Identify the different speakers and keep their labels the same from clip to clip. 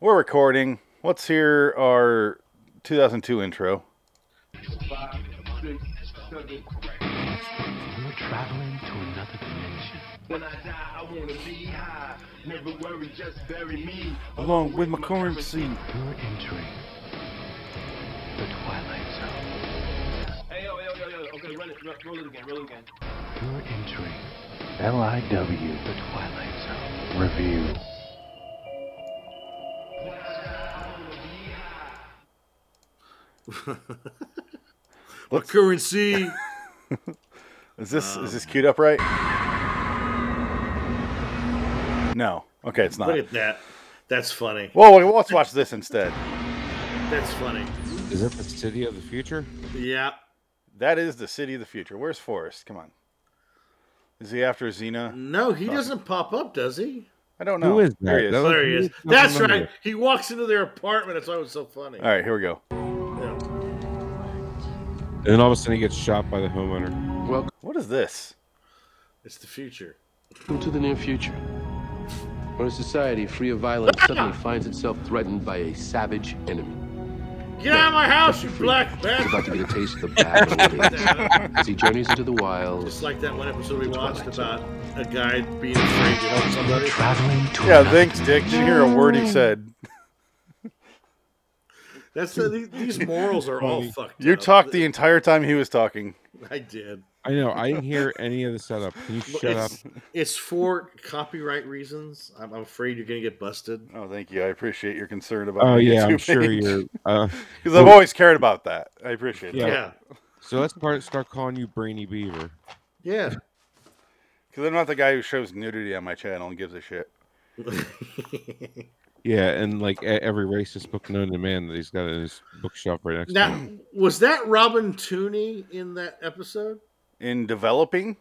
Speaker 1: We're recording. Let's hear our 2002 intro.
Speaker 2: We're traveling to another dimension.
Speaker 3: When I die, I wanna be high. Never worry, just bury me.
Speaker 1: Along with my currency.
Speaker 2: You're entering the Twilight Zone.
Speaker 3: Hey, yo, yo, yo, yo. Okay, run it. Ro- Roll it again. Roll it again.
Speaker 2: You're entering LIW, the Twilight Zone. Review.
Speaker 4: What currency?
Speaker 1: Is this is
Speaker 4: Um,
Speaker 1: this queued up right? No. Okay, it's not.
Speaker 4: Look at that. That's funny.
Speaker 1: Whoa, wait, let's watch this instead.
Speaker 4: That's funny.
Speaker 5: Is that the city of the future?
Speaker 4: Yeah.
Speaker 1: That is the city of the future. Where's Forrest? Come on. Is he after Xena?
Speaker 4: No, he doesn't pop up, does he?
Speaker 1: I don't know.
Speaker 5: Who is
Speaker 1: There he
Speaker 5: that?
Speaker 1: is.
Speaker 5: That was-
Speaker 4: There he is.
Speaker 5: He's not
Speaker 4: That's
Speaker 5: familiar.
Speaker 4: right. He walks into their apartment. That's why it was so funny.
Speaker 1: All right, here we go.
Speaker 4: Yeah.
Speaker 5: And then all of a sudden he gets shot by the homeowner.
Speaker 1: What is this?
Speaker 4: It's the future.
Speaker 6: Welcome to the near future, when a society free of violence suddenly finds itself threatened by a savage enemy.
Speaker 4: Get out of my house, you
Speaker 6: Free.
Speaker 4: black
Speaker 6: It's
Speaker 4: man!
Speaker 6: about to get a taste of the bad of the days as he journeys into the wilds.
Speaker 4: Just like that one episode we watched about a guy being afraid to help somebody.
Speaker 2: Traveling to
Speaker 1: Yeah,
Speaker 2: another
Speaker 1: thanks, Dick. Did you hear a word he said?
Speaker 4: That's the, these- these morals are all fucked.
Speaker 1: You
Speaker 4: up.
Speaker 1: talked the entire time he was talking.
Speaker 4: I did.
Speaker 5: I know. I didn't hear any of the setup. Can you shut up?
Speaker 4: it's, it's for copyright reasons. I'm, I'm afraid you're gonna get busted.
Speaker 1: Oh, thank you. I appreciate your concern about.
Speaker 5: Oh yeah, I'm sure you're. Uh,
Speaker 1: Because I've always cared about that. I appreciate that.
Speaker 5: Yeah.
Speaker 4: Yeah.
Speaker 5: so let's part, start calling you Brainy Beaver.
Speaker 4: Yeah.
Speaker 1: Because I'm not the guy who shows nudity on my channel and gives a shit.
Speaker 5: Yeah, and like e- every racist book known to man that he's got in his bookshelf right next to
Speaker 4: Now,
Speaker 5: him.
Speaker 4: was that Robin Tooney in that episode?
Speaker 1: In developing,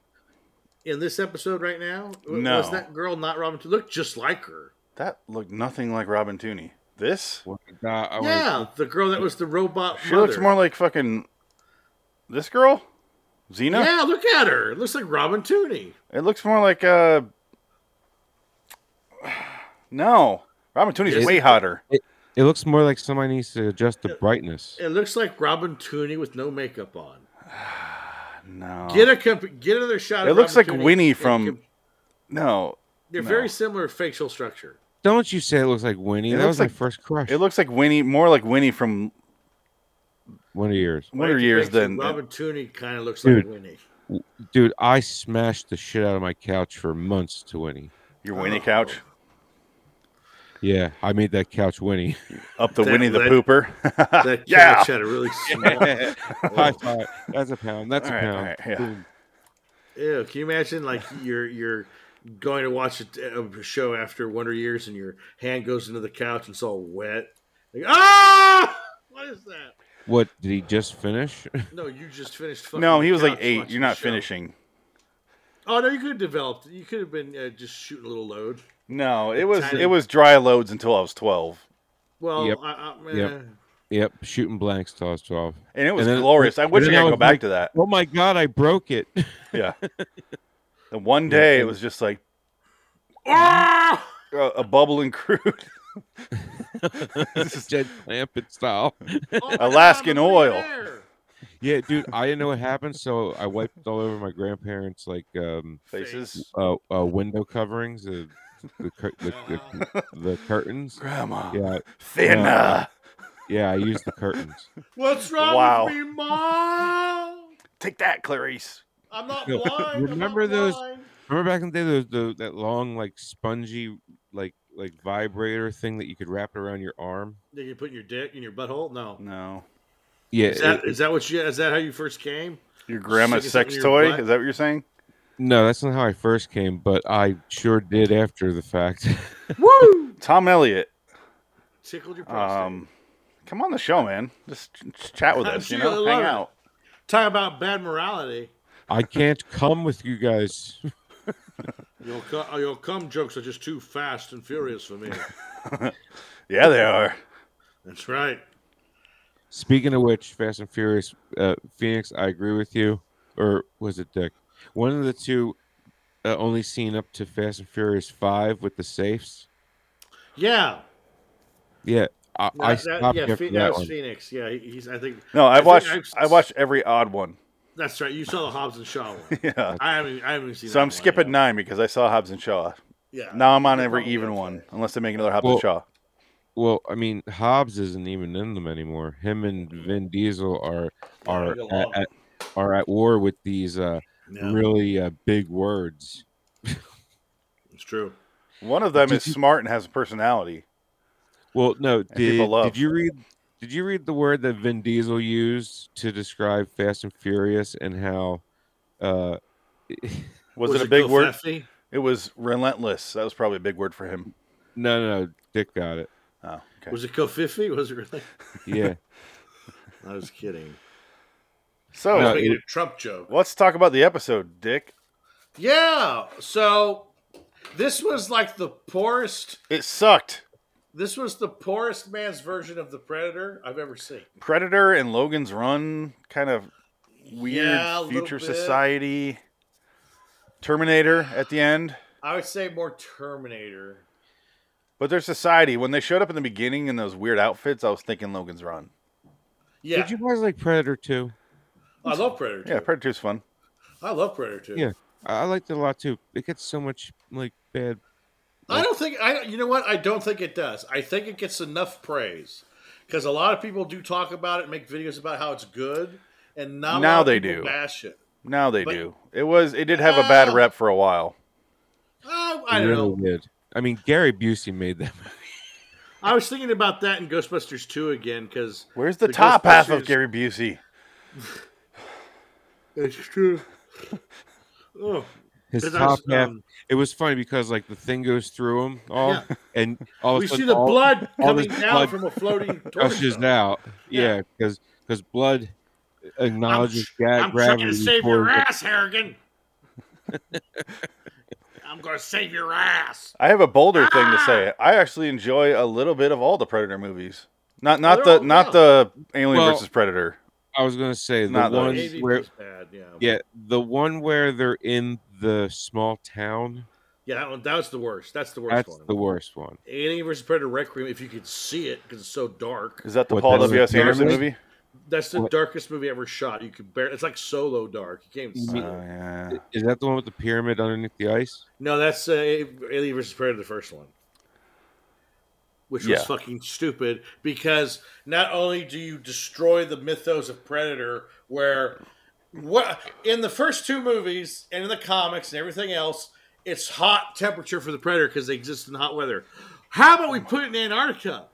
Speaker 4: In this episode right now? W-
Speaker 1: No.
Speaker 4: Was that girl not Robin Tooney? Looked just like her.
Speaker 1: that looked nothing like Robin Tooney. This
Speaker 5: Uh, I wanna-
Speaker 4: yeah, the girl that was the robot
Speaker 1: she
Speaker 4: mother.
Speaker 1: looks more like fucking this girl, Xena.
Speaker 4: Yeah, look at her. It looks like Robin Tooney.
Speaker 1: It looks more like uh. No, Robin Tooney's
Speaker 5: It-
Speaker 1: way hotter.
Speaker 5: It looks more like somebody needs to adjust the brightness.
Speaker 4: It looks like Robin Tooney with no makeup on.
Speaker 1: No,
Speaker 4: Get a comp- get another shot.
Speaker 1: It
Speaker 4: of
Speaker 1: looks
Speaker 4: Robin
Speaker 1: like
Speaker 4: Tooney
Speaker 1: Winnie
Speaker 4: and
Speaker 1: from-
Speaker 4: com-
Speaker 1: no.
Speaker 4: They're
Speaker 1: no.
Speaker 4: very similar facial structure.
Speaker 5: Don't you say it looks like Winnie?
Speaker 1: It
Speaker 5: that
Speaker 1: looks
Speaker 5: was my
Speaker 1: like-
Speaker 5: first crush.
Speaker 1: It looks like Winnie, more like Winnie from
Speaker 5: One of yours,
Speaker 1: Winter
Speaker 4: Like,
Speaker 1: Years
Speaker 4: makes you-
Speaker 1: than
Speaker 4: Robin Tooney kind of looks
Speaker 5: Dude.
Speaker 4: like Winnie.
Speaker 5: dude. I smashed the shit out of my couch for months to Winnie.
Speaker 1: your
Speaker 4: Oh.
Speaker 1: Winnie couch.
Speaker 5: Yeah, I made that couch Winnie.
Speaker 1: Up the
Speaker 4: That-
Speaker 1: Winnie the
Speaker 4: that-
Speaker 1: Pooper.
Speaker 4: That
Speaker 1: Yeah.
Speaker 4: couch had a really small.
Speaker 5: High five. That's a pound. That's
Speaker 1: All
Speaker 5: a
Speaker 1: right, all
Speaker 5: pound.
Speaker 1: right, yeah.
Speaker 5: Boom.
Speaker 4: Ew, can you imagine like you're you're going to watch a, a show after Wonder Years and your hand goes into the couch and it's all wet? Like, ah! What is that?
Speaker 5: What did he just finish?
Speaker 4: No, you just finished. fucking
Speaker 1: no, he was like
Speaker 4: couch
Speaker 1: eight.
Speaker 4: watching
Speaker 1: You're
Speaker 4: the
Speaker 1: not
Speaker 4: show.
Speaker 1: finishing.
Speaker 4: Oh no, you could have developed. You could have been uh, just shooting a little load.
Speaker 1: No, it was
Speaker 4: tiny-
Speaker 1: it was dry loads until I was twelve,
Speaker 4: Well,
Speaker 5: Yep.
Speaker 4: I, I,
Speaker 5: Yep.
Speaker 4: eh,
Speaker 5: yep, shooting blanks till I was twelve.
Speaker 1: and it was
Speaker 5: And then-
Speaker 1: glorious. I
Speaker 5: and
Speaker 1: wish I
Speaker 5: then
Speaker 1: could
Speaker 5: I
Speaker 1: go
Speaker 5: was
Speaker 1: back
Speaker 5: like-
Speaker 1: to that.
Speaker 5: Oh my god, I broke it.
Speaker 1: Yeah. and one day it
Speaker 5: and-
Speaker 1: was just like
Speaker 4: ah!
Speaker 1: a, a bubbling crude
Speaker 5: Jed Clampett style.
Speaker 4: Oh my God,
Speaker 1: Alaskan
Speaker 4: I'm a
Speaker 1: oil.
Speaker 4: millionaire!
Speaker 5: Yeah, dude, I didn't know what happened, so I wiped all over my grandparents like um
Speaker 1: faces.
Speaker 5: uh, uh window coverings, uh, the, cur- the, the the curtains.
Speaker 1: Grandma, uh,
Speaker 5: Yeah,
Speaker 1: thinner.
Speaker 5: Yeah. yeah, I used the curtains.
Speaker 4: What's wrong
Speaker 1: Wow.
Speaker 4: with me, mom?
Speaker 1: Take that, Clarice.
Speaker 4: I'm not
Speaker 5: No,
Speaker 4: blind. I'm not
Speaker 5: remember those-
Speaker 4: blind.
Speaker 5: Remember back in the day, those the, that long like spongy like like vibrator thing that you could wrap it around your arm.
Speaker 4: They can put in your dick in your butthole. No.
Speaker 1: No,
Speaker 5: Yeah,
Speaker 4: Is
Speaker 5: it-
Speaker 4: that is that what you is that how you first came?
Speaker 1: your grandma's
Speaker 4: Sticking something
Speaker 1: sex
Speaker 4: in your
Speaker 1: toy.
Speaker 4: butt?
Speaker 1: Is that what you're saying?
Speaker 5: No, that's not how I first came, but I sure did after the fact.
Speaker 1: Tom Elliott,
Speaker 4: Tickled your prostate.
Speaker 1: um, come on the show, man. Just ch- ch- chat with
Speaker 4: I'm
Speaker 1: us. You
Speaker 4: sure you'll
Speaker 1: know,
Speaker 4: love
Speaker 1: hang
Speaker 4: it.
Speaker 1: out.
Speaker 4: Talk about bad morality.
Speaker 5: I can't come with you guys.
Speaker 4: Your cum, your cum jokes are just too fast and furious for me.
Speaker 1: Yeah, they are.
Speaker 4: That's right.
Speaker 5: Speaking of which, Fast and Furious, uh, Phoenix, I agree with you. Or was it Dick? One of the two uh, only seen up to Fast and Furious 5 with the safes.
Speaker 4: Yeah.
Speaker 5: Yeah, I, I
Speaker 4: That- that-
Speaker 5: stopped
Speaker 4: yeah,
Speaker 5: after
Speaker 4: Phe-
Speaker 5: that
Speaker 4: that was
Speaker 5: one.
Speaker 4: Phoenix. Yeah, he- he's. I think.
Speaker 1: No,
Speaker 4: I
Speaker 1: I've
Speaker 4: think
Speaker 1: watched
Speaker 4: I've-
Speaker 1: I watched every odd one.
Speaker 4: That's right. You saw the Hobbs and Shaw one.
Speaker 1: Yeah.
Speaker 4: I haven't. I haven't seen.
Speaker 1: So
Speaker 4: that
Speaker 1: I'm
Speaker 4: one.
Speaker 1: skipping nine because I saw Hobbs and Shaw.
Speaker 4: Yeah.
Speaker 1: Now I'm on every
Speaker 4: probably
Speaker 1: even
Speaker 4: is,
Speaker 1: one,
Speaker 4: right.
Speaker 1: unless they make another Hobbs
Speaker 5: Well-
Speaker 1: and Shaw.
Speaker 5: Well, I mean, Hobbs isn't even in them anymore. Him and Vin Diesel are are
Speaker 4: you'll
Speaker 5: at,
Speaker 4: love
Speaker 5: at, are at war with these uh,
Speaker 4: Yeah,
Speaker 5: really uh, big words.
Speaker 4: it's true.
Speaker 1: One of them
Speaker 5: Did
Speaker 1: is
Speaker 5: you-
Speaker 1: smart and has a personality.
Speaker 5: Well, no,
Speaker 1: people
Speaker 5: did,
Speaker 1: love.
Speaker 5: did you read? Did you read the word that Vin Diesel used to describe Fast and Furious and how? Uh,
Speaker 1: Was, it a big
Speaker 4: Bill
Speaker 1: word?
Speaker 4: Fefty?
Speaker 1: It was relentless. That was probably a big word for him.
Speaker 5: no, no, no, Dick got it.
Speaker 1: Oh, okay.
Speaker 4: Was it Kofifi? Was it really?
Speaker 5: Yeah,
Speaker 4: I was kidding.
Speaker 1: so
Speaker 5: No,
Speaker 4: Making
Speaker 5: it-
Speaker 4: a Trump joke.
Speaker 1: let's talk about the episode, Dick.
Speaker 4: Yeah. So this was like the poorest.
Speaker 1: It sucked.
Speaker 4: This was the poorest man's version of the Predator I've ever seen.
Speaker 1: Predator and Logan's Run, kind of weird
Speaker 4: Yeah, a little
Speaker 1: future
Speaker 4: bit.
Speaker 1: society. Terminator at the end.
Speaker 4: I would say more Terminator.
Speaker 1: But their society, when they showed up in the beginning in those weird outfits, I was thinking Logan's Run.
Speaker 4: Yeah.
Speaker 5: did you guys like Predator too?
Speaker 4: I love Predator.
Speaker 1: Yeah,
Speaker 4: 2.
Speaker 1: Predator's fun.
Speaker 4: I love Predator 2.
Speaker 5: Yeah. I, I liked it a lot too. It gets so much like bad.
Speaker 4: I don't think I. You know what? I don't think it does. I think it gets enough praise because a lot of people do talk about it, and make videos about how it's good, and not a
Speaker 1: Now
Speaker 4: lot of
Speaker 1: they
Speaker 4: people
Speaker 1: do.
Speaker 4: bash it.
Speaker 1: Now they
Speaker 4: But-
Speaker 1: do. It was it did have a bad
Speaker 4: Ah.
Speaker 1: rep for a while.
Speaker 4: Uh, I
Speaker 5: It
Speaker 4: don't
Speaker 5: really
Speaker 4: know.
Speaker 5: did. I mean, Gary Busey made that. movie.
Speaker 4: I was thinking about that in Ghostbusters 2 again because
Speaker 1: Where's the, top half of
Speaker 4: Ghostbusters-
Speaker 1: Gary Busey?
Speaker 4: It's true. Oh,
Speaker 5: His
Speaker 4: 'Cause I
Speaker 5: top
Speaker 4: was,
Speaker 5: half.
Speaker 4: um,
Speaker 5: it was funny because like the thing goes through him all,
Speaker 4: Yeah.
Speaker 5: and all of
Speaker 4: we
Speaker 5: a sudden
Speaker 4: see the
Speaker 5: all-
Speaker 4: blood
Speaker 5: all this
Speaker 4: coming down
Speaker 5: blood
Speaker 4: from a floating
Speaker 5: gushes
Speaker 4: torso.
Speaker 5: out.
Speaker 4: Yeah.
Speaker 5: Yeah, because because blood acknowledges
Speaker 4: tr-
Speaker 5: ga-
Speaker 4: I'm
Speaker 5: gravity.
Speaker 4: trying to save
Speaker 5: before
Speaker 4: your
Speaker 5: it-
Speaker 4: ass, Harrigan. I'm going to save your ass.
Speaker 1: I have a bolder thing to say. I actually enjoy a little bit of all the Predator movies. Not not
Speaker 4: They're
Speaker 1: the
Speaker 4: all
Speaker 1: not
Speaker 4: good.
Speaker 1: the Alien
Speaker 5: Well-
Speaker 1: versus Predator.
Speaker 5: I was gonna say the
Speaker 1: Not those.
Speaker 5: one
Speaker 4: AVP 's
Speaker 5: where
Speaker 4: bad, yeah.
Speaker 5: yeah the one where they're in the small town.
Speaker 4: Yeah, that one, that was the worst. That's the worst
Speaker 5: That's
Speaker 4: one.
Speaker 5: the worst one.
Speaker 4: Alien vs. Predator Requiem, if you could see it, because it's so dark.
Speaker 1: Is that the
Speaker 5: What,
Speaker 1: Paul
Speaker 5: that's
Speaker 1: W. S.
Speaker 5: the
Speaker 1: Anderson
Speaker 5: pyramid?
Speaker 1: movie?
Speaker 4: That's the
Speaker 5: What?
Speaker 4: darkest movie ever shot. You could barely, it's like solo dark. You can't even
Speaker 5: You
Speaker 4: see
Speaker 1: Oh
Speaker 5: mean-
Speaker 4: it.
Speaker 1: yeah.
Speaker 5: Is that the one with the pyramid underneath the ice?
Speaker 4: No, that's uh, Alien vs. Predator, the first one, which
Speaker 1: Yeah.
Speaker 4: was fucking stupid because not only do you destroy the mythos of Predator, where what in the first two movies and in the comics and everything else, it's hot temperature for the Predator because they exist in hot weather. How about we put it in Antarctica?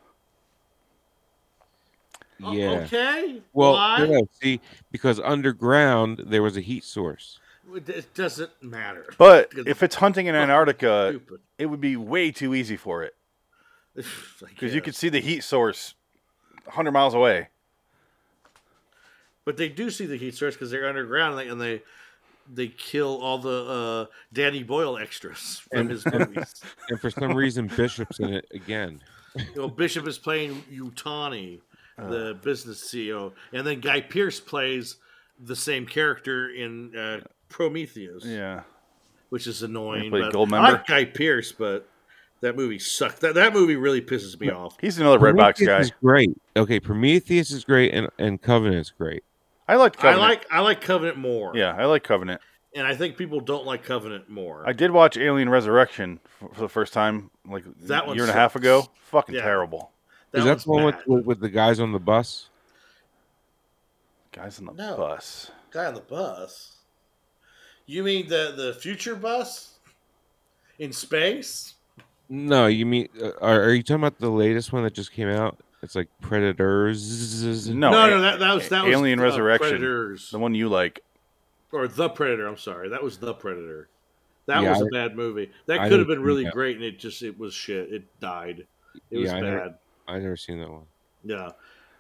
Speaker 4: O-
Speaker 5: Yeah.
Speaker 4: Oh, Okay.
Speaker 5: Well,
Speaker 4: Why?
Speaker 5: no, see, because underground there was a heat source.
Speaker 4: It- It doesn't matter.
Speaker 1: But
Speaker 4: Because
Speaker 1: if it's hunting in Antarctica,
Speaker 4: stupid.
Speaker 1: it would be way too easy for it because
Speaker 4: Because
Speaker 1: you could see the heat source 100 miles away.
Speaker 4: But they do see the heat source because they're underground and they, and they they kill all the uh, Danny Boyle extras from his movies.
Speaker 5: And for some reason, Bishop's in it again.
Speaker 4: you know, Bishop is playing Utani,
Speaker 5: Uh.
Speaker 4: the business CEO, and then Guy Pierce plays the same character in uh, Prometheus,
Speaker 1: Yeah.
Speaker 4: which is annoying.
Speaker 1: played
Speaker 4: But
Speaker 1: Goldmember.
Speaker 4: I like Guy Pierce, but that movie sucked. That that movie really pisses me off.
Speaker 1: He's another red box
Speaker 5: Prometheus
Speaker 1: guy.
Speaker 5: is great. Okay, Prometheus is great, and and Covenant's great.
Speaker 1: I like
Speaker 4: I
Speaker 1: Covenant.
Speaker 4: like I like Covenant more,
Speaker 1: Yeah, I like Covenant.
Speaker 4: and I think people don't like Covenant more.
Speaker 1: I did watch Alien Resurrection f- for the first time like
Speaker 4: That
Speaker 1: a
Speaker 4: one
Speaker 1: year and a half
Speaker 4: sucks.
Speaker 1: ago. Fucking
Speaker 4: Yeah.
Speaker 1: terrible.
Speaker 5: Is that
Speaker 4: one's
Speaker 5: the one with,
Speaker 4: bad.
Speaker 5: with, with the guys on the bus?
Speaker 1: Guys on the
Speaker 4: No.
Speaker 1: bus.
Speaker 4: Guy on the bus. You mean the the future bus in space?
Speaker 5: No, you mean uh, are, are you talking about the latest one that just came out? It's like Predators.
Speaker 1: No,
Speaker 4: no,
Speaker 1: A-
Speaker 4: no, that, that was that was
Speaker 1: Alien
Speaker 4: uh,
Speaker 1: Resurrection.
Speaker 4: Predators
Speaker 1: The one you like.
Speaker 4: or the Predator. I'm sorry, that was the Predator. That
Speaker 5: Yeah,
Speaker 4: was
Speaker 5: I-
Speaker 4: a bad movie. That
Speaker 5: I
Speaker 4: could have been
Speaker 5: didn't see
Speaker 4: really
Speaker 5: that.
Speaker 4: great, and it just it was shit. It died. It was
Speaker 5: Yeah, I
Speaker 4: bad.
Speaker 5: never- I never seen that one.
Speaker 4: Yeah,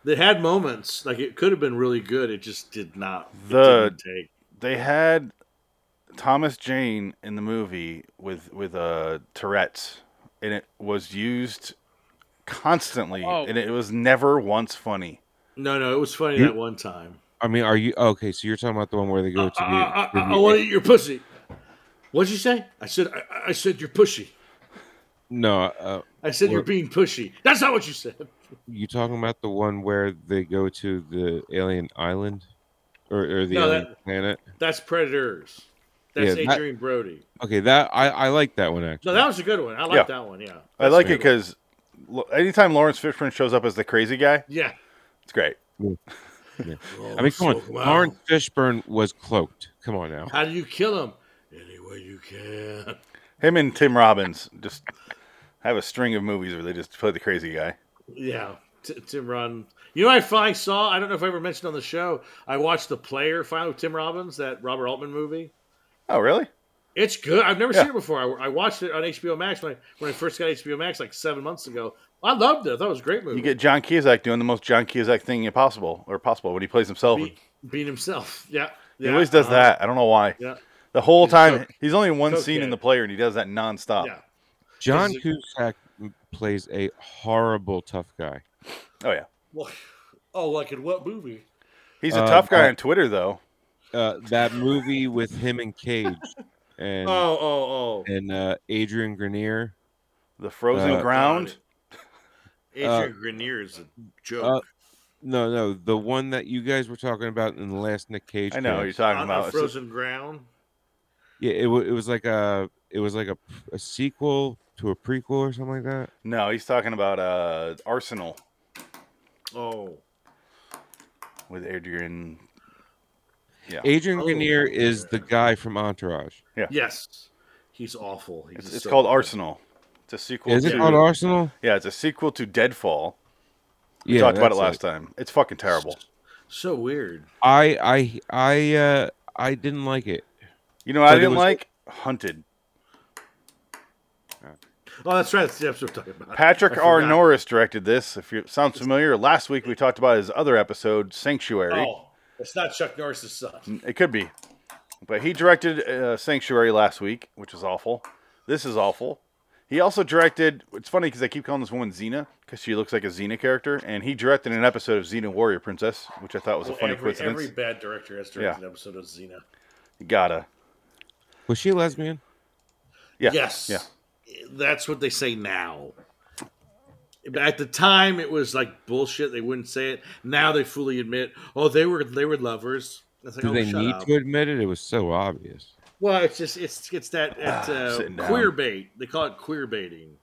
Speaker 4: they had moments like it could have been really good. It just did not. it
Speaker 1: The-
Speaker 4: didn't take.
Speaker 1: They had Thomas Jane in the movie with with uh, Tourette's, and it was used constantly,
Speaker 5: Oh.
Speaker 1: and it was never once funny.
Speaker 4: No, no, it was funny
Speaker 5: You-
Speaker 4: that one time.
Speaker 5: I mean, are you okay? So you're talking about the one where they go to the.
Speaker 4: I, I,
Speaker 5: to the-
Speaker 4: want to eat your pussy. What'd you say? I said I, I said you're pushy.
Speaker 5: no, uh,
Speaker 4: I said you're
Speaker 5: What?
Speaker 4: being pushy. That's not what you said.
Speaker 5: You talking about the one where they go to the alien island or, or the
Speaker 4: No,
Speaker 5: alien
Speaker 4: that-
Speaker 5: planet?
Speaker 4: That's Predators. That's
Speaker 5: Yeah, that-
Speaker 4: Adrian Brody.
Speaker 5: Okay, that I, I like that one actually.
Speaker 4: No, that was a good one. I like
Speaker 1: Yeah.
Speaker 4: that one. Yeah.
Speaker 1: I like it
Speaker 5: fair.
Speaker 1: because anytime Lawrence Fishburne shows up as the crazy guy,
Speaker 4: Yeah.
Speaker 1: it's great.
Speaker 5: I mean, come on, Lawrence Fishburne was cloaked. Come on now.
Speaker 4: How do you kill him? Any way you can.
Speaker 1: Him and Tim Robbins just have a string of movies where they just play the crazy guy.
Speaker 4: Yeah. T- Tim Robbins. You know, what I finally saw. I don't know if I ever mentioned on the show. I watched The Player finally with Tim Robbins, that Robert Altman movie.
Speaker 1: Oh, really?
Speaker 4: It's good. I've never
Speaker 1: Yeah.
Speaker 4: seen it before. I, I watched it on HBO Max when I, when I first got HBO Max like seven months ago. I loved it. I thought it was a great movie.
Speaker 1: You get John Cusack doing the most John Cusack thing possible, or possible when he plays himself.
Speaker 4: Be- being himself. Yeah.
Speaker 1: he
Speaker 4: yeah.
Speaker 1: always does
Speaker 4: Uh,
Speaker 1: that. I don't know why.
Speaker 4: Yeah.
Speaker 1: The whole
Speaker 4: a
Speaker 1: time,
Speaker 4: coke-
Speaker 1: he's only in one
Speaker 4: coke
Speaker 1: scene in
Speaker 4: guy.
Speaker 1: the player, and he does that nonstop.
Speaker 4: Uh, Yeah.
Speaker 5: John
Speaker 4: Is it-
Speaker 5: Cusack plays a horrible tough guy.
Speaker 1: Oh yeah,
Speaker 4: Well, oh, like in what movie?
Speaker 1: he's a
Speaker 5: Um,
Speaker 1: tough guy
Speaker 5: I-
Speaker 1: on Twitter though.
Speaker 5: Uh, that movie with him and Cage and
Speaker 4: Oh, oh, oh.
Speaker 5: and uh, Adrian Grenier.
Speaker 1: The frozen
Speaker 5: Uh,
Speaker 1: ground.
Speaker 4: Adrian
Speaker 5: Uh,
Speaker 4: Grenier is a joke.
Speaker 5: uh, No, no, the one that you guys were talking about in the last Nick Cage.
Speaker 1: I know what
Speaker 5: film.
Speaker 1: you're talking
Speaker 4: on
Speaker 1: about.
Speaker 4: the
Speaker 1: It's-
Speaker 4: frozen ground.
Speaker 5: Yeah, it, wa- it was like a it was like a, a sequel to a prequel or something like that.
Speaker 1: no, he's talking about uh, Arsenal
Speaker 4: Oh,
Speaker 1: with Adrian. Yeah,
Speaker 5: Adrian
Speaker 4: Oh,
Speaker 5: Grenier is the guy from Entourage.
Speaker 4: yes, he's awful. He's
Speaker 1: it's,
Speaker 4: just
Speaker 1: it's
Speaker 4: so
Speaker 1: called
Speaker 4: bad.
Speaker 1: Arsenal. It's a sequel.
Speaker 5: Is
Speaker 1: to-
Speaker 5: it called Arsenal?
Speaker 1: Yeah, it's a sequel to Deadfall. We
Speaker 5: yeah,
Speaker 1: talked about it
Speaker 5: that's
Speaker 1: last time. It's fucking terrible.
Speaker 4: So weird.
Speaker 5: I I I uh I didn't like it.
Speaker 1: You know what I
Speaker 5: But it
Speaker 1: didn't
Speaker 5: was-
Speaker 1: like? Hunted.
Speaker 4: Oh, that's right. That's the episode we're talking about.
Speaker 1: Patrick
Speaker 4: I
Speaker 1: R.
Speaker 4: forgot.
Speaker 1: Norris directed this. If you sounds familiar, last week we talked about his other episode, Sanctuary.
Speaker 4: Oh, it's not Chuck Norris's son.
Speaker 1: It could be, but he directed uh, Sanctuary last week, which is awful. This is awful. He also directed. It's funny because I keep calling this woman Xena because she looks like a Xena character, and he directed an episode of Xena Warrior Princess, which I thought was a funny
Speaker 4: Oh, every,
Speaker 1: coincidence.
Speaker 4: every bad director has directed an episode of Xena.
Speaker 1: Gotta.
Speaker 5: Was she a lesbian?
Speaker 1: Yeah.
Speaker 4: Yes.
Speaker 1: Yeah.
Speaker 4: That's what they say now. But At the time, it was like bullshit. They wouldn't say it. Now they fully admit, oh, they were they were lovers. It's like,
Speaker 5: Do
Speaker 4: oh,
Speaker 5: they
Speaker 4: shut
Speaker 5: need
Speaker 4: up.
Speaker 5: to admit it? It was so obvious.
Speaker 4: Well, it's just it's it's that
Speaker 5: Ah,
Speaker 4: it's, uh,
Speaker 1: Sitting down.
Speaker 4: queer bait. They call it queer baiting,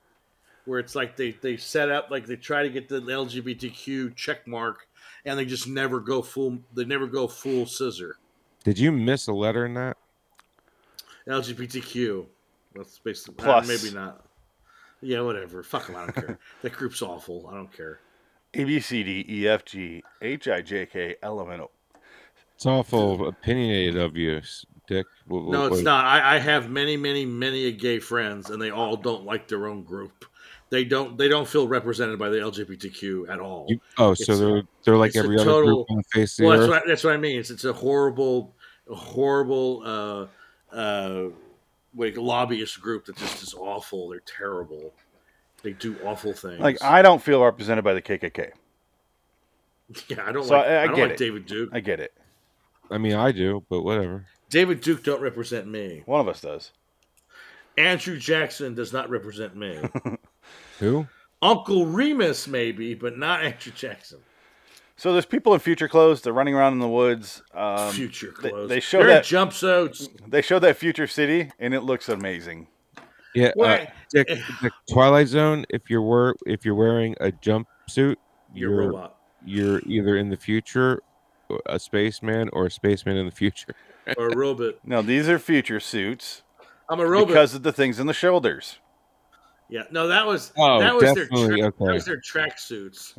Speaker 4: where it's like they they set up like they try to get the LGBTQ check mark, and they just never go full. They never go full scissor.
Speaker 5: Did you miss a letter in that?
Speaker 4: LGBTQ. That's basically uh,
Speaker 1: Plus.
Speaker 4: maybe not. Yeah, whatever. Fuck 'em, I don't care. that group's awful. I don't care.
Speaker 1: A B C D E F G H I J K L M N O.
Speaker 5: It's awful opinionated of you, s- Dick. Wha- wha-
Speaker 4: No, it's
Speaker 5: what-
Speaker 4: not. I, I have many, many, many gay friends, and they all don't like their own group. They don't. They don't feel represented by the LGBTQ at all.
Speaker 5: You- oh, so
Speaker 4: It's-
Speaker 5: they're they're like
Speaker 4: it's a
Speaker 5: every other
Speaker 4: total-
Speaker 5: group on the face of
Speaker 4: Well,
Speaker 5: the
Speaker 4: that's
Speaker 5: earth.
Speaker 4: what, I, that's what I mean. It's, it's a horrible, a horrible, uh, uh, like lobbyist group that just is awful. They're terrible. They do awful things.
Speaker 1: Like I don't feel represented by the KKK.
Speaker 4: yeah, I don't
Speaker 1: so
Speaker 4: like.
Speaker 1: I- I
Speaker 4: I, don't
Speaker 1: get
Speaker 4: like
Speaker 1: it.
Speaker 4: David Duke.
Speaker 1: I get it.
Speaker 5: I mean, I do, but whatever.
Speaker 4: David Duke don't represent me.
Speaker 1: One of us does.
Speaker 4: Andrew Jackson does not represent me.
Speaker 5: Who?
Speaker 4: Uncle Remus maybe, but not Andrew Jackson.
Speaker 1: So there's people in future clothes. They're running around in the woods. Um,
Speaker 4: Future
Speaker 1: they-
Speaker 4: clothes.
Speaker 1: they show
Speaker 4: They're in
Speaker 1: that- Uh,
Speaker 4: jumpsuits.
Speaker 1: They show that future city, and it looks amazing.
Speaker 5: Yeah,
Speaker 4: Well,
Speaker 5: uh,
Speaker 4: I-
Speaker 5: Dick, Dick, Twilight Zone. If you're were if you're wearing a jumpsuit,
Speaker 4: You're, a robot.
Speaker 5: you're either in the future, or a spaceman, or a spaceman in the future.
Speaker 4: Or a robot.
Speaker 1: No, these are future suits
Speaker 4: I'm a robot.
Speaker 1: because of the things in the shoulders.
Speaker 4: yeah. No, that was
Speaker 5: Oh,
Speaker 4: that was their
Speaker 5: definitely,
Speaker 4: tra-
Speaker 5: okay.
Speaker 4: that was their tracksuits.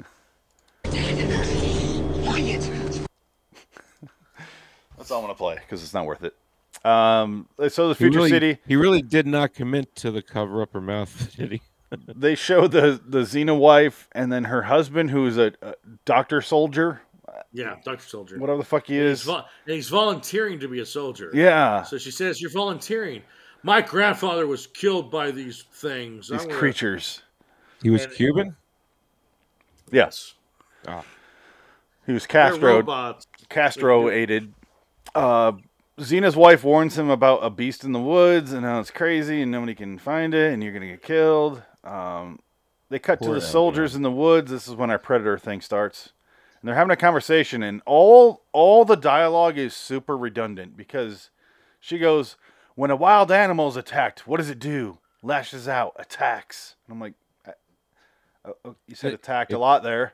Speaker 1: That's all I'm gonna play because it's not worth it. Um, so the
Speaker 5: He
Speaker 1: future
Speaker 5: really,
Speaker 1: city,
Speaker 5: He really did not commit to the cover up her mouth, did he?
Speaker 1: they show the the Xena wife and then her husband, who is a, a doctor soldier,
Speaker 4: Yeah, Doctor Soldier.
Speaker 1: whatever the fuck he
Speaker 4: He's
Speaker 1: is.
Speaker 4: vol- and he's volunteering to be a soldier.
Speaker 1: Yeah,
Speaker 4: So she says, "You're volunteering." My grandfather was killed by these things.
Speaker 1: these
Speaker 4: I'm gonna-"
Speaker 1: creatures.
Speaker 5: He was
Speaker 4: And-
Speaker 5: Cuban.
Speaker 1: Yes,
Speaker 5: Ah.
Speaker 1: he was
Speaker 4: They're
Speaker 1: Castro.
Speaker 4: robots.
Speaker 1: Castro aided. Uh, Xena's wife warns him about a beast in the woods and how it's crazy and nobody can find it and you're gonna get killed. Um, They cut to
Speaker 5: Poor
Speaker 1: the
Speaker 5: Al
Speaker 1: soldiers in the woods. This is when our predator thing starts, and they're having a conversation, and all all the dialogue is super redundant because she goes, "When a wild animal is attacked, what does it do? Lashes out, attacks." And I'm like, I, uh, uh, "You said
Speaker 5: It-
Speaker 1: attacked
Speaker 5: it-
Speaker 1: a lot there."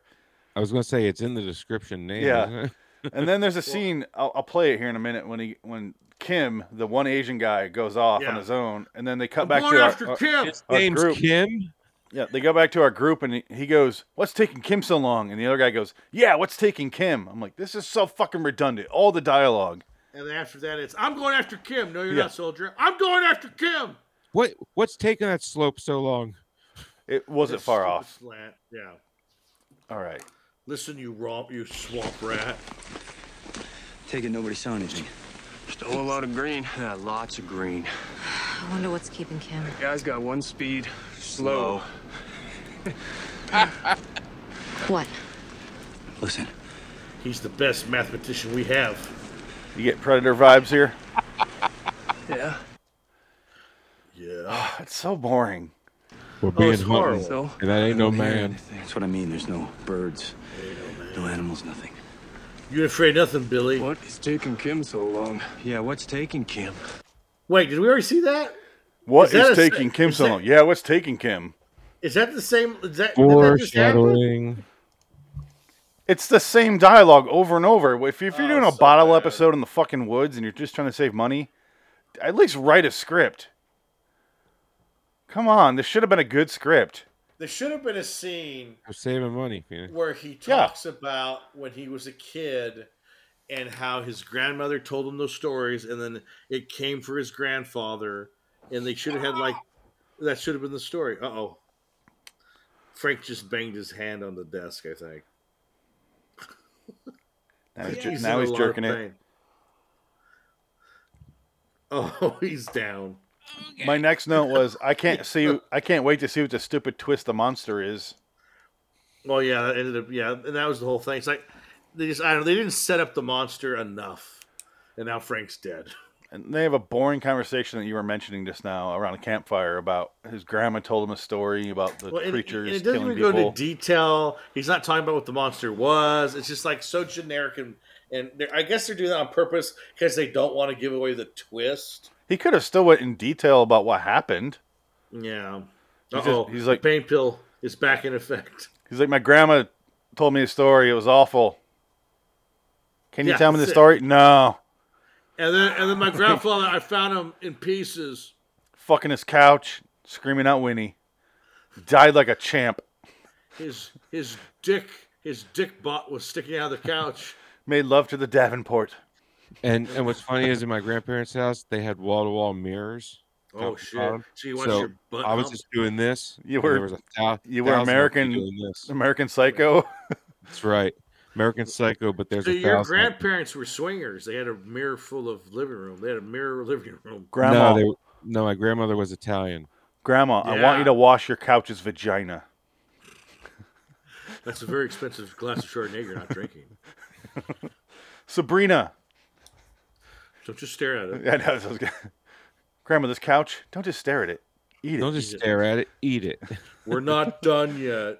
Speaker 5: I was gonna say it's in the description name.
Speaker 1: Yeah.
Speaker 5: isn't it?
Speaker 1: And then there's a scene. I'll, I'll play it here in a minute when he when Kim, the one Asian guy, goes off on
Speaker 4: Yeah.
Speaker 1: his own, and then they cut
Speaker 4: I'm
Speaker 1: back
Speaker 4: going
Speaker 1: to our-
Speaker 4: after
Speaker 1: our,
Speaker 4: Kim.
Speaker 5: His
Speaker 1: Our
Speaker 5: name's
Speaker 1: group.
Speaker 5: Kim.
Speaker 1: Yeah, they go back to our group and he- he goes, What's taking Kim so long? And the other guy goes, Yeah, what's taking Kim? I'm like, This is so fucking redundant. All the dialogue.
Speaker 4: And then after that, it's I'm going after Kim. No, you're
Speaker 1: Yeah.
Speaker 4: not, soldier. I'm going after Kim.
Speaker 5: What what's taking that slope so long?
Speaker 1: It wasn't
Speaker 4: This
Speaker 1: far
Speaker 4: stupid
Speaker 1: off.
Speaker 4: Slant. Yeah.
Speaker 1: All right.
Speaker 4: Listen, you romp, you swamp rat.
Speaker 7: Take it nobody saw anything.
Speaker 8: Stole a lot of green. Yeah, lots of green.
Speaker 9: I wonder what's keeping Kim.
Speaker 8: Guy's got one speed. Slow.
Speaker 9: What?
Speaker 7: Listen,
Speaker 4: He's the best mathematician we have.
Speaker 1: You get Predator vibes here?
Speaker 8: Yeah.
Speaker 4: Yeah.
Speaker 1: That's so boring.
Speaker 5: We're being
Speaker 4: it's
Speaker 5: hunted,
Speaker 4: horrible.
Speaker 5: and that ain't no
Speaker 7: don't hear
Speaker 5: Oh, man.
Speaker 7: anything. That's what I mean. There's no birds, no animals, nothing.
Speaker 4: You ain't afraid of nothing, Billy?
Speaker 8: What is taking Kim so long? Yeah, what's taking Kim?
Speaker 4: Wait, did we already see that?
Speaker 1: What
Speaker 4: Is that
Speaker 1: is,
Speaker 4: a sa-
Speaker 1: taking Kim
Speaker 4: is
Speaker 1: so
Speaker 4: that-
Speaker 1: long? Yeah, what's taking Kim?
Speaker 4: Is that the same? Is that, did that just happen?
Speaker 5: Foreshadowing.
Speaker 1: It's the same dialogue over and over. If, you- if you're doing a
Speaker 4: Oh, so
Speaker 1: bottle
Speaker 4: bad.
Speaker 1: episode in the fucking woods and you're just trying to save money, at least write a script. Come on, this should have been a good script.
Speaker 4: There should have been a scene
Speaker 5: I'm saving money, Phoenix.
Speaker 4: where he
Speaker 1: Yeah.
Speaker 4: talks about when he was a kid and how his grandmother told him those stories and then it came for his grandfather and they should have had like that should have been the story. Uh-oh. Frank just banged his hand on the desk, I think.
Speaker 1: Now he's,
Speaker 4: in
Speaker 1: jer- now
Speaker 4: a
Speaker 1: he's
Speaker 4: lot of
Speaker 1: jerking it.
Speaker 4: pain. Oh, he's down.
Speaker 1: My next note was I can't see I can't wait to see what the stupid twist the monster is.
Speaker 4: Well, yeah, that ended up yeah, and that was the whole thing. It's like they just I don't they didn't set up the monster enough. And now Frank's dead.
Speaker 1: And they have a boring conversation that you were mentioning just now around a campfire about his grandma told him a story about the
Speaker 4: Well, and,
Speaker 1: creatures
Speaker 4: and it doesn't
Speaker 1: killing
Speaker 4: even
Speaker 1: people.
Speaker 4: go to detail. He's not talking about what the monster was. It's just like so generic, and and they're- I guess they're doing that on purpose because they don't want to give away the twist.
Speaker 1: he could have still went in detail about what happened.
Speaker 4: Yeah.
Speaker 1: He's just-
Speaker 4: oh,
Speaker 1: he's like-
Speaker 4: pain pill is back in effect.
Speaker 1: He's like, my grandma told me a story. It was awful. Can you
Speaker 4: Yeah,
Speaker 1: tell me the
Speaker 4: that's it.
Speaker 1: story? No.
Speaker 4: And then and then my grandfather, I found him in pieces.
Speaker 1: Fucking his couch, screaming out Winnie. Died like a champ.
Speaker 4: His his dick his dick bot was sticking out of the couch.
Speaker 1: Made love to the Davenport.
Speaker 5: And and what's funny is in my grandparents' house they had wall to wall mirrors.
Speaker 4: Oh
Speaker 5: Top to
Speaker 4: shit!
Speaker 5: bottom.
Speaker 4: So you want
Speaker 5: So,
Speaker 4: your butt?
Speaker 5: I was
Speaker 4: humped?
Speaker 5: just doing this.
Speaker 1: You
Speaker 5: and
Speaker 1: were-
Speaker 5: there was a thou-
Speaker 1: you were
Speaker 5: thousand of me
Speaker 1: American-
Speaker 5: Doing this.
Speaker 1: American Psycho.
Speaker 5: That's right, American Psycho. But there's
Speaker 4: So
Speaker 5: a
Speaker 4: your
Speaker 5: thousand.
Speaker 4: grandparents were swingers. They had a mirror full of living room. They had a mirror living room.
Speaker 1: Grandma.
Speaker 5: No, they, no, my grandmother was Italian.
Speaker 1: Grandma, I want
Speaker 4: Yeah.
Speaker 1: you to wash your couch's vagina.
Speaker 4: That's a very expensive glass of Chardonnay you're not drinking.
Speaker 1: Sabrina.
Speaker 4: Don't just stare at it.
Speaker 1: Yeah, I know, that's what I was gonna- Grandma, this couch, don't just stare at it. Eat
Speaker 5: Don't
Speaker 1: it.
Speaker 5: just stare at it. Eat it.
Speaker 4: We're not done yet.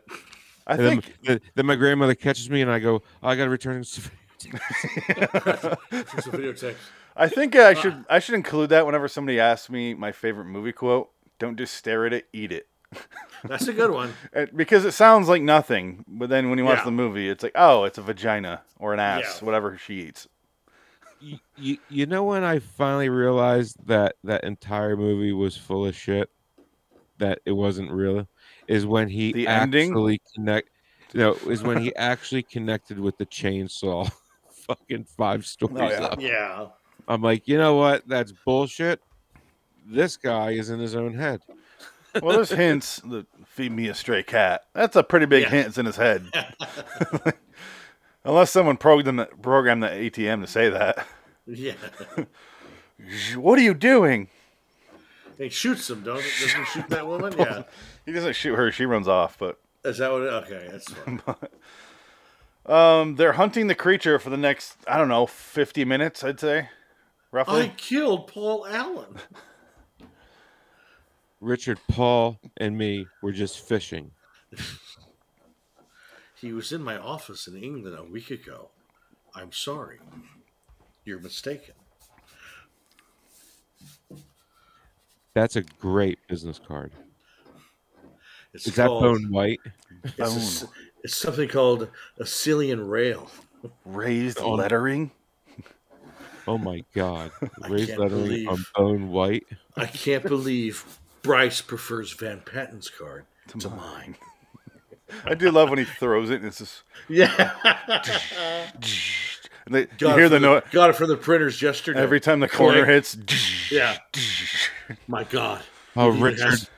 Speaker 1: I
Speaker 5: And then,
Speaker 1: think
Speaker 5: then, then my grandmother catches me and I go, "Oh, I got to return. this."
Speaker 4: It's a video text.
Speaker 1: I think uh, I should I should include that whenever somebody asks me my favorite movie quote. Don't just stare at it, eat it.
Speaker 4: That's a good one.
Speaker 1: Uh, Because it sounds like nothing, but then when you watch
Speaker 4: Yeah.
Speaker 1: the movie, it's like, oh, it's a vagina or an ass,
Speaker 4: Yeah.
Speaker 1: whatever she eats.
Speaker 5: you, you, you know when I finally realized that that entire movie was full of shit, that it wasn't real, is when he
Speaker 1: The ending?
Speaker 5: actually connect. No, is when he actually connected with the chainsaw. Fucking five stories
Speaker 1: yeah.
Speaker 5: up.
Speaker 4: Oh, Yeah.
Speaker 5: I'm like, you know what? That's bullshit. This guy is in his own head.
Speaker 1: Well, there's hints that feed me a stray cat. That's a pretty big
Speaker 4: Yeah.
Speaker 1: hint it's in his head. Unless someone programmed the, programmed the ATM to say that.
Speaker 4: Yeah.
Speaker 1: What are you doing?
Speaker 4: They shoots him, don't it? Doesn't he shoot that woman? Yeah.
Speaker 1: He doesn't shoot her; she runs off. But
Speaker 4: Is that what it, okay, that's fine.
Speaker 1: um, they're hunting the creature for the next, I don't know, fifty minutes. I'd say, roughly.
Speaker 4: I killed Paul Allen.
Speaker 5: Richard, Paul, and me were just fishing.
Speaker 4: He was in my office in England a week ago. I'm sorry. You're mistaken.
Speaker 5: That's a great business card.
Speaker 4: It's
Speaker 5: Is that
Speaker 4: called-
Speaker 5: bone white?
Speaker 4: It's, a s- it's something called a Cillian rail.
Speaker 1: Raised lettering.
Speaker 5: Oh my god. Raised
Speaker 4: can't
Speaker 5: lettering
Speaker 4: believe-
Speaker 5: on bone white.
Speaker 4: I can't believe Bryce prefers Van Patten's card to, mine.
Speaker 1: I do love when he throws it and it's just.
Speaker 4: Yeah.
Speaker 1: And they, you
Speaker 4: Got it
Speaker 1: hear
Speaker 4: from
Speaker 1: the noise
Speaker 4: Got it from the printers yesterday.
Speaker 1: every time the corner
Speaker 4: Click.
Speaker 1: hits.
Speaker 4: Yeah. My God.
Speaker 5: Oh
Speaker 4: He
Speaker 5: Richard
Speaker 4: has-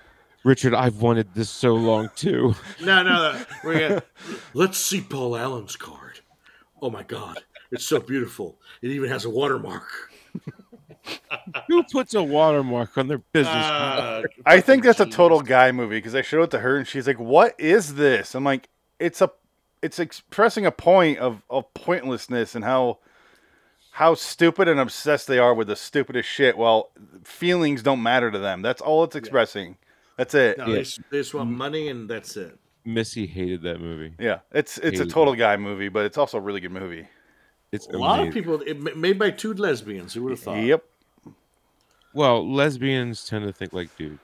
Speaker 5: Richard, I've wanted this so long too.
Speaker 4: No, no, no. We're gonna- Let's see Paul Allen's card. Oh my God. It's so beautiful. It even has a watermark.
Speaker 5: Who puts a watermark on their business card?
Speaker 4: Uh,
Speaker 1: I think that's a total guy movie because I showed it to her and she's like, "What is this?" I'm like, "It's a, it's expressing a point of of pointlessness and how." How stupid and obsessed they are with the stupidest shit. Well, feelings don't matter to them. That's all it's expressing. That's it.
Speaker 4: no,
Speaker 5: Yeah.
Speaker 4: they, just, they just want money and that's it.
Speaker 5: Missy hated that movie.
Speaker 1: Yeah, it's it's a
Speaker 5: Hated
Speaker 1: total guy movie, but it's also a really good movie.
Speaker 5: It's
Speaker 4: A lot of
Speaker 5: amazing.
Speaker 4: people, it, ma- made by two lesbians. Who would have thought?
Speaker 1: Yep.
Speaker 5: Well, lesbians tend to think like dudes.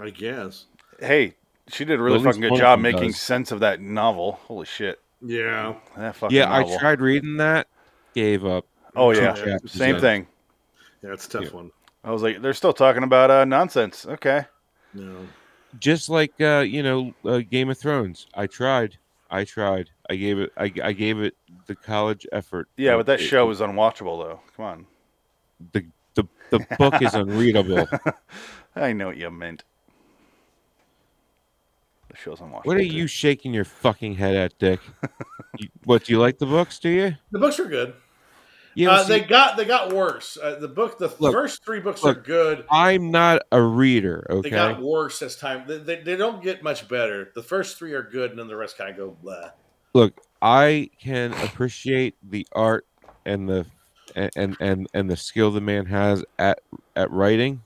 Speaker 4: I guess.
Speaker 1: Hey, she did a really
Speaker 5: Well, at least
Speaker 1: fucking good
Speaker 5: one of
Speaker 1: job
Speaker 5: them
Speaker 1: making
Speaker 5: does.
Speaker 1: sense of that novel. Holy shit,
Speaker 4: Yeah.
Speaker 1: that fucking
Speaker 5: Yeah,
Speaker 1: novel.
Speaker 5: I tried reading that, gave up.
Speaker 1: Oh yeah,
Speaker 5: Two chapters
Speaker 1: same
Speaker 5: in.
Speaker 1: thing.
Speaker 4: Yeah, it's a tough one.
Speaker 1: I was like, they're still talking about uh, nonsense. Okay.
Speaker 4: No.
Speaker 5: Just like uh, you know, uh, Game of Thrones. I tried. I tried. I gave it. I, I gave it the college effort.
Speaker 1: Yeah,
Speaker 5: It-
Speaker 1: but that
Speaker 5: it-
Speaker 1: show is unwatchable though. Come on.
Speaker 5: the the, the book is unreadable.
Speaker 1: I know what you meant. The show's unwatchable.
Speaker 5: What are
Speaker 1: too.
Speaker 5: you shaking your fucking head at, Dick? You, what do you like the books? Do you?
Speaker 4: The books are good.
Speaker 5: Yeah.
Speaker 4: Uh, they got they got worse. Uh, the book, the
Speaker 5: Look,
Speaker 4: first three books are
Speaker 5: look,
Speaker 4: good.
Speaker 5: I'm not a reader.
Speaker 4: They
Speaker 5: Okay.
Speaker 4: got worse as time. They, they, they don't get much better. The first three are good, and then the rest kind of go blah.
Speaker 5: Look, I can appreciate the art and the and- and and and the skill the man has at at writing,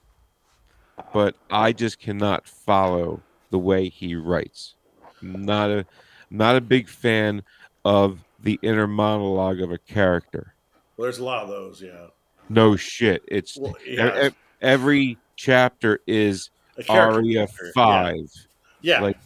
Speaker 5: but I just cannot follow the way he writes. Not a not a big fan of the inner monologue of a character.
Speaker 4: Well, there's a lot of those. Yeah,
Speaker 5: No shit. It's
Speaker 4: well,
Speaker 5: e-
Speaker 4: yeah.
Speaker 5: e- every chapter is
Speaker 4: a character
Speaker 5: Aria
Speaker 4: character,
Speaker 5: five.
Speaker 4: Yeah,
Speaker 5: Like-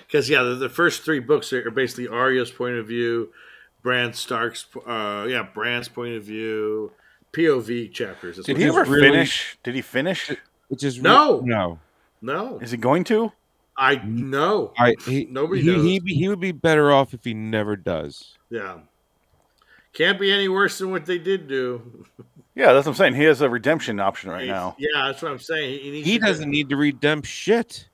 Speaker 4: because yeah, the, the first three books are, are basically Arya's point of view, Bran Stark's, po- uh, yeah, Bran's point of view, POV chapters. That's
Speaker 1: Did
Speaker 4: what
Speaker 5: Did
Speaker 1: he
Speaker 4: it
Speaker 5: It's
Speaker 1: ever
Speaker 4: is.
Speaker 5: really-
Speaker 1: finish? Did he finish?
Speaker 5: Which is re-
Speaker 4: No!
Speaker 5: no.
Speaker 4: No,
Speaker 1: Is he going to?
Speaker 4: I no.
Speaker 5: I he,
Speaker 4: Nobody
Speaker 5: he,
Speaker 4: knows.
Speaker 5: he be- he would be better off if he never does.
Speaker 4: Yeah, can't be any worse than what they did do.
Speaker 1: Yeah, that's what I'm saying. He has a redemption option right now.
Speaker 4: Yeah, that's what I'm saying. He, needs
Speaker 5: He
Speaker 4: to-
Speaker 5: doesn't need to read dumb shit.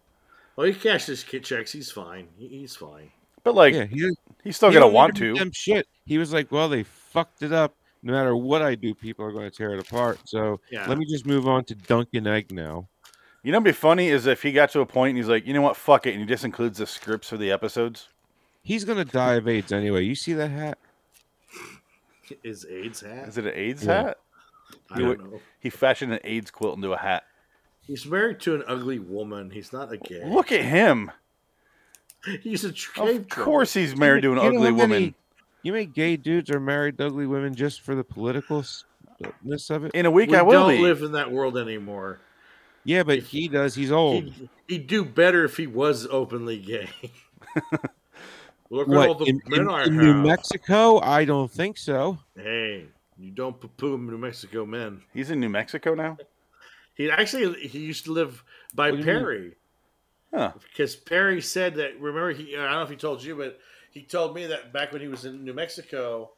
Speaker 4: Oh, he cashed his kid checks. He's fine. He, he's fine.
Speaker 1: But like,
Speaker 5: yeah, he,
Speaker 1: he's still
Speaker 5: he
Speaker 1: gonna
Speaker 5: don't need
Speaker 1: want
Speaker 5: read
Speaker 1: to.
Speaker 5: Dumb shit. He was like, well, they fucked it up. No matter what I do, people are going to tear it apart. So
Speaker 4: Yeah.
Speaker 5: let me just move on to Dunkin' Egg now.
Speaker 1: You know, what'd be funny is if he got to a point and he's like, you know what, fuck it, and he just includes the scripts for the episodes.
Speaker 5: He's going to die of AIDS anyway. You see that hat?
Speaker 4: Is AIDS hat?
Speaker 1: Is it an AIDS
Speaker 5: Yeah.
Speaker 1: hat?
Speaker 4: I don't know.
Speaker 1: He fashioned an AIDS quilt into a hat.
Speaker 4: He's married to an ugly woman. He's not a gay.
Speaker 1: Look at him.
Speaker 4: he's a
Speaker 1: Of
Speaker 4: cave troll.
Speaker 1: course, he's married to an
Speaker 5: You know
Speaker 1: ugly
Speaker 5: how many-
Speaker 1: woman.
Speaker 5: you mean gay dudes are married to ugly women just for the politicalness of it?
Speaker 1: In a week,
Speaker 4: We
Speaker 1: I will
Speaker 4: don't
Speaker 1: be.
Speaker 4: live in that world anymore.
Speaker 5: Yeah, but he does. He's old.
Speaker 4: He'd, he'd do better if he was openly gay. Look at all
Speaker 5: what
Speaker 4: the
Speaker 5: in,
Speaker 4: men
Speaker 5: in-
Speaker 4: I
Speaker 5: in New
Speaker 4: have.
Speaker 5: Mexico? I don't think so.
Speaker 4: hey, you don't poo-poo New Mexico men.
Speaker 1: He's in New Mexico now.
Speaker 4: He actually he used to live by
Speaker 5: What do you mean?
Speaker 4: Perry.
Speaker 1: Huh.
Speaker 4: Because Perry said that. Remember, he I don't know if he told you, but he told me that back when he was in New Mexico,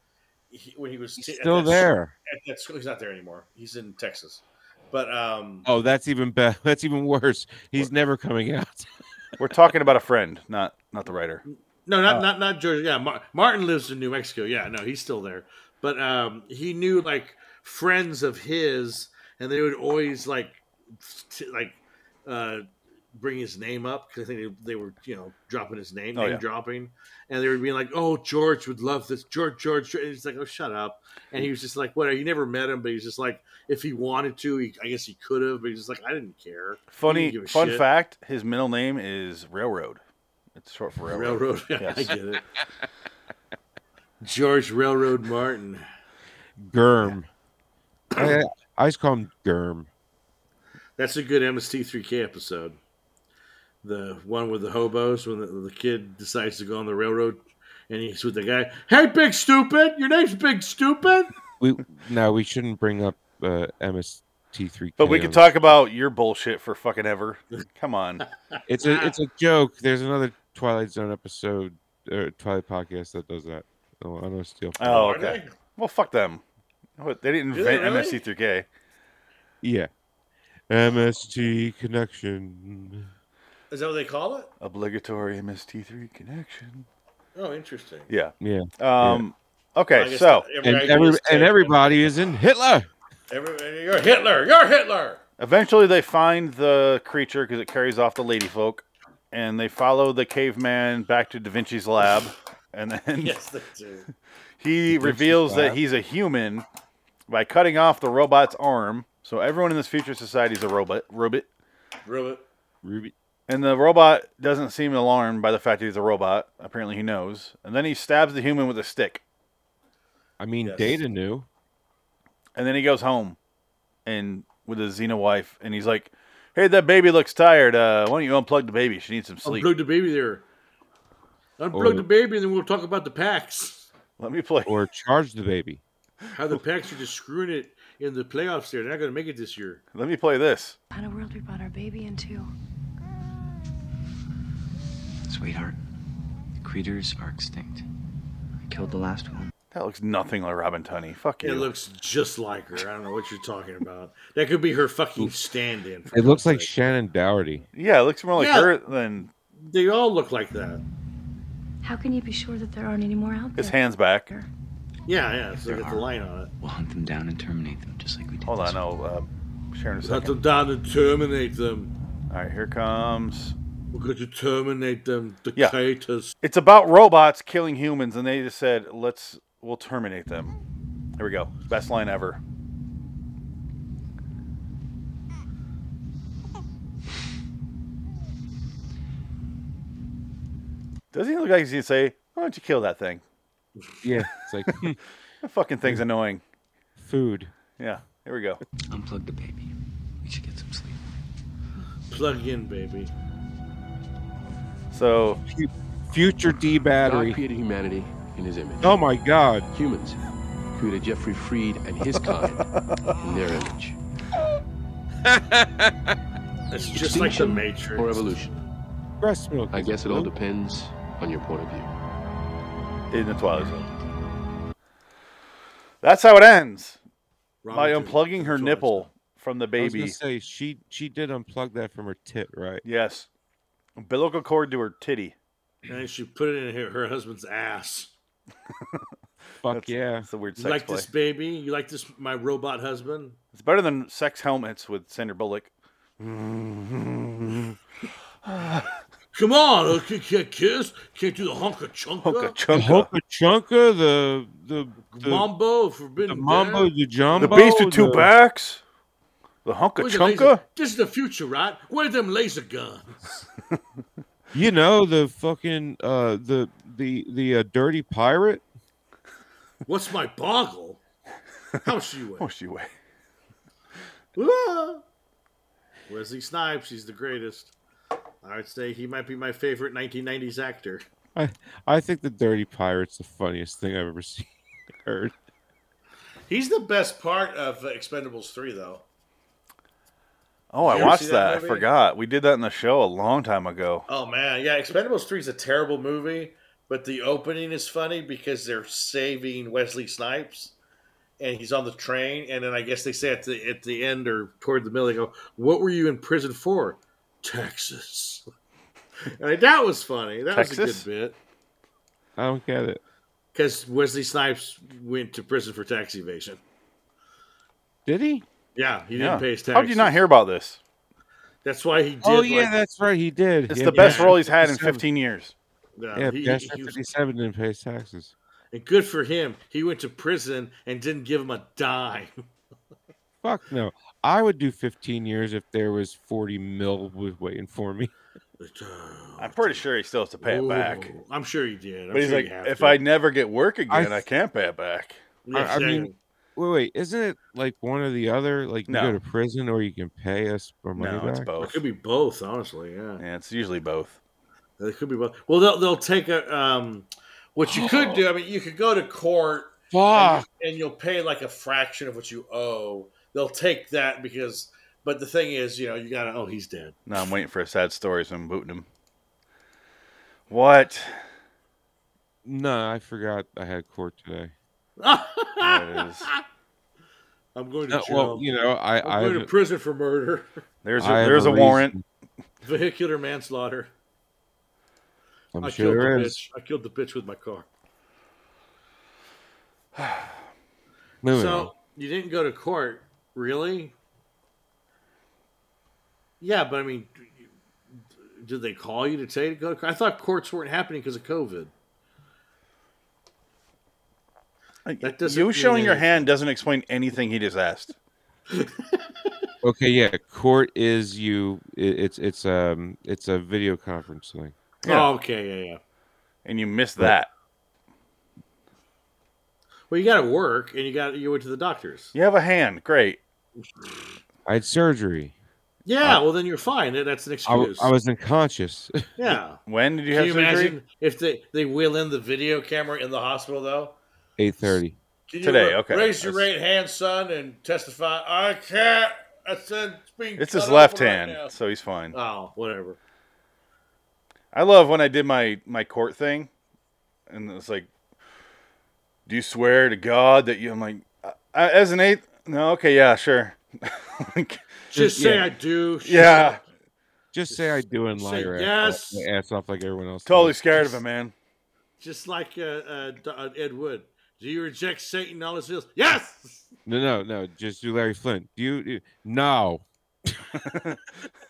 Speaker 4: he, when he was
Speaker 5: He's
Speaker 4: t- at
Speaker 5: still
Speaker 4: that-
Speaker 5: there.
Speaker 4: at that school. He's not there anymore. He's in Texas. But um,
Speaker 5: Oh, that's even better. That's even worse. He's never coming out.
Speaker 1: We're talking about a friend, not not the writer.
Speaker 4: no,
Speaker 1: Oh.
Speaker 4: not not not Georgia. Yeah, Mar- Martin lives in New Mexico. Yeah, no, he's still there. But um, he knew like friends of his, and they would always like t- like uh, bring his name up because I think they, they were, you know, dropping his name,
Speaker 1: Oh,
Speaker 4: name
Speaker 1: yeah.
Speaker 4: dropping, and they were being like, "Oh, George would love this." George, George, George." and he's like, "Oh, shut up!" And he was just like, "Whatever." He never met him, but he's just like, if he wanted to, he, I guess he could have, but he's just like, "I didn't care." He didn't
Speaker 1: Funny,
Speaker 4: give a
Speaker 1: fun
Speaker 4: shit.
Speaker 1: fact: his middle name is Railroad. It's short for Railroad.
Speaker 4: Railroad. I
Speaker 1: Yes.
Speaker 4: get it. George Railroad Martin.
Speaker 5: Germ. I, I just call him Germ.
Speaker 4: That's a good MST3K episode. The one with the hobos when the, the kid decides to go on the railroad and he's with the guy. Hey, big stupid! Your name's Big Stupid.
Speaker 5: We no, we shouldn't bring up uh, MST3.
Speaker 1: But we can talk about your bullshit for fucking ever. Come on.
Speaker 5: It's
Speaker 1: Ah.
Speaker 5: a it's a joke. There's another Twilight Zone episode, or Twilight podcast that does that. Oh, I know steal. from
Speaker 1: Oh,
Speaker 5: it.
Speaker 1: okay. Well, fuck them. What, They didn't
Speaker 4: Do they
Speaker 1: invent
Speaker 4: really?
Speaker 1: MST3K.
Speaker 5: yeah. MST connection.
Speaker 4: Is that what they call it?
Speaker 1: Obligatory MST3 connection.
Speaker 4: Oh, interesting.
Speaker 1: Yeah.
Speaker 5: Yeah,
Speaker 1: Um.
Speaker 4: I
Speaker 1: Okay.
Speaker 4: guess
Speaker 1: So
Speaker 4: every
Speaker 5: and
Speaker 4: idea
Speaker 5: every
Speaker 4: is
Speaker 5: and
Speaker 4: terrible.
Speaker 5: everybody is in Hitler.
Speaker 4: Every- you're Hitler. You're Hitler.
Speaker 1: eventually they find the creature because it carries off the lady folk, and they follow the caveman back to Da Vinci's lab, and then
Speaker 4: Yes, they do.
Speaker 1: He reveals that
Speaker 5: bad.
Speaker 1: he's a human by cutting off the robot's arm. So everyone in this future society is a robot. Robot.
Speaker 4: Really?
Speaker 5: Ruby.
Speaker 1: And the robot doesn't seem alarmed by the fact that he's a robot. Apparently he knows. And then he stabs the human with a stick.
Speaker 5: I mean,
Speaker 4: Yes.
Speaker 5: Data knew.
Speaker 1: And then he goes home and with his Xena wife and he's like, Hey, that baby looks tired. Uh, why don't you unplug the baby? She needs some sleep.
Speaker 4: Unplug the baby there. Unplug
Speaker 5: Or-
Speaker 4: the baby, and then we'll talk about the packs.
Speaker 1: Let me play.
Speaker 5: or charge the baby.
Speaker 4: How the packs are just screwing it in the playoffs. There, they're not going to make it this year.
Speaker 1: Let me play this.
Speaker 9: What kind of world we brought our baby into?
Speaker 2: Sweetheart, the creatures are extinct. I killed the last one.
Speaker 1: That looks nothing like Robin Tunney. Fuck you.
Speaker 4: It looks just like her. I don't know what you're talking about. That could be her fucking stand-in. for
Speaker 5: It looks like
Speaker 4: God's sake.
Speaker 5: Shannon Doherty.
Speaker 1: yeah, it looks more like
Speaker 4: Yeah.
Speaker 1: her than
Speaker 4: they all look like that.
Speaker 9: How can you be sure that there aren't any more out
Speaker 1: his
Speaker 9: there?
Speaker 1: hands back.
Speaker 4: Yeah, yeah. So they got the line on it.
Speaker 2: We'll hunt them down and terminate them just like we did.
Speaker 1: Hold
Speaker 2: this
Speaker 1: on, no. Um, Sharon, a
Speaker 4: Let
Speaker 1: second.
Speaker 4: them down and terminate them.
Speaker 1: All right, here comes.
Speaker 4: We're going to terminate them,
Speaker 1: Yeah.
Speaker 4: dictators.
Speaker 1: It's about robots killing humans, and they just said, "Let's we'll terminate them." Here we go. Best line ever. Doesn't he look like he's gonna say, "Why don't you kill that thing?
Speaker 5: Yeah, it's like hmm,
Speaker 1: That fucking thing's annoying."
Speaker 5: food.
Speaker 1: Yeah. Here we go.
Speaker 2: time. Unplug the baby. We should get some sleep.
Speaker 4: Plug in, baby.
Speaker 1: So
Speaker 5: Future D
Speaker 6: God
Speaker 5: battery.
Speaker 6: created humanity in his image.
Speaker 5: Oh my God!
Speaker 6: Humans created Jeffrey Freed and his kind in their image.
Speaker 4: It's just like the
Speaker 6: Extinction
Speaker 4: Matrix.
Speaker 6: Or evolution.
Speaker 5: Breast milk.
Speaker 6: I
Speaker 5: is
Speaker 6: guess it all
Speaker 5: blue.
Speaker 6: depends on your point of view.
Speaker 1: in the Twilight Zone. That's how it ends.
Speaker 4: Robin
Speaker 1: By
Speaker 4: Hood.
Speaker 1: unplugging her
Speaker 4: That's what
Speaker 1: nipple from the
Speaker 5: I was gonna
Speaker 1: baby.
Speaker 5: say she she did unplug that from her tit, right?
Speaker 1: Yes. Umbilical cord to her titty.
Speaker 4: it's called. And she put it in her, her husband's ass.
Speaker 5: Fuck yeah!
Speaker 1: That's the weird
Speaker 4: You
Speaker 1: sex
Speaker 4: like
Speaker 1: play.
Speaker 4: this baby? You like this, my robot husband?
Speaker 1: It's better than sex helmets with Sandra Bullock.
Speaker 4: Come on, oh, can't, can't kiss, can't do the honka
Speaker 1: Hunka
Speaker 4: chunka,
Speaker 5: The
Speaker 1: chunka.
Speaker 5: Hoka Chunka, the the the,
Speaker 4: mambo,
Speaker 5: the
Speaker 4: forbidden,
Speaker 5: mambo,
Speaker 4: dance.
Speaker 5: the jumbo,
Speaker 1: the beast with two
Speaker 5: the-
Speaker 1: backs. The hunka
Speaker 4: Where's the
Speaker 1: chunka.
Speaker 4: laser- This is the future, right? Where them laser guns?
Speaker 5: You know the fucking uh the the the uh, dirty pirate.
Speaker 4: What's my boggle? How much do you
Speaker 1: Oh,
Speaker 4: weigh?
Speaker 1: she way.
Speaker 4: Ah. Wesley Snipes, he's the greatest. I would say he might be my favorite 1990s actor.
Speaker 5: I I think the dirty pirate's the funniest thing I've ever seen. Heard.
Speaker 4: He's the best part of Expendables 3, though.
Speaker 1: Oh, I
Speaker 4: You ever see
Speaker 1: watched
Speaker 4: that
Speaker 1: that. I
Speaker 4: movie?
Speaker 1: forgot. We did that in the show a long time ago.
Speaker 4: Oh, man. Yeah, Expendables 3 is a terrible movie, but the opening is funny because they're saving Wesley Snipes. And he's on the train, and then I guess they say at the at the end or toward the middle, they go, "What were you in prison for?" Texas. and I- that was funny. That was
Speaker 1: Texas?
Speaker 4: a good bit.
Speaker 5: I don't get it.
Speaker 4: Because Wesley Snipes went to prison for tax evasion.
Speaker 5: Did he?
Speaker 4: Yeah, he didn't
Speaker 1: Yeah.
Speaker 4: pay his taxes.
Speaker 1: How did you not hear about this?
Speaker 4: That's why he did.
Speaker 5: Oh yeah,
Speaker 4: like-
Speaker 5: that's right. He did.
Speaker 1: It's
Speaker 5: Yeah,
Speaker 1: the best
Speaker 5: yeah.
Speaker 1: role he's had in
Speaker 5: 57.
Speaker 1: 15 years.
Speaker 4: no,
Speaker 5: Yeah,
Speaker 4: Oh, uh, he-
Speaker 5: Dash
Speaker 4: he was-
Speaker 5: 57 didn't pay his taxes.
Speaker 4: and good for him. He went to prison and didn't give him a dime.
Speaker 5: Fuck no. I would do 15 years if there was 40 mil was waiting for me.
Speaker 1: I'm pretty sure he still has to pay it back.
Speaker 4: uh, Oh, Ooh, I'm sure he did. I'm
Speaker 1: But he's
Speaker 4: sure
Speaker 1: like,
Speaker 4: you have
Speaker 1: if
Speaker 4: to.
Speaker 1: I never get work again, I,
Speaker 5: I-
Speaker 1: can't pay it back.
Speaker 4: Yeah,
Speaker 5: I- I mean,
Speaker 4: exactly.
Speaker 5: Wait, wait, isn't it like one or the other? Like you
Speaker 1: No.
Speaker 5: go to prison or you can pay us for money
Speaker 1: No,
Speaker 5: back.
Speaker 1: it's
Speaker 4: it
Speaker 1: both.
Speaker 4: could be both. Honestly, yeah.
Speaker 1: Yeah, it's usually both.
Speaker 4: They could be both. Well, they'll they'll take a um. What you could do, I mean, you could go to court and,
Speaker 1: Ah.
Speaker 5: Fuck.
Speaker 4: and you'll pay like a fraction of what you owe. They'll take that because, but the thing is, you know, you gotta. Oh, he's dead.
Speaker 1: No, I'm waiting for a sad story, so I'm booting him. What?
Speaker 5: No, I forgot I had court today.
Speaker 1: There it is.
Speaker 4: I'm going to
Speaker 1: Uh,
Speaker 5: No,
Speaker 4: jail.
Speaker 5: well, you know, I
Speaker 4: I'm
Speaker 5: I,
Speaker 4: going to prison for murder,
Speaker 1: There's a,
Speaker 5: I have
Speaker 1: there's a,
Speaker 5: reason.
Speaker 1: warrant.
Speaker 4: vehicular manslaughter.
Speaker 5: I'm
Speaker 4: I
Speaker 5: sure
Speaker 4: killed
Speaker 5: there
Speaker 4: the
Speaker 5: is.
Speaker 4: bitch. I killed the bitch with my car.
Speaker 5: Moving on.
Speaker 4: So you didn't go to court, really? Yeah, but I mean, did they call you to say to go to court? I thought courts weren't happening because of COVID. That doesn't
Speaker 1: Uh, you
Speaker 4: mean
Speaker 1: showing your
Speaker 4: anything.
Speaker 1: hand doesn't explain anything he just asked.
Speaker 5: Okay, yeah, court is you. It, it's it's um it's a video conference thing.
Speaker 1: Yeah.
Speaker 4: Oh, okay, yeah, yeah.
Speaker 1: And you missed that.
Speaker 4: Well, you got to work, and you got you went to the doctors.
Speaker 1: You have a hand. Great.
Speaker 5: I had surgery.
Speaker 4: Yeah, well then you're fine. That- That's an
Speaker 5: I, w-
Speaker 4: excuse.
Speaker 5: I was unconscious.
Speaker 4: yeah.
Speaker 1: When did you
Speaker 4: Can
Speaker 1: have
Speaker 4: you
Speaker 1: surgery?
Speaker 4: imagine if they they wheel in the video camera in the hospital though?
Speaker 5: Eight thirty.
Speaker 4: Can you
Speaker 1: Today,
Speaker 4: ra-
Speaker 1: okay.
Speaker 4: Raise your
Speaker 1: That's-
Speaker 4: right hand, son, and testify. I can't. I said, it's being
Speaker 1: It's
Speaker 4: cut
Speaker 1: his
Speaker 4: open
Speaker 1: left
Speaker 4: right
Speaker 1: hand,
Speaker 4: now."
Speaker 1: so he's fine.
Speaker 4: Oh, whatever.
Speaker 1: I love when I did my my court thing, and it's like, do you swear to God that you? I'm like, I, as an eighth, no, okay, yeah, sure, Like,
Speaker 4: Just
Speaker 5: Just-
Speaker 4: say
Speaker 5: yeah.
Speaker 4: I do.
Speaker 1: yeah,
Speaker 5: Just say I do and lie
Speaker 4: say
Speaker 5: your ass, off-
Speaker 4: yes.
Speaker 5: ass off like everyone else.
Speaker 1: totally
Speaker 5: does.
Speaker 1: scared of him, man.
Speaker 4: Just like uh, uh, D- uh, Ed Wood. Do you reject Satan and all his ills? Yes.
Speaker 5: No, no, no. Just do Larry Flint. Do you? do- no.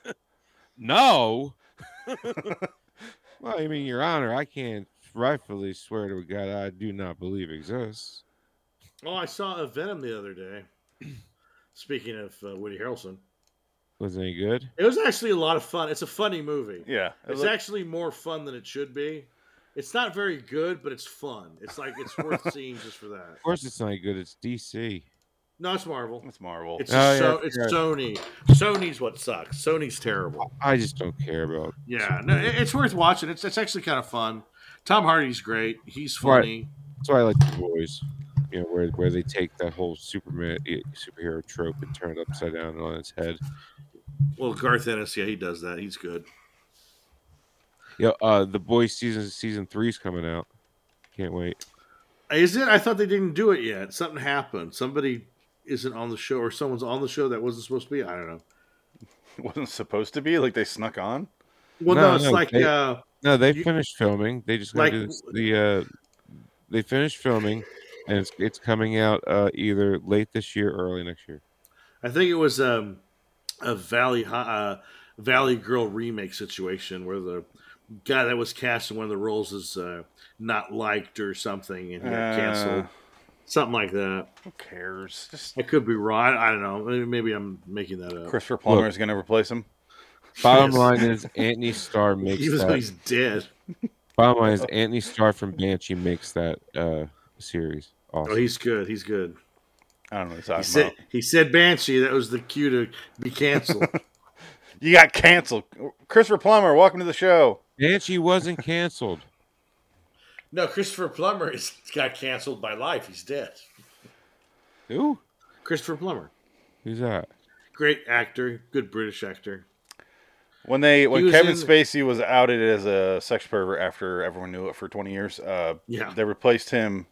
Speaker 5: no. well, I mean, Your Honor, I can't rightfully swear to a God I do not believe exists.
Speaker 4: Oh, I saw a Venom the other day. Speaking of uh, Woody Harrelson,
Speaker 5: Was any good?
Speaker 4: it was actually a lot of fun. It's a funny movie.
Speaker 1: Yeah, I
Speaker 4: It's
Speaker 1: look-
Speaker 4: actually more fun than it should be. It's not very good, but it's fun. It's like it's worth seeing just for that.
Speaker 5: Of course, it's not good. It's DC.
Speaker 4: No, it's Marvel.
Speaker 1: it's Marvel.
Speaker 4: It's
Speaker 5: Oh, yeah,
Speaker 4: so,
Speaker 5: that's
Speaker 4: it's
Speaker 5: right.
Speaker 4: Sony. Sony's what sucks. Sony's terrible.
Speaker 5: I just don't care about.
Speaker 4: Yeah, no, it- it's worth watching. It's it's actually kind of fun. Tom Hardy's great. He's funny.
Speaker 5: That's why I like the boys. You know, where where they take that whole Superman eh, superhero trope and turn it upside down and on its head.
Speaker 4: Well, Garth Ennis, yeah, he does that. He's good.
Speaker 5: Yeah, uh, the boys season season three's coming out. Can't wait.
Speaker 4: Is it? I thought they didn't do it yet. Something happened. Somebody isn't on the show, or someone's on the show that wasn't supposed to be. I don't know.
Speaker 1: it wasn't supposed to be like they snuck on.
Speaker 4: Well, no,
Speaker 5: No,
Speaker 4: it's
Speaker 5: no,
Speaker 4: like
Speaker 5: they-
Speaker 4: uh,
Speaker 5: No, they
Speaker 4: You-
Speaker 5: finished filming. They just gotta
Speaker 4: Like-
Speaker 5: do this, the uh, they finished filming, and it's it's coming out uh, either late this year or early next year.
Speaker 4: I think it was um, a Valley Hi- uh, Valley Girl remake situation where the guy that was cast in one of the roles is uh, not liked or something, and he got
Speaker 1: Uh.
Speaker 4: canceled. Something like that.
Speaker 1: Who cares? Just
Speaker 4: I could be wrong. I, I don't know. Maybe I'm making that up.
Speaker 1: Christopher Plummer is going to replace him.
Speaker 5: Bottom
Speaker 4: Yes.
Speaker 5: line is Anthony Starr makes
Speaker 4: Even though
Speaker 5: that.
Speaker 4: he's dead.
Speaker 5: Bottom line is Anthony Starr from Banshee makes that uh, series.
Speaker 4: Oh,
Speaker 5: Awesome.
Speaker 4: he's good. He's good.
Speaker 1: I don't know what he's talking
Speaker 4: He said
Speaker 1: about.
Speaker 4: he said Banshee. That was the cue to be canceled.
Speaker 1: You got canceled, Christopher Plummer. Welcome to the show.
Speaker 5: Banshee wasn't canceled.
Speaker 4: no, Christopher Plummer is, got canceled by life. He's dead.
Speaker 5: Who?
Speaker 4: Christopher Plummer,
Speaker 5: Who's that?
Speaker 4: great actor, good British actor.
Speaker 1: When they when
Speaker 4: was
Speaker 1: Kevin
Speaker 4: in-
Speaker 1: Spacey was outed as a sex pervert after everyone knew it for 20 years, uh,
Speaker 4: Yeah.
Speaker 1: they replaced him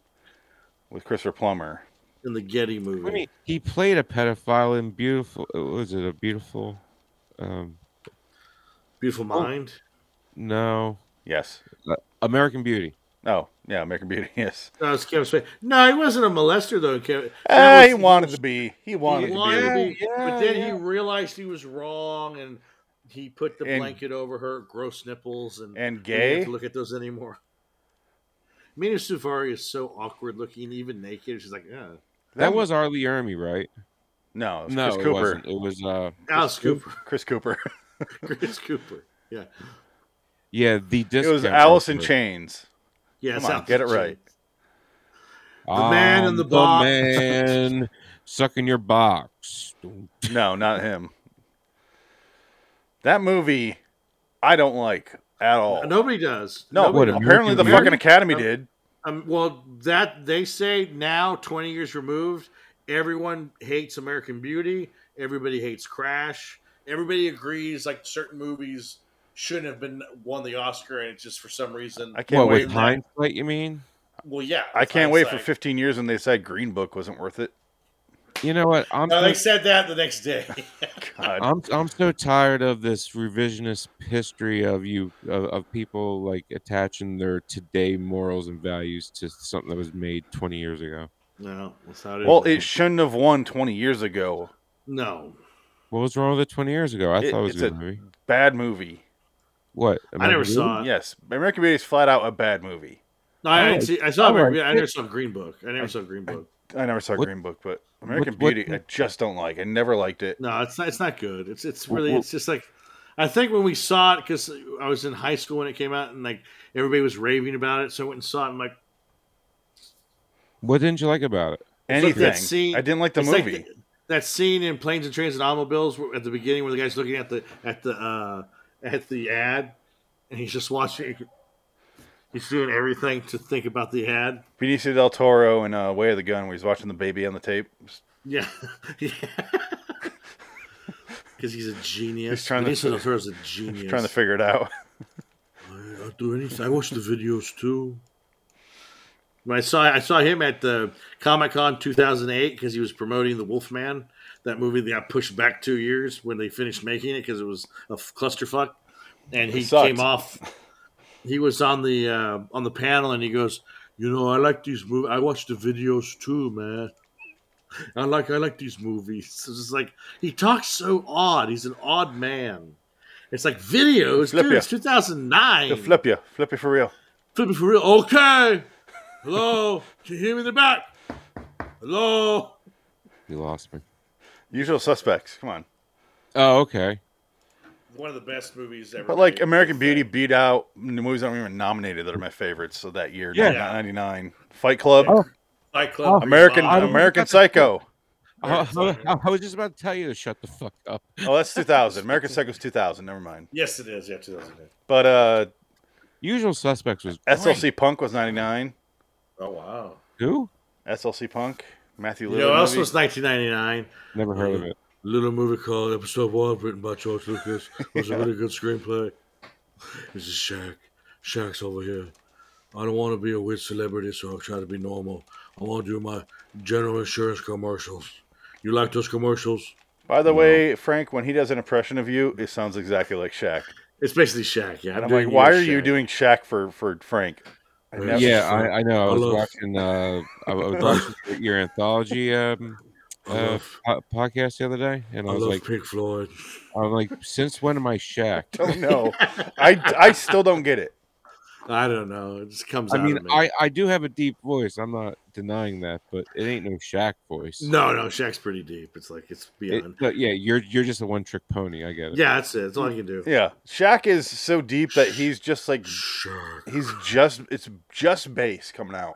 Speaker 1: with Christopher Plummer.
Speaker 4: in the Getty movie.
Speaker 5: I mean, he played a pedophile in Beautiful. uh, Was it a Beautiful? Um,
Speaker 4: Beautiful
Speaker 1: Oh.
Speaker 4: Mind.
Speaker 5: no,
Speaker 1: Yes.
Speaker 5: Uh, American Beauty.
Speaker 1: Oh, yeah, American Beauty. Yes.
Speaker 4: No, it's Kevin Spacey. No, he wasn't a molester though. Kevin.
Speaker 1: Ah,
Speaker 4: That
Speaker 1: he
Speaker 4: was-
Speaker 1: wanted to be. He wanted
Speaker 4: He
Speaker 1: to
Speaker 4: wanted
Speaker 1: be.
Speaker 4: to be,
Speaker 5: Yeah,
Speaker 4: but then
Speaker 5: yeah.
Speaker 4: he realized he was wrong, and He put the
Speaker 1: And-
Speaker 4: blanket over her gross nipples and
Speaker 1: And
Speaker 4: we didn't have
Speaker 1: gay?
Speaker 4: to look at those anymore. Mina Suvari is so awkward looking, even naked. She's like, yeah.
Speaker 5: That was Arlie Ermy, right?
Speaker 1: No, it was
Speaker 5: No,
Speaker 1: Chris
Speaker 5: it
Speaker 1: Cooper.
Speaker 5: wasn't. It was uh,
Speaker 4: Alice Cooper,
Speaker 1: Chris Cooper.
Speaker 4: Chris Cooper. Yeah,
Speaker 5: yeah, the
Speaker 1: it
Speaker 5: discount.
Speaker 1: was Alice in
Speaker 5: outfit.
Speaker 1: Chains.
Speaker 4: yeah.
Speaker 1: Come
Speaker 4: it's
Speaker 1: on,
Speaker 4: Alice
Speaker 1: get it
Speaker 4: Cooper.
Speaker 1: right.
Speaker 4: The man in
Speaker 5: I'm
Speaker 4: the box.
Speaker 5: man sucking your box.
Speaker 1: No, not him. That movie, I don't like at all. No,
Speaker 4: Uh, Nobody does.
Speaker 5: what,
Speaker 4: Nobody does.
Speaker 1: apparently
Speaker 5: American
Speaker 1: the
Speaker 5: Beauty?
Speaker 1: fucking Academy
Speaker 4: No.
Speaker 1: did.
Speaker 4: Um, well, that they say now, twenty years removed, everyone hates American Beauty. Everybody hates Crash. Everybody agrees like certain movies shouldn't have been won the Oscar, and it's just for some reason.
Speaker 1: I can't
Speaker 5: What with
Speaker 1: wait.
Speaker 5: hindsight? You mean?
Speaker 4: well, yeah,
Speaker 1: I can't wait for
Speaker 4: hindsight.
Speaker 1: 15 years when they said Green Book wasn't worth it.
Speaker 5: You know what? I'm
Speaker 4: No,
Speaker 5: so-
Speaker 4: they said that the next day.
Speaker 1: God.
Speaker 5: I'm I'm so tired of this revisionist history of you of, of people like attaching their today morals and values to something that was made 20 years ago.
Speaker 4: no, that's not it.
Speaker 1: Well, it shouldn't have won 20 years ago.
Speaker 4: no,
Speaker 5: What was wrong with it 20 years ago? I
Speaker 1: It-
Speaker 5: thought it was a
Speaker 1: it's
Speaker 5: good
Speaker 1: a-
Speaker 5: movie.
Speaker 1: Bad movie.
Speaker 5: What?
Speaker 4: I never saw it.
Speaker 1: Yes, American Beauty is flat out a bad movie.
Speaker 4: No, I, didn't
Speaker 5: Oh,
Speaker 4: see, I saw
Speaker 5: oh,
Speaker 4: American
Speaker 5: I
Speaker 4: Beauty. I never saw Green Book. I never saw Green Book.
Speaker 1: I never saw
Speaker 5: What-
Speaker 1: Green Book, but American
Speaker 5: what-
Speaker 1: Beauty, I just don't like. I never liked it.
Speaker 4: No, it's not. It's not good. It's it's really.
Speaker 5: well-
Speaker 4: It's just like, I think when we saw it because I was in high school when it came out and like everybody was raving about it, so I went and saw it. And like
Speaker 5: What didn't you like about it?
Speaker 4: like that
Speaker 1: Anything.
Speaker 4: scene-
Speaker 1: I didn't like the
Speaker 4: it's like
Speaker 1: movie.
Speaker 4: th- that scene in Planes and Trains and Automobiles where- at the beginning where the guy's looking at the at the uh at the ad and he's just watching. He's doing everything to think about the ad.
Speaker 1: Benicio del Toro in uh, Way of the Gun, where he's watching the baby on the tape.
Speaker 4: Yeah. Because he's a genius.
Speaker 1: He's trying to-
Speaker 4: Benicio del Toro's a genius.
Speaker 1: Trying to figure it out.
Speaker 4: I'll do anything. I watch the videos too. I saw I saw him at the Comic Con 2008 because he was promoting the Wolfman, that movie that got pushed back two years when they finished making it because it was a f- clusterfuck, and he
Speaker 1: It sucked.
Speaker 4: came off. He was on the uh, on the panel and he goes, you know, I like these movies. I watch the videos too, man. I like I like these movies. It's just like he talks so odd. He's an odd man. It's like videos,
Speaker 1: Flip
Speaker 4: dude.
Speaker 1: ya.
Speaker 4: It's 2009.
Speaker 1: He'll flip you. Flip you for real.
Speaker 4: Flip it for real. Okay. Hello. Can you hear me in the back? Hello.
Speaker 5: You lost me.
Speaker 1: Usual suspects. Come on.
Speaker 5: Oh, okay.
Speaker 4: One of the best movies ever.
Speaker 1: But like
Speaker 4: made.
Speaker 1: American Beauty beat out the movies that were even nominated that are my favorites. So that year,
Speaker 5: Yeah.
Speaker 1: 1999, Fight Club,
Speaker 5: Oh.
Speaker 4: Fight Club,
Speaker 1: American
Speaker 4: Revival.
Speaker 1: American Psycho.
Speaker 5: I, Uh, I- I was just about to tell you to shut the fuck up.
Speaker 1: Oh, that's 2000. American Psycho's 2000. Never mind.
Speaker 4: Yes, it is. Yeah, 2008.
Speaker 1: But uh,
Speaker 5: Usual Suspects was great.
Speaker 1: SLC Punk was 99.
Speaker 4: Oh wow.
Speaker 5: Who?
Speaker 1: SLC Punk, Matthew
Speaker 4: You
Speaker 1: Lillard.
Speaker 4: know, what else
Speaker 1: movie.
Speaker 4: was 1999.
Speaker 5: Never heard of it.
Speaker 4: Little movie called Episode One, written by George Lucas. It was a really good screenplay. This is Shaq. Shaq's over here. I don't want to be a weird celebrity, so I'll try to be normal. I want to do my general insurance commercials. You like those commercials?
Speaker 1: By the way, Frank, when he does an impression of you, it sounds exactly like Shaq.
Speaker 4: It's basically Shaq. Yeah,
Speaker 1: And I'm
Speaker 4: doing
Speaker 1: like, why
Speaker 4: your
Speaker 1: are you
Speaker 4: Shaq.
Speaker 1: doing Shaq for for Frank? I
Speaker 4: Right.
Speaker 1: never-
Speaker 5: Yeah, I, I know. I was
Speaker 4: Hello.
Speaker 5: watching. Uh, I I was watching your- your anthology um, uh,
Speaker 4: love-
Speaker 5: po- podcast the other day, and I was like,
Speaker 4: Pink Floyd.
Speaker 5: I'm like, since when am I Shaq?
Speaker 1: don't know. I, I still don't get it.
Speaker 4: I don't know. It just comes
Speaker 5: I
Speaker 4: out
Speaker 5: mean,
Speaker 4: of me.
Speaker 5: I, I do have a deep voice. I'm not denying that, but it ain't no Shaq voice.
Speaker 4: no, no, Shaq's pretty deep. It's like it's
Speaker 5: It-
Speaker 4: beyond.
Speaker 5: but yeah, you're you're just a one trick pony. I get it.
Speaker 4: yeah, that's it. That's all I can do.
Speaker 1: Yeah, Shaq is so deep that he's just like
Speaker 4: Shaq,
Speaker 1: he's just it's just bass coming out.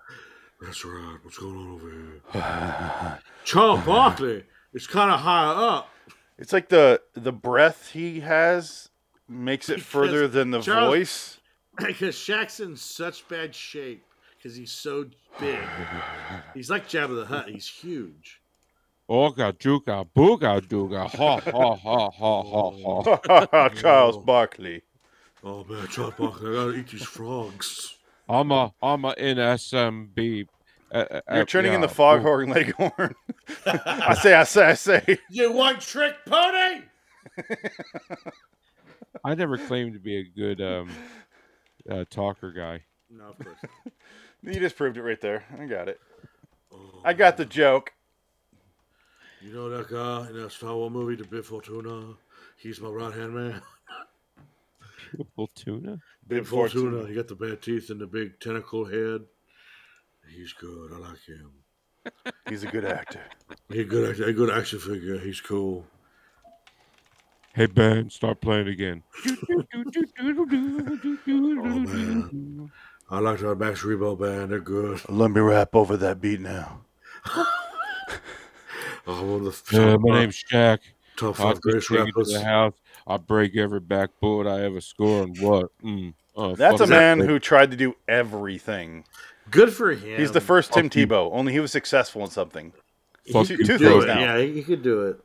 Speaker 4: that's right. What's going on over here? Charles Barkley. It's kind of high up.
Speaker 1: It's like the the breath he has makes it further than the
Speaker 4: Charles-
Speaker 1: voice.
Speaker 4: Because Shaq's in such bad shape because he's so big. He's like Jabba the Hutt. He's huge.
Speaker 5: Ooga juka booga dooga ha ha ha ha ha ha.
Speaker 1: Charles Barkley.
Speaker 4: Oh man, Charles Barkley, I gotta eat these frogs.
Speaker 5: I'm a I'm a NSMB. Uh, uh,
Speaker 1: You're turning in the
Speaker 5: FBI.
Speaker 1: foghorn leghorn. I say, I say, I say.
Speaker 4: You one trick pony.
Speaker 5: I never claimed to be a good um, uh, talker guy.
Speaker 4: No, of course. not.
Speaker 1: You just proved it right there. I got it.
Speaker 4: Oh,
Speaker 1: I got the joke.
Speaker 4: You know that guy in that Star Wars movie, the Bib Fortuna? He's my right hand man.
Speaker 5: Little tuna.
Speaker 1: Bib
Speaker 4: Big Fortuna.
Speaker 1: Fortuna.
Speaker 4: He got the bad teeth and the big tentacle head. He's good. I like him.
Speaker 1: He's a good actor.
Speaker 4: He's a good. act- A good action figure. He's cool.
Speaker 5: Hey Ben, start playing again.
Speaker 4: Oh man, I liked our Max Rebo band. They're good.
Speaker 1: Let me rap over that beat now.
Speaker 4: Oh, one of the f-
Speaker 5: Uh,
Speaker 4: top
Speaker 5: my
Speaker 4: five-
Speaker 5: name's Shaq.
Speaker 4: top
Speaker 5: I
Speaker 4: five
Speaker 5: just
Speaker 4: greatest
Speaker 5: take it to
Speaker 4: rappers.
Speaker 5: the house. I break every backboard I ever score. And what? Mm. Oh,
Speaker 1: That's
Speaker 5: fuck
Speaker 1: a
Speaker 5: that
Speaker 1: man
Speaker 5: thing.
Speaker 1: who tried to do everything.
Speaker 4: Good for him.
Speaker 1: He's the first Tim
Speaker 5: Fuck you.
Speaker 1: Tebow, only he was successful in something.
Speaker 4: He
Speaker 5: Fuck
Speaker 4: could
Speaker 5: you,
Speaker 4: do
Speaker 5: Tebow.
Speaker 4: it. Yeah, he, he could do it.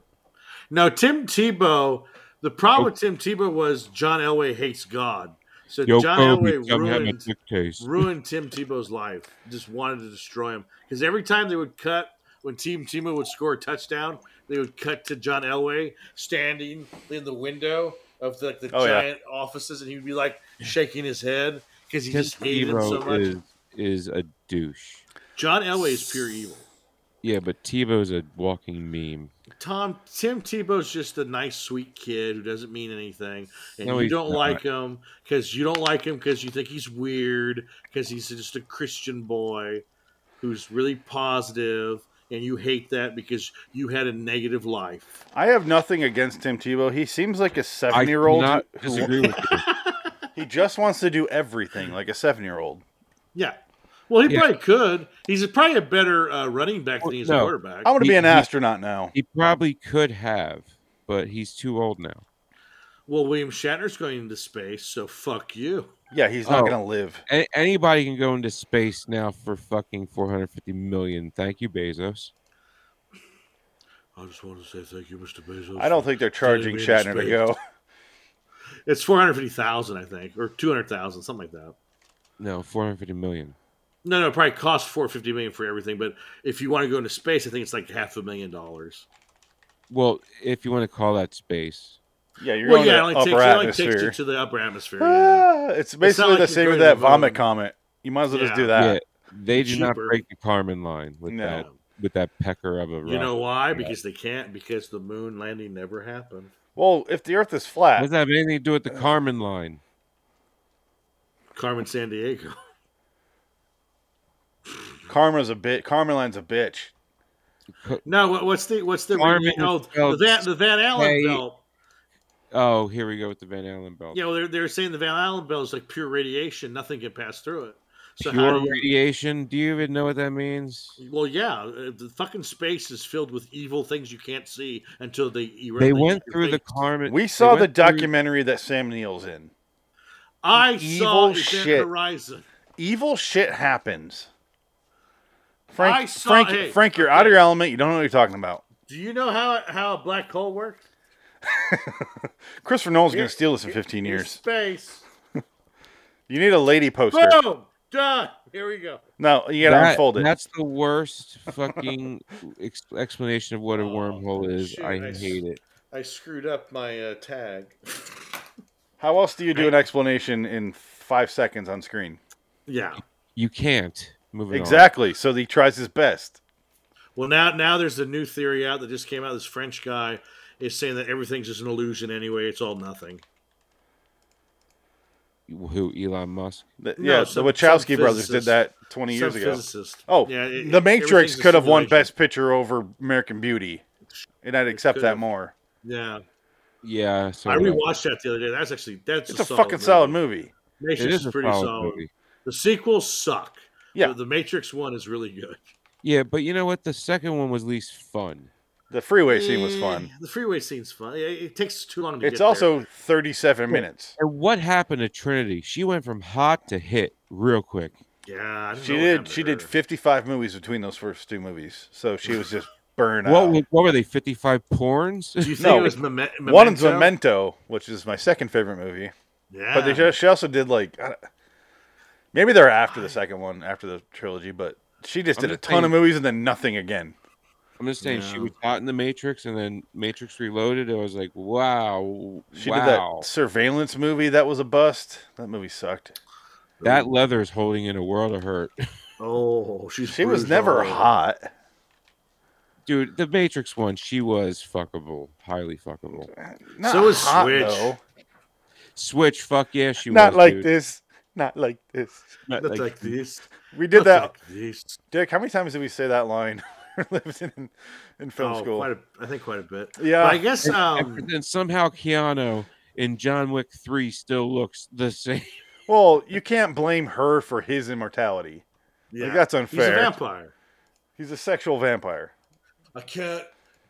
Speaker 4: Now Tim Tebow. The problem with Tim Tebow was John Elway hates God. So
Speaker 5: Yo,
Speaker 4: John
Speaker 5: Kobe,
Speaker 4: Elway
Speaker 5: come have a
Speaker 4: ruined
Speaker 5: quick taste.
Speaker 4: ruined Tim Tebow's life. Just wanted to destroy him because every time they would cut when Team Tebow would score a touchdown, they would cut to John Elway standing in the window of the, the
Speaker 1: Oh, yeah.
Speaker 4: giant offices, and he'd be like shaking his head because he
Speaker 5: Tim
Speaker 4: just hated him so
Speaker 5: Tebow
Speaker 4: much.
Speaker 5: is is a douche.
Speaker 4: John Elway is pure evil.
Speaker 5: Yeah, but Tebow's a walking meme.
Speaker 4: Tom Tim Tebow's just a nice, sweet kid who doesn't mean anything, and
Speaker 5: No,
Speaker 4: you
Speaker 5: he's
Speaker 4: don't
Speaker 5: not.
Speaker 4: like him because you don't like him because you think he's weird because he's just a Christian boy who's really positive, and you hate that because you had a negative life.
Speaker 1: I have nothing against Tim Tebow. He seems like a
Speaker 5: I
Speaker 1: seven year old.
Speaker 5: cannot disagree with you.
Speaker 1: He just wants to do everything like a seven year old.
Speaker 4: Yeah. Well, he
Speaker 5: Yeah.
Speaker 4: probably could. He's probably a better uh, running back than
Speaker 5: Well,
Speaker 4: he's a
Speaker 5: no.
Speaker 4: quarterback.
Speaker 1: I want to
Speaker 5: He-
Speaker 1: be an
Speaker 5: he-
Speaker 1: astronaut now.
Speaker 5: He probably could have, but he's too old now.
Speaker 4: Well, William Shatner's going into space, so fuck you.
Speaker 1: Yeah, he's not
Speaker 5: Oh.
Speaker 1: going to live.
Speaker 5: A- anybody can go into space now for fucking 450 million. Thank you, Bezos.
Speaker 4: I just want to say thank you, Mr. Bezos.
Speaker 1: I don't think they're charging
Speaker 4: Totally
Speaker 1: Shatner to
Speaker 4: space.
Speaker 1: go.
Speaker 4: it's four hundred fifty thousand, I think, or two hundred thousand, something like that.
Speaker 5: No, 450 million.
Speaker 4: No, no, it probably costs four fifty million for everything. But if you want to go into space, I think it's like half a million dollars.
Speaker 5: Well, if you want to call that space,
Speaker 1: Yeah, you're
Speaker 4: Well,
Speaker 1: going
Speaker 4: yeah, it
Speaker 1: to
Speaker 4: only,
Speaker 1: the
Speaker 4: takes,
Speaker 1: upper
Speaker 4: it only takes you
Speaker 1: atmosphere.
Speaker 4: to the upper atmosphere. yeah.
Speaker 1: Ah, it's basically
Speaker 4: like
Speaker 1: the
Speaker 4: you're
Speaker 1: same with
Speaker 4: going to
Speaker 1: that
Speaker 4: the
Speaker 1: vomit
Speaker 4: moon.
Speaker 1: comment. You might as well just
Speaker 4: Yeah.
Speaker 1: do that.
Speaker 5: yeah, they do not
Speaker 4: Cheaper.
Speaker 5: break the Carmen line with
Speaker 1: No.
Speaker 5: that with that pecker of a rock.
Speaker 4: You know why? Because they can't. Because the moon landing never happened.
Speaker 1: Well, if the Earth is
Speaker 5: What
Speaker 1: flat,
Speaker 5: does that have anything to do
Speaker 4: Uh,
Speaker 5: with the Carmen line?
Speaker 4: Carmen San Diego.
Speaker 1: Karma's a bit. Carmeline's a bitch.
Speaker 4: No, what, what's the what's the
Speaker 5: Carmen
Speaker 4: oh
Speaker 5: felt-
Speaker 4: the Van the Van Allen
Speaker 5: Hey.
Speaker 4: belt?
Speaker 5: Oh, here we go with the Van Allen belt.
Speaker 4: You know they're they're saying the Van Allen belt is like pure radiation. Nothing can pass through it. So how
Speaker 5: Pure
Speaker 4: do you,
Speaker 5: radiation. Do you even know what that means?
Speaker 4: well, yeah, uh, the fucking space is filled with evil things you can't see until they erode
Speaker 5: They
Speaker 4: the-
Speaker 5: went
Speaker 4: your
Speaker 5: through the
Speaker 4: face.
Speaker 5: Carmen.
Speaker 1: We
Speaker 5: they
Speaker 1: saw the
Speaker 5: went through-
Speaker 1: documentary that Sam Neill's in.
Speaker 4: I saw
Speaker 1: Evil
Speaker 4: Event
Speaker 1: shit.
Speaker 4: Horizon.
Speaker 1: Evil shit happens. Frank,
Speaker 4: I saw-
Speaker 1: Frank,
Speaker 4: hey,
Speaker 1: Frank, you're out of your element. You don't know what you're talking about.
Speaker 4: Do you know how how a black hole works?
Speaker 1: Christopher Nolan's going
Speaker 4: Here-
Speaker 1: to steal this in 15
Speaker 4: Here's
Speaker 1: years.
Speaker 4: Space.
Speaker 1: You need a lady poster.
Speaker 4: Boom. Done. Here we go.
Speaker 1: No, you got to
Speaker 5: That-
Speaker 1: unfold it.
Speaker 5: That's the worst fucking ex- explanation of what a
Speaker 4: Oh,
Speaker 5: wormhole is.
Speaker 4: shoot,
Speaker 5: I
Speaker 4: I s-
Speaker 5: hate it.
Speaker 4: I screwed up my uh, tag.
Speaker 1: How else do you do an explanation in five seconds on screen?
Speaker 4: Yeah.
Speaker 5: You can't move it
Speaker 1: Exactly. So he tries his best.
Speaker 4: Well, now now there's a new theory out that just came out. This French guy is saying that everything's just an illusion anyway. It's all nothing.
Speaker 5: Who Elon Musk?
Speaker 1: The-
Speaker 4: No,
Speaker 1: yeah,
Speaker 4: some-
Speaker 1: the Wachowski
Speaker 4: some
Speaker 1: brothers did
Speaker 4: physicist-
Speaker 1: that 20 years
Speaker 4: Some
Speaker 1: ago.
Speaker 4: Physicist.
Speaker 1: Oh,
Speaker 4: Yeah, it-
Speaker 1: The
Speaker 4: it-
Speaker 1: Matrix
Speaker 4: everything's a
Speaker 1: could have won
Speaker 4: simulation.
Speaker 1: Best Picture over American Beauty, and I'd accept
Speaker 4: could
Speaker 1: that
Speaker 4: have.
Speaker 1: more.
Speaker 4: Yeah,
Speaker 5: Yeah, so
Speaker 4: I
Speaker 5: would
Speaker 4: rewatched that the other day. That's actually that's
Speaker 1: It's
Speaker 4: a,
Speaker 1: a, fucking solid movie.
Speaker 5: It
Speaker 4: Matrix
Speaker 5: is
Speaker 4: is
Speaker 5: a
Speaker 4: pretty
Speaker 5: solid
Speaker 4: solid.
Speaker 5: movie.
Speaker 4: The sequels suck.
Speaker 1: Yeah.
Speaker 4: the, the Matrix one is really good.
Speaker 5: Yeah, but you know what? The second one was least fun.
Speaker 1: The freeway scene was fun.
Speaker 4: Eh, The freeway scene's fun. It, it takes too long to get
Speaker 1: It's
Speaker 4: there.
Speaker 1: also 37 minutes.
Speaker 5: And what happened to Trinity? She went from hot to hit real quick.
Speaker 4: yeah. I don't
Speaker 1: She
Speaker 4: know what
Speaker 1: did.
Speaker 4: happened to
Speaker 1: She did
Speaker 4: her.
Speaker 1: 55 movies between those first two movies, so she was just burned
Speaker 5: What,
Speaker 1: out.
Speaker 5: were- what were they? Fifty-five porns?
Speaker 4: Do you think
Speaker 1: No,
Speaker 4: it was Meme- Memento?
Speaker 1: One is Memento, which is my second favorite movie.
Speaker 4: Yeah.
Speaker 1: But they just, she also did like I don't- maybe they're after the second one, after the trilogy. But she just
Speaker 5: I'm
Speaker 1: did a
Speaker 5: just
Speaker 1: ton of
Speaker 5: saying-
Speaker 1: movies and then nothing again.
Speaker 5: I'm just saying she
Speaker 4: No.
Speaker 5: was hot in the Matrix, and then Matrix Reloaded. I was like, wow,
Speaker 1: She did
Speaker 5: wow.
Speaker 1: that surveillance movie that was a bust. That movie sucked.
Speaker 5: that leather is holding in a world of hurt.
Speaker 4: Oh, she's
Speaker 1: She was
Speaker 4: bruised
Speaker 1: never
Speaker 4: all over.
Speaker 1: hot.
Speaker 5: Dude, the Matrix one, she was fuckable, highly fuckable.
Speaker 1: Not
Speaker 4: So was
Speaker 1: hot,
Speaker 4: Switch.
Speaker 1: though.
Speaker 5: Switch, fuck yeah, she
Speaker 1: Not
Speaker 5: was,
Speaker 1: like
Speaker 5: dude.
Speaker 1: this. Not like this.
Speaker 5: Not
Speaker 4: Not
Speaker 5: like-
Speaker 4: like this.
Speaker 1: We did
Speaker 4: Not
Speaker 1: that.
Speaker 4: like this.
Speaker 1: Dick, how many times did we say that line? in, in film
Speaker 4: Oh,
Speaker 1: school.
Speaker 4: quite a, I think quite a bit.
Speaker 1: Yeah.
Speaker 4: But I guess. Um,
Speaker 5: And then somehow Keanu in John Wick three still looks the same.
Speaker 1: Well, you can't blame her for his immortality.
Speaker 4: yeah.
Speaker 1: that's
Speaker 4: He's a
Speaker 1: unfair.
Speaker 4: vampire.
Speaker 1: He's a sexual vampire.
Speaker 4: I can't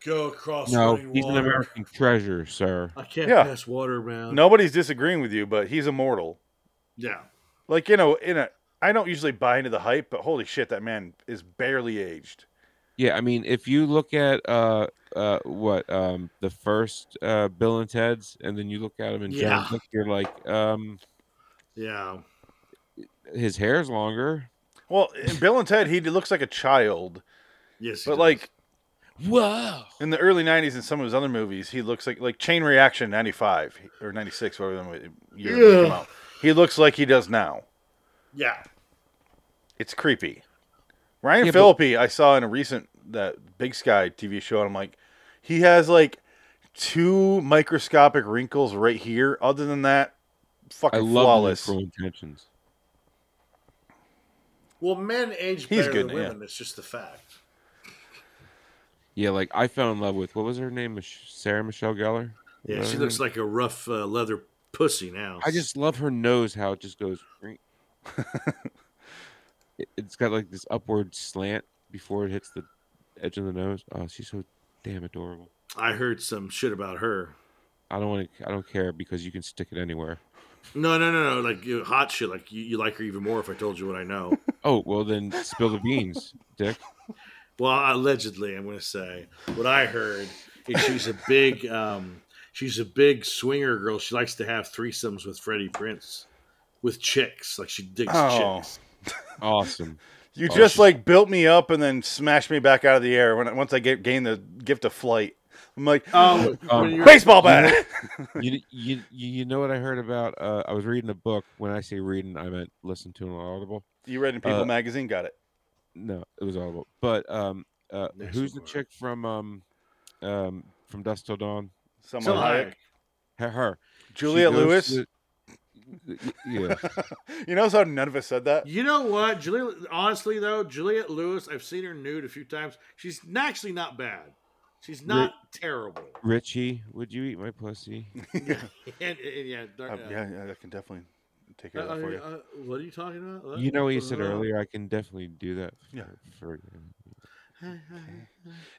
Speaker 4: go across.
Speaker 5: No,
Speaker 4: running
Speaker 5: he's an
Speaker 4: water.
Speaker 5: American treasure, sir.
Speaker 4: I can't
Speaker 1: Yeah.
Speaker 4: pass water around.
Speaker 1: Nobody's disagreeing with you, but he's immortal.
Speaker 4: Yeah.
Speaker 1: Like you know, in a I don't usually buy into the hype, but holy shit, that man is barely aged.
Speaker 5: Yeah, I mean, if you look at uh, uh, what um, the first uh, Bill and Ted's, and then you look at him in John
Speaker 4: Yeah.
Speaker 5: Wick, you're like, um,
Speaker 4: Yeah.
Speaker 5: his hair's longer.
Speaker 1: Well, in Bill and Ted, he looks like a child,
Speaker 4: Yes. he
Speaker 1: but
Speaker 4: does.
Speaker 1: like
Speaker 5: Wow.
Speaker 1: in the early '90s and some of his other movies, he looks like like Chain Reaction '95 or '96, whatever the mo- year it came
Speaker 4: Yeah.
Speaker 1: out. He looks like he does now.
Speaker 4: Yeah.
Speaker 1: It's creepy. Ryan
Speaker 5: Yeah, but-
Speaker 1: Phillippe, I saw in a recent that Big Sky TV show, and I'm like, he has like two microscopic wrinkles right here. Other than that,
Speaker 5: I
Speaker 1: fucking
Speaker 5: love
Speaker 1: flawless.
Speaker 5: Cruel Intentions.
Speaker 4: Well, men age
Speaker 1: He's
Speaker 4: better
Speaker 1: good,
Speaker 4: than
Speaker 1: yeah.
Speaker 4: women. It's just the fact.
Speaker 5: Yeah, like I fell in love with what was her name? Mich- Sarah Michelle Gellar.
Speaker 4: Yeah,
Speaker 5: Is that
Speaker 4: she
Speaker 5: her
Speaker 4: looks
Speaker 5: name?
Speaker 4: like a rough uh, leather pussy now.
Speaker 5: I just love her nose. How it just goes. It- it's got like this upward slant before it hits the edge of the nose. Oh, she's so damn adorable.
Speaker 4: I heard some shit about her.
Speaker 5: I don't want to. I don't care because you can stick it anywhere.
Speaker 4: No, no, no, no. Like you, hot shit. Like you, you like her even more if I told you what I know.
Speaker 5: Oh well, then spill the beans, Dick.
Speaker 4: well, allegedly, I'm going to say what I heard is she's a big, um, she's a big swinger girl. She likes to have threesomes with Freddie Prince, with chicks. Like she digs
Speaker 1: Oh.
Speaker 4: chicks.
Speaker 5: Awesome.
Speaker 1: You
Speaker 5: Oh,
Speaker 1: just
Speaker 5: she's-
Speaker 1: like built me up and then smashed me back out of the air when once I get gained the gift of flight. I'm like,
Speaker 4: Oh,
Speaker 5: Um,
Speaker 4: when you're-
Speaker 1: baseball bat.
Speaker 5: You you you you know what I heard about? Uh, I was reading a book. When I say reading, I meant listen to an audible.
Speaker 1: you read in People
Speaker 5: Uh,
Speaker 1: magazine, got it.
Speaker 5: No, it was audible. But um, uh,
Speaker 4: Next
Speaker 5: who's the
Speaker 4: one.
Speaker 5: chick from um, um, from Dust Till Dawn?
Speaker 1: Someone
Speaker 4: Selma
Speaker 1: Hayek.
Speaker 4: Hayek.
Speaker 5: Her. her. She
Speaker 1: Juliet
Speaker 5: goes
Speaker 1: Lewis.
Speaker 5: to- y- yeah.
Speaker 1: you notice how none of us said that?
Speaker 4: You know what, Juliet? Honestly, though, Juliet Lewis, I've seen her nude a few times. She's actually not bad. She's not terrible.
Speaker 5: Richie, would you eat my pussy?
Speaker 4: And, and yeah, dar-
Speaker 1: Uh,
Speaker 4: uh,
Speaker 1: yeah, yeah, I can definitely take care
Speaker 4: uh,
Speaker 1: of that for you.
Speaker 4: uh, uh, what are you talking about? What?
Speaker 5: You know what you said
Speaker 4: Uh,
Speaker 5: earlier. I can definitely do that.
Speaker 1: Yeah.
Speaker 5: For, for you.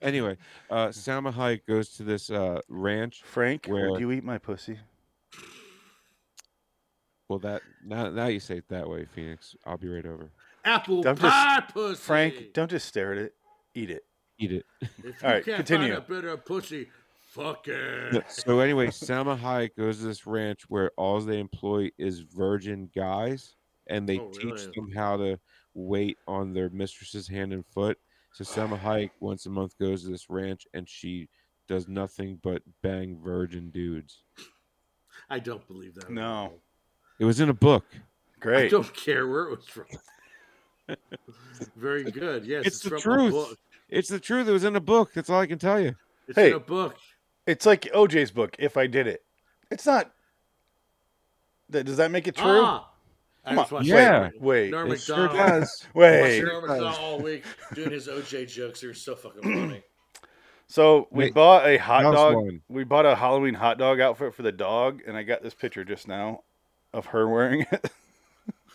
Speaker 5: Anyway, uh, Salma Hayek goes to this uh, ranch.
Speaker 1: Frank,
Speaker 5: Where-
Speaker 1: would you eat my pussy?
Speaker 5: Well, that now now you say it that way, Phoenix. I'll be right over.
Speaker 4: Apple
Speaker 1: I'm just-
Speaker 4: pie pussy.
Speaker 1: Frank, don't just stare at it. Eat it.
Speaker 5: Eat it.
Speaker 4: If
Speaker 1: All
Speaker 4: you
Speaker 1: right,
Speaker 4: can't
Speaker 1: continue.
Speaker 4: Find a better pussy. Fuck it.
Speaker 5: No, so anyway, Salma Hayek goes to this ranch where all they employ is virgin guys, and they
Speaker 4: Oh,
Speaker 5: teach
Speaker 4: really?
Speaker 5: them how to wait on their mistress's hand and foot. So Salma
Speaker 4: Ah.
Speaker 5: Hayek once a month goes to this ranch, and she does nothing but bang virgin dudes.
Speaker 4: I don't believe that. at
Speaker 1: No.
Speaker 4: all.
Speaker 5: It was in a book.
Speaker 4: I
Speaker 1: Great.
Speaker 4: don't care where it was from. Very good. Yes,
Speaker 5: It's the
Speaker 4: from a
Speaker 5: truth.
Speaker 4: book.
Speaker 5: It's the truth. It was in a book. That's all I can tell you.
Speaker 4: It's
Speaker 1: Hey.
Speaker 4: in a book.
Speaker 1: It's like OJ's book, If I Did It. It's not. That, does that make it true?
Speaker 4: Ah, I
Speaker 1: Come
Speaker 4: just
Speaker 1: on,
Speaker 4: watched
Speaker 5: yeah.
Speaker 1: Wait.
Speaker 4: Norm
Speaker 5: It sure
Speaker 4: Macdonald.
Speaker 5: does.
Speaker 1: Wait.
Speaker 4: Watched Norm Macdonald all week doing his OJ jokes. They were so fucking funny.
Speaker 1: So we
Speaker 5: Wait,
Speaker 1: bought a hot
Speaker 5: how's
Speaker 1: dog.
Speaker 5: one?
Speaker 1: We bought a Halloween hot dog outfit for the dog, and I got this picture just now of her wearing it.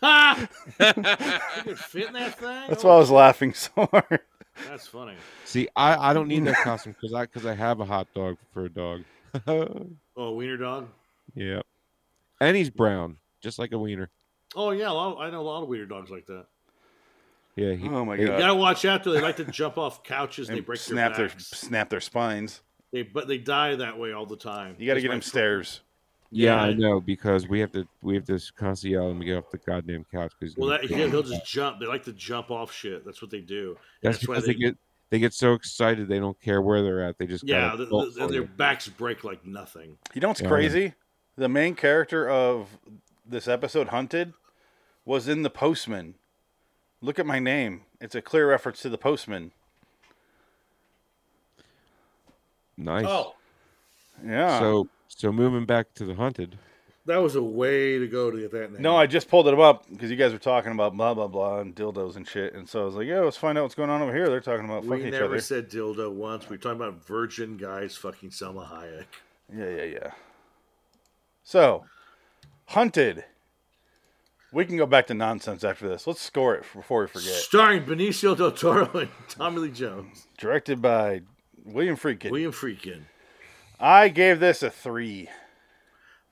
Speaker 4: Ha! you could fit in that thing.
Speaker 1: That's
Speaker 4: Oh,
Speaker 1: why I was laughing so hard.
Speaker 4: That's funny.
Speaker 5: See, I, I don't need that costume because I because I have a hot dog for a dog.
Speaker 4: Oh, wiener dog.
Speaker 5: yeah, and he's brown, just like a wiener.
Speaker 4: Oh yeah, a lot I know a lot of wiener dogs like that.
Speaker 1: Uh,
Speaker 5: Yeah. He,
Speaker 1: Oh my
Speaker 5: they-
Speaker 1: God.
Speaker 4: You gotta watch out though. They like to jump off couches. and They
Speaker 1: And
Speaker 4: break
Speaker 1: snap
Speaker 4: their
Speaker 1: their
Speaker 4: backs.
Speaker 1: snap their spines.
Speaker 4: They but they die that way all the time.
Speaker 1: You got to
Speaker 4: That's
Speaker 1: get
Speaker 4: my
Speaker 1: them stairs.
Speaker 5: Yeah, I
Speaker 4: Yeah.
Speaker 5: know because we have to we have to constantly yell him to get off the goddamn couch because
Speaker 4: Well, that, yeah, they'll just jump. They like to jump off shit. That's what they do.
Speaker 5: that's
Speaker 4: that's why
Speaker 5: because
Speaker 4: they-
Speaker 5: they get they get so excited they don't care where they're at they just
Speaker 4: Yeah,
Speaker 5: gotta
Speaker 4: th
Speaker 5: bolt
Speaker 4: th- and
Speaker 5: for
Speaker 4: their
Speaker 5: you.
Speaker 4: backs break like nothing.
Speaker 1: You know what's
Speaker 5: Yeah.
Speaker 1: crazy? The main character of this episode, Hunted, was in The Postman. Look at my name. It's a clear reference to The Postman.
Speaker 5: nice.
Speaker 4: Oh,
Speaker 1: Yeah.
Speaker 5: So so moving back to the hunted.
Speaker 4: That was a way to go to get that name.
Speaker 1: No, I just pulled it up because you guys were talking about blah blah blah and dildos and shit, and so I was like, "Yo, let's find out what's going on over here." They're talking about
Speaker 4: we
Speaker 1: fucking each
Speaker 4: never
Speaker 1: other.
Speaker 4: said dildo once. We were talking about virgin guys fucking Selma Hayek.
Speaker 1: yeah, yeah, yeah. So, hunted. We can go back to nonsense after this. Let's score it before we forget.
Speaker 4: Starring Benicio del Toro and Tommy Lee Jones.
Speaker 1: Directed by William Friedkin.
Speaker 4: William Freakin.
Speaker 1: I gave this a three.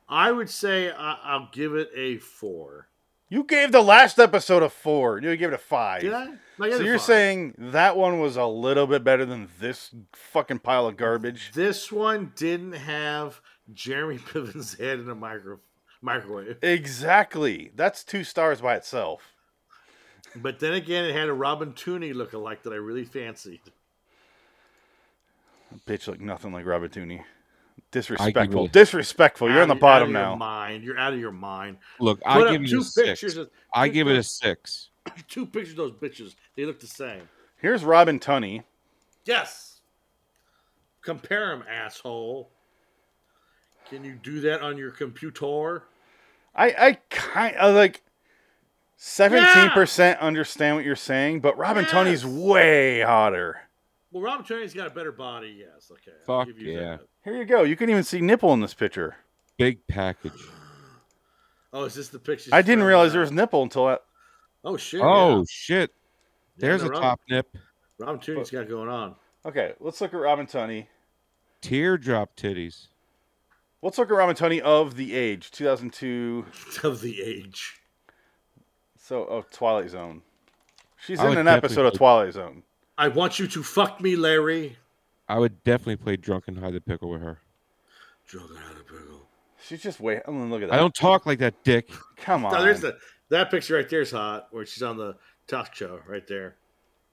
Speaker 4: I would say I- I'll give it a four.
Speaker 1: You gave the last episode a four. You gave it a five.
Speaker 4: Did I? I gave
Speaker 1: So
Speaker 4: it a
Speaker 1: you're
Speaker 4: five.
Speaker 1: saying that one was a little bit better than this fucking pile of garbage?
Speaker 4: this one didn't have Jeremy Piven's head in a micro- microwave,
Speaker 1: Exactly. That's two stars by itself.
Speaker 4: but then again, it had a Robin Tooney lookalike that I really fancied.
Speaker 1: Bitch looked nothing like Robert Tooney.
Speaker 5: I give
Speaker 1: Disrespectful.
Speaker 5: it-
Speaker 1: Disrespectful. You're on the
Speaker 4: Out of- out
Speaker 1: bottom
Speaker 4: of your
Speaker 1: now.
Speaker 4: Mind, you're out of your mind.
Speaker 5: Look,
Speaker 4: Put
Speaker 5: I
Speaker 4: up
Speaker 5: give it
Speaker 4: two
Speaker 5: a six.
Speaker 4: pictures of-
Speaker 5: I
Speaker 4: two
Speaker 5: give it a
Speaker 4: pic-
Speaker 5: six.
Speaker 4: Two pictures of those bitches. They look the same.
Speaker 1: Here's Robin Tunney.
Speaker 4: Yes. Compare them, asshole. Can you do that on your computer?
Speaker 1: I, I kind of like 17% understand what you're saying, but Robin
Speaker 4: Yes.
Speaker 1: Tunney's way hotter.
Speaker 4: Well, Robin Tooney's got a better body. Yes. Okay.
Speaker 5: Fuck yeah.
Speaker 1: Here you go. You can even see nipple in this picture.
Speaker 5: Big package.
Speaker 4: Oh, is this the picture?
Speaker 1: I didn't realize there was nipple until I,
Speaker 4: Oh shit.
Speaker 5: Oh
Speaker 4: yeah.
Speaker 5: shit! There's
Speaker 4: Yeah,
Speaker 5: a
Speaker 4: they're
Speaker 5: top nip.
Speaker 4: Robin Tooney's got it going on.
Speaker 1: Okay, let's look at Robin Tunney.
Speaker 5: Teardrop titties.
Speaker 1: Let's look at Robin Tunney of the age, 2002.
Speaker 4: of the age.
Speaker 1: So, oh, Twilight Zone. She's
Speaker 5: I
Speaker 1: in
Speaker 5: would
Speaker 1: an
Speaker 5: definitely
Speaker 1: episode of
Speaker 5: put-
Speaker 1: Twilight Zone.
Speaker 4: I want you to fuck me, Larry.
Speaker 5: I would definitely play drunk and hide the pickle with her.
Speaker 4: Drug out of pickle.
Speaker 1: She's just way. I mean, look at that.
Speaker 5: I don't talk like that, Dick.
Speaker 1: Come on.
Speaker 4: Now, Oh, there's the, that picture right there is hot, where she's on the talk show right there.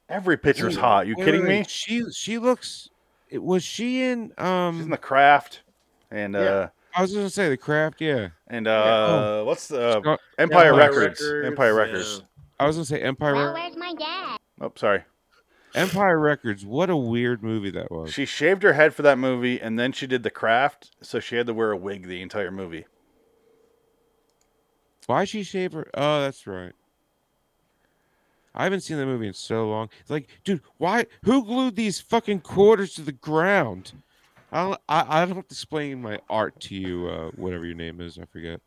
Speaker 1: Every picture's hot. You
Speaker 5: Wait,
Speaker 1: kidding
Speaker 5: wait,
Speaker 1: me?
Speaker 5: wait. She she looks. It was she in um.
Speaker 1: She's in the craft, and uh,
Speaker 5: I was gonna say the craft. Yeah. Oh.
Speaker 1: and uh, what's the
Speaker 5: Got-
Speaker 1: Empire,
Speaker 5: Empire
Speaker 1: Records? Empire
Speaker 4: yeah.
Speaker 1: Records.
Speaker 5: I was gonna say Empire. Re-
Speaker 1: Oh, sorry.
Speaker 5: Empire Records. What a weird movie that was.
Speaker 1: She shaved her head for that movie, and then she did the craft, so she had to wear a wig the entire movie.
Speaker 5: Why she shave her? Oh, that's right. I haven't seen that movie in so long. It's like, dude, why? Who glued these fucking quarters to the ground? I don't, I, I don't have to explain my art to you. Uh, whatever your name is, I forget.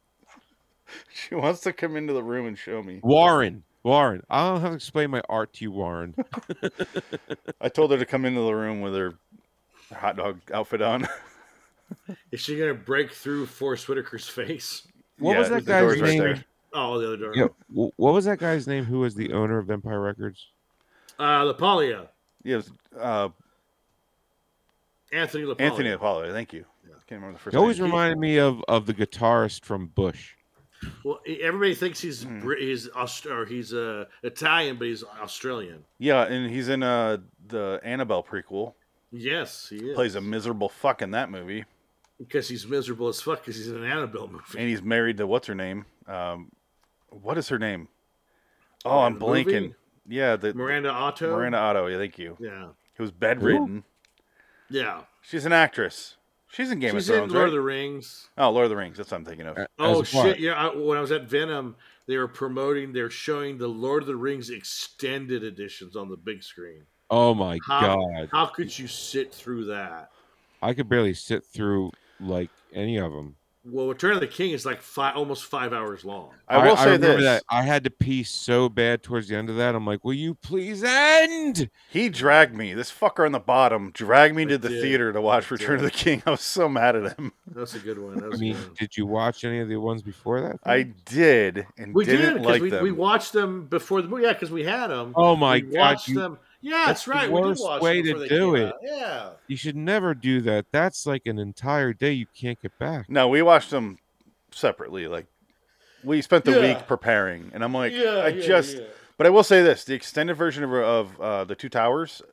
Speaker 1: She wants to come into the room and show me.
Speaker 5: Warren. Warren. I don't have to explain my art to you, Warren.
Speaker 1: I told her to come into the room with her hot dog outfit on.
Speaker 4: Is she gonna break through Forrest Whitaker's face?
Speaker 5: What was
Speaker 1: Yeah,
Speaker 5: that
Speaker 1: the door's
Speaker 5: guy's
Speaker 1: right
Speaker 5: name?
Speaker 1: there.
Speaker 4: Oh, the other door.
Speaker 5: Yeah, wh- what was that guy's name? Who was the owner of Empire Records?
Speaker 4: Uh, Lapalia.
Speaker 1: Yeah, it was, uh,
Speaker 4: Anthony Lapalia.
Speaker 1: Anthony Apollo. Thank you. I can't remember the first.
Speaker 5: It always
Speaker 1: name.
Speaker 5: reminded me of of the guitarist from Bush.
Speaker 4: Well, e- everybody thinks he's
Speaker 1: Hmm.
Speaker 4: Brit he's Aust- or he's uh, Italian, but he's Australian.
Speaker 1: Yeah, and he's in uh the Annabelle prequel.
Speaker 4: Yes, he is.
Speaker 1: Plays a miserable fuck in that movie,
Speaker 4: because he's miserable as fuck because he's in an Annabelle movie.
Speaker 1: and he's married to what's her name? Um, what is her name? Oh, I'm
Speaker 4: the movie?
Speaker 1: blinking. Yeah, the
Speaker 4: Miranda Otto.
Speaker 1: Miranda Otto. Yeah, thank you.
Speaker 4: Yeah.
Speaker 1: Who's bedridden.
Speaker 4: Yeah.
Speaker 1: She's an actress. She's in Game
Speaker 4: She's
Speaker 1: of
Speaker 4: in
Speaker 1: Thrones.
Speaker 4: Lord
Speaker 1: right?
Speaker 4: of the Rings.
Speaker 1: Oh, Lord of the Rings. That's what I'm thinking of.
Speaker 4: Oh
Speaker 5: As a part.
Speaker 4: shit! Yeah, I, when I was at Venom, they were promoting. They're showing the Lord of the Rings extended editions on the big screen.
Speaker 5: Oh my
Speaker 4: How,
Speaker 5: god!
Speaker 4: how could you sit through that?
Speaker 5: I could barely sit through like any of them.
Speaker 4: Well, Return of the King is like five, almost five hours long.
Speaker 1: I will say
Speaker 5: remember
Speaker 1: this:
Speaker 5: That I had to pee so bad towards the end of that. I'm like, will you please end?
Speaker 1: he dragged me. This fucker on the bottom dragged me to the
Speaker 4: did.
Speaker 1: theater to watch Return of the King. I was so mad at him.
Speaker 4: That's a good one. That
Speaker 5: I
Speaker 4: was a
Speaker 5: mean,
Speaker 4: good one.
Speaker 5: did you watch any of the ones before that?
Speaker 1: I did, and
Speaker 4: We did
Speaker 1: didn't
Speaker 4: because
Speaker 1: like
Speaker 4: we,
Speaker 1: them.
Speaker 4: we watched them before the movie. Yeah, because we had them.
Speaker 5: Oh my
Speaker 4: we
Speaker 5: God,
Speaker 4: Watched
Speaker 5: you-
Speaker 4: them. Yeah, that's,
Speaker 5: that's the
Speaker 4: right. We did
Speaker 5: worst
Speaker 4: watch
Speaker 5: way
Speaker 4: them
Speaker 5: to
Speaker 4: before they
Speaker 5: do
Speaker 4: came
Speaker 5: it.
Speaker 4: out. Yeah.
Speaker 5: you should never do that. That's like an entire day you can't get back.
Speaker 1: No, we watched them separately. Like we spent the
Speaker 4: Yeah.
Speaker 1: week preparing, and I'm like,
Speaker 4: Yeah,
Speaker 1: I
Speaker 4: yeah,
Speaker 1: just.
Speaker 4: yeah.
Speaker 1: But I will say this: the extended version of, of uh, the Two Towers,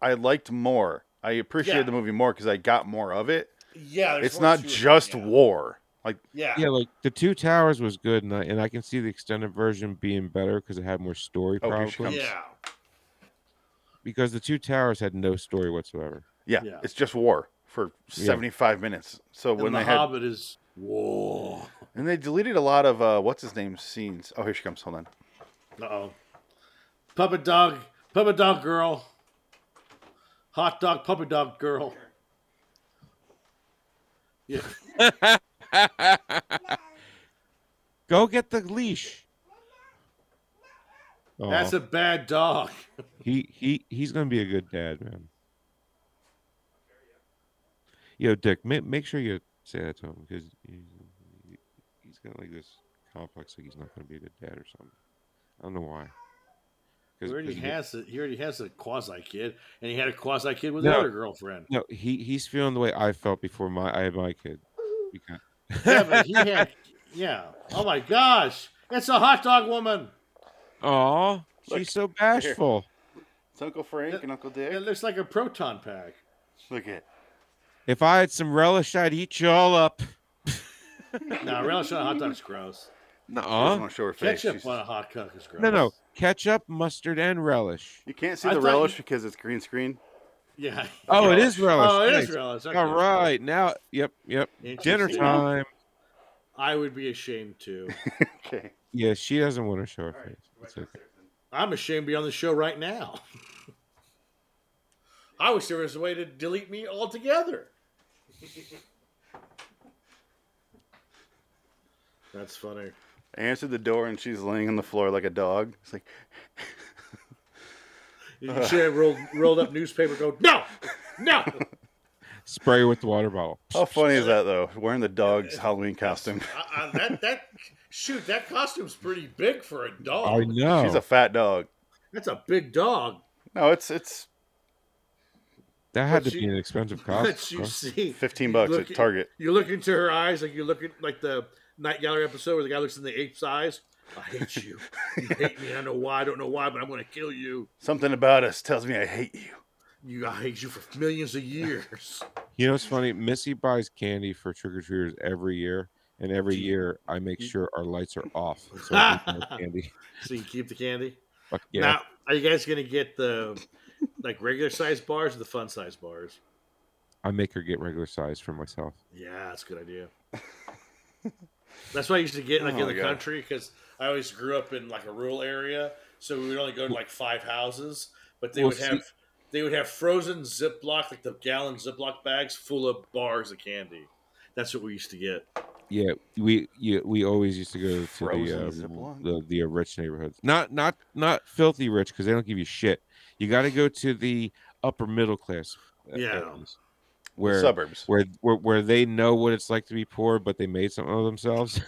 Speaker 1: I liked more. I appreciated
Speaker 4: Yeah.
Speaker 1: the movie more because I got more of it.
Speaker 4: Yeah. there's
Speaker 1: it's
Speaker 4: one
Speaker 1: not
Speaker 4: shoot.
Speaker 1: just war. Like
Speaker 4: Yeah.
Speaker 5: Yeah, like the Two Towers was good, and I, and I can see the extended version being better because it had more story,
Speaker 1: Oh, here she
Speaker 5: probably.
Speaker 1: comes.
Speaker 4: Yeah.
Speaker 5: Because the Two Towers had no story whatsoever.
Speaker 1: yeah,
Speaker 4: Yeah.
Speaker 1: it's just war for
Speaker 5: Yeah.
Speaker 1: 75 minutes. So
Speaker 4: And
Speaker 1: when
Speaker 4: the
Speaker 1: they had
Speaker 4: Hobbit is Whoa.
Speaker 1: And they deleted a lot of uh, what's his name scenes. Oh, here she comes. Hold on.
Speaker 4: Uh oh. Puppet dog, puppet dog girl. Hot dog, puppet dog girl. Yeah.
Speaker 5: Go get the leash. Oh,
Speaker 4: That's a bad dog.
Speaker 5: he he he's gonna be a good dad, man. Yo, Dick, ma- make sure you say that to him because he, he's got like this complex like he's not gonna be a good dad or something. I don't know why.
Speaker 4: He
Speaker 5: 'Cause-
Speaker 4: already
Speaker 5: 'cause
Speaker 4: has a, he already has a quasi kid, and he had a quasi kid with
Speaker 5: No.
Speaker 4: another girlfriend.
Speaker 5: No, he he's feeling the way I felt before my I had my kid. Because-
Speaker 4: Yeah, but he had yeah. Oh my gosh, it's a hot dog woman.
Speaker 5: Aw, she's so bashful.
Speaker 1: It's Uncle Frank and Uncle Dick.
Speaker 4: It looks like a proton pack.
Speaker 1: Look at
Speaker 5: If I had some relish, I'd eat you all up.
Speaker 4: No, relish on a hot dog's gross.
Speaker 1: no.
Speaker 5: Nuh-uh.
Speaker 1: I don't want to show her face.
Speaker 4: Ketchup uh,
Speaker 1: She's-
Speaker 4: on a hot dog is gross.
Speaker 5: No, no, ketchup, mustard, and relish.
Speaker 1: You can't see
Speaker 4: I
Speaker 1: the
Speaker 4: thought you-
Speaker 1: relish because it's green screen.
Speaker 4: Yeah.
Speaker 5: Oh, it is relish.
Speaker 4: Oh, it is
Speaker 5: Thanks.
Speaker 4: relish. Okay.
Speaker 5: All right, now, yep, yep. Dinner
Speaker 4: Interesting.
Speaker 5: time.
Speaker 4: I would be ashamed too.
Speaker 1: Okay.
Speaker 5: Yeah, she doesn't want to show her face. It's okay.
Speaker 4: I'm ashamed to be on the show right now. I wish there was a way to delete me altogether. That's funny.
Speaker 1: I answered the door and she's laying on the floor like a dog. It's like,
Speaker 4: You should have rolled, rolled up newspaper. Go no, no.
Speaker 5: Spray with the water bottle.
Speaker 4: Oh,
Speaker 1: how funny is that though? Wearing the dog's Halloween costume.
Speaker 4: Uh, that that shoot that costume's pretty big for a
Speaker 5: I
Speaker 4: dog.
Speaker 5: know.
Speaker 1: She's a fat dog.
Speaker 4: That's a big dog.
Speaker 1: No, it's it's
Speaker 5: that had to
Speaker 4: but she-
Speaker 5: be an expensive
Speaker 4: But
Speaker 5: costume.
Speaker 4: you
Speaker 5: huh?
Speaker 4: see,
Speaker 1: fifteen bucks
Speaker 4: look-
Speaker 1: at Target.
Speaker 4: You look into her eyes like you look at like the Night Gallery episode where the guy looks in the ape's eyes. I hate you. You hate me. I know why. I don't know why, but I'm going to kill you.
Speaker 1: Something about us tells me I hate you.
Speaker 4: You, I hate you for millions of years.
Speaker 5: You know what's funny? Missy buys candy for trick or treaters every year, and every year I make sure our lights are off. So I can buy candy.
Speaker 4: So you keep the candy.
Speaker 5: Fuck yeah.
Speaker 4: Now, are you guys going to get the like regular size bars or the fun size bars?
Speaker 5: I make her get regular size for myself.
Speaker 4: Yeah, that's a good idea. That's what I used to get like
Speaker 1: Oh,
Speaker 4: in the
Speaker 1: God.
Speaker 4: country because I always grew up in like a rural area, so we would only go to like five houses. But they
Speaker 5: Well,
Speaker 4: would have they would have frozen Ziploc like the gallon Ziploc bags full of bars of candy. That's what we used to get.
Speaker 5: Yeah, we yeah, we always used to go to
Speaker 1: Frozen
Speaker 5: the, um,
Speaker 1: Ziploc?
Speaker 5: the the uh, rich neighborhoods. Not not not filthy rich because they don't give you shit. You got to go to the upper middle class. uh,
Speaker 4: Yeah.
Speaker 5: areas, where
Speaker 1: Suburbs.
Speaker 5: where where where they know what it's like to be poor, but they made something of themselves.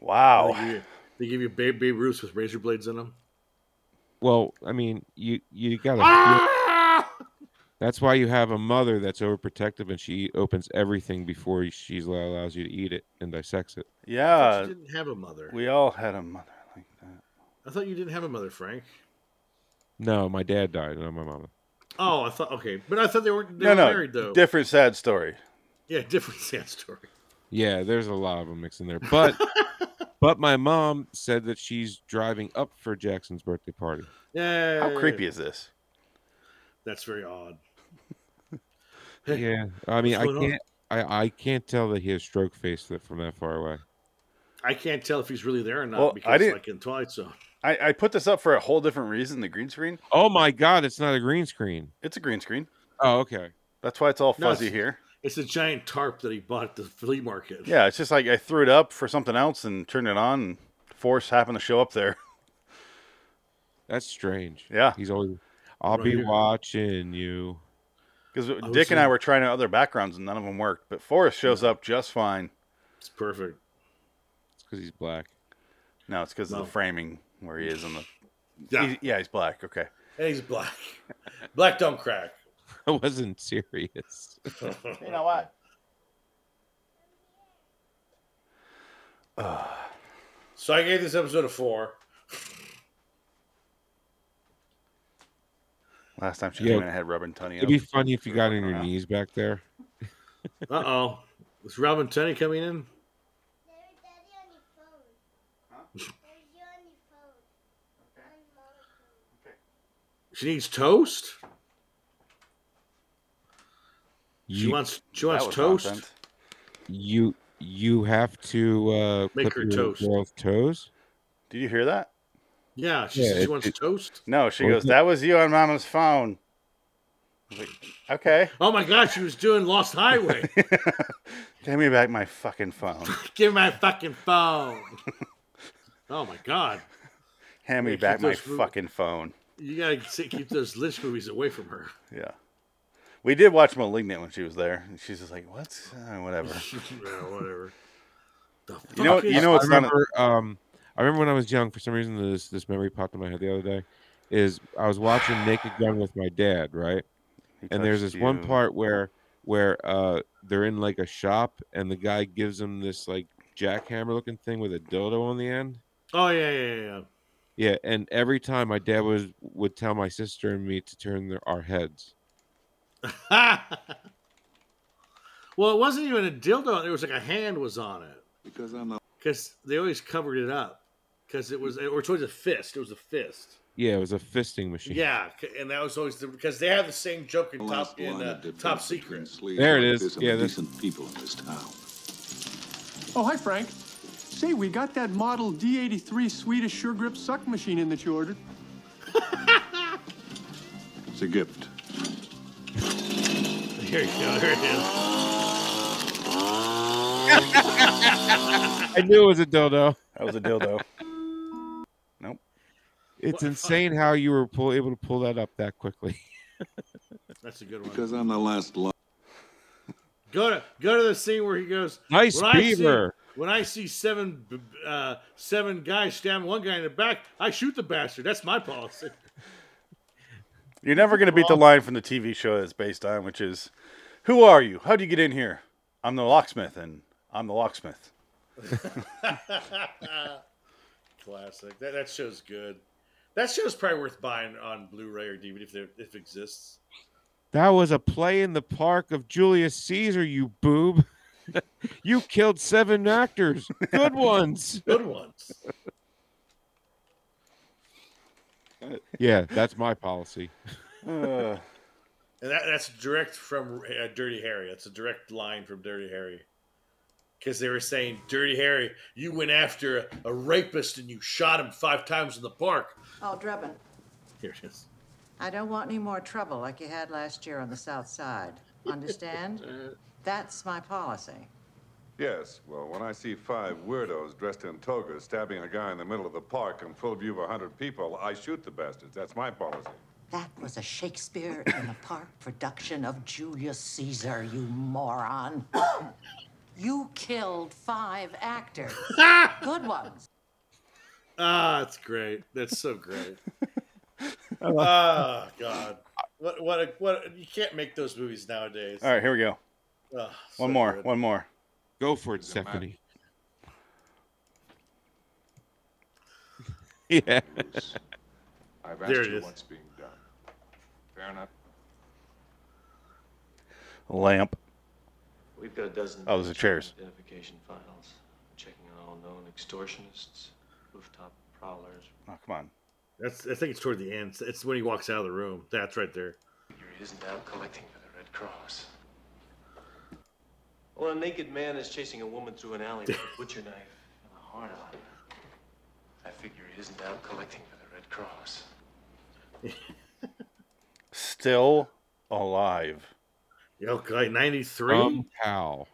Speaker 4: They
Speaker 1: Wow.
Speaker 4: give you, they give you babe babe roots with razor blades in them.
Speaker 5: Well, I mean, you you got to.
Speaker 4: Ah!
Speaker 5: That's why you have a mother that's overprotective and she opens everything before she allows you to eat it and dissects it.
Speaker 4: I thought
Speaker 1: Yeah.
Speaker 4: you didn't have a mother.
Speaker 1: Uh, We all had a mother like that.
Speaker 4: I thought you didn't have a mother, Frank.
Speaker 5: No, my dad died, not my mama.
Speaker 4: Oh, I thought okay, but I thought they were they
Speaker 1: No,
Speaker 4: were
Speaker 1: no.
Speaker 4: married though.
Speaker 1: Different sad story.
Speaker 4: yeah, different sad story.
Speaker 5: Yeah, there's a lot of them mixed in there, but but my mom said that she's driving up for Jackson's birthday party.
Speaker 4: Yeah.
Speaker 1: How creepy is this?
Speaker 4: That's very odd.
Speaker 5: Yeah, I mean, I
Speaker 4: What's going on?
Speaker 5: can't, I, I can't tell that he has stroke face that from that far away.
Speaker 4: I can't tell if he's really there or not
Speaker 1: Well, I
Speaker 4: because,
Speaker 1: didn't-
Speaker 4: like in Twilight Zone,
Speaker 1: I, I put this up for a whole different reason. The green screen.
Speaker 5: Oh my God, it's not a green screen.
Speaker 1: It's a green screen.
Speaker 5: Oh, okay.
Speaker 1: That's why it's all
Speaker 4: No, it's-
Speaker 1: fuzzy here.
Speaker 4: it's a giant tarp that he bought at the flea market.
Speaker 1: Yeah, it's just like I threw it up for something else and turned it on. And Force happened to show up there.
Speaker 5: That's strange.
Speaker 1: Yeah.
Speaker 5: he's always. I'll
Speaker 4: Right
Speaker 5: be
Speaker 4: here.
Speaker 5: watching you.
Speaker 1: Because Dick and
Speaker 4: see.
Speaker 1: I were trying out other backgrounds and none of them worked. But Forrest shows up just fine.
Speaker 4: It's perfect.
Speaker 5: It's because he's black.
Speaker 1: No, it's because
Speaker 4: No.
Speaker 1: of the framing where he is in the.
Speaker 4: Yeah,
Speaker 1: He- yeah, he's black. Okay.
Speaker 4: and he's black. black don't crack.
Speaker 5: I wasn't serious.
Speaker 1: You know what?
Speaker 4: So I gave this episode a four.
Speaker 1: Last time she
Speaker 5: Yeah.
Speaker 1: came in, I had rubber and tunny.
Speaker 5: It'd be funny if you got on your knees back there.
Speaker 4: Uh oh, is Robin Tunney coming in? She needs toast. She
Speaker 5: You
Speaker 4: wants she
Speaker 1: That
Speaker 4: wants
Speaker 1: was
Speaker 4: toast.
Speaker 1: nonsense.
Speaker 5: you you have to uh,
Speaker 4: Make
Speaker 5: clip
Speaker 4: her
Speaker 5: your
Speaker 4: toast.
Speaker 5: girl's toes.
Speaker 1: Did you hear that?
Speaker 4: Yeah, she
Speaker 5: Yeah,
Speaker 4: says she
Speaker 5: it-
Speaker 4: wants
Speaker 5: it-
Speaker 4: toast.
Speaker 1: No, she
Speaker 5: What
Speaker 1: goes,
Speaker 5: was it?
Speaker 1: That was you on mama's phone. I was like, okay.
Speaker 4: Oh my god, she was doing Lost Highway.
Speaker 1: Give me back my fucking phone.
Speaker 4: Give me my fucking phone. oh my god,
Speaker 1: Hand me
Speaker 4: Yeah, keep
Speaker 1: back my
Speaker 4: those moving.
Speaker 1: fucking phone.
Speaker 4: you gotta s- keep those Lynch movies away from her.
Speaker 1: Yeah. We did watch Malignant when she was there. and She's just like, what's uh, whatever.
Speaker 4: yeah, whatever. The fuck
Speaker 1: You know-
Speaker 4: is-
Speaker 1: you know it's
Speaker 5: I
Speaker 1: not a-
Speaker 5: remember, um, I remember when I was young. For some reason, this this memory popped in my head the other day. Is I was watching Naked Gun with my dad, right?
Speaker 1: He
Speaker 5: And there's
Speaker 1: touched
Speaker 5: this one
Speaker 1: you.
Speaker 5: part where where uh, they're in like a shop, and the guy gives them this like jackhammer looking thing with a dildo on the end.
Speaker 4: Oh yeah, yeah, yeah, yeah.
Speaker 5: Yeah, and every time my dad was would tell my sister and me to turn their, our heads.
Speaker 4: well, it wasn't even a dildo. It was like a hand was on it. Because I'm. Because they always covered it up. Because it was, or it was a fist. It was a fist.
Speaker 5: Yeah, it was a fisting machine.
Speaker 4: Yeah, c- and that was always the, because they have the same joke
Speaker 7: Oh,
Speaker 4: in top in uh, top secret.
Speaker 5: There it is. Yeah, that's-
Speaker 7: people in this town.
Speaker 6: Oh, hi, Frank. Say, we got that model D83 Swedish Sure Grip suck machine in that you ordered.
Speaker 7: It's a gift.
Speaker 4: Here you go. There it
Speaker 5: I knew it was a dildo.
Speaker 1: That was a dildo. nope.
Speaker 4: What-
Speaker 5: It's insane how you were pull, able to pull that up that quickly.
Speaker 4: is. That's a good one.
Speaker 7: Because I'm the last lot.
Speaker 4: Go to go to the scene where he goes.
Speaker 5: Nice
Speaker 4: "When I see-
Speaker 5: beaver."
Speaker 4: when I see seven b- b- uh, seven guys stabbing one guy in the back, I shoot the bastard. That's my policy.
Speaker 1: You're never going to beat the line from the TV show that's based on, which is, Who are you? How'd you get in here? I'm the locksmith, and I'm the locksmith.
Speaker 4: Classic. That that show's good. That show's probably worth buying on Blu-ray or DVD if there, if it exists.
Speaker 5: That was a play in the park of Julius Caesar, you boob. you killed seven actors, good ones.
Speaker 4: Good ones.
Speaker 5: Yeah, that's my policy.
Speaker 1: Uh,
Speaker 4: And that, that's direct from uh, Dirty Harry. That's a direct line from Dirty Harry. Because they were saying, Dirty Harry, you went after a, a rapist and you shot him five times in the park.
Speaker 10: Oh, Drebin,
Speaker 4: Here it is.
Speaker 10: I don't want any more trouble like you had last year on the South Side. Understand? That's my policy.
Speaker 11: Yes, well, when I see five weirdos dressed in togas stabbing a guy in the middle of the park in full view of a hundred people, I shoot the bastards. That's my policy.
Speaker 10: That was a Shakespeare in the Park production of Julius Caesar, you moron. you killed five actors. Good ones.
Speaker 4: Ah, that's great. That's so great. Ah, God. What, what, a, what, a- you can't make those movies nowadays.
Speaker 1: all right, here we go.
Speaker 4: Ah, so
Speaker 1: One more.
Speaker 4: good.
Speaker 1: One more.
Speaker 5: Go for it,
Speaker 11: Doesn't matter.
Speaker 5: Stephanie. Yeah.
Speaker 11: Bruce. I've asked
Speaker 4: There it
Speaker 11: you
Speaker 4: is.
Speaker 11: what's being done. Fair enough.
Speaker 1: Lamp.
Speaker 2: We've got a dozen.
Speaker 1: Oh, those are chairs.
Speaker 2: Identification files. Checking on all known extortionists, rooftop prowlers.
Speaker 1: Oh, come on.
Speaker 4: That's, I think it's toward the end. It's when he walks out of the room. That's right there.
Speaker 2: You're his now collecting for the Red Cross. Well, a naked man is chasing a woman through an alley with a butcher knife and a heart on. I figure he isn't out collecting for the Red Cross.
Speaker 1: Still alive.
Speaker 4: Okay, 93.
Speaker 1: Um,
Speaker 5: From Pal.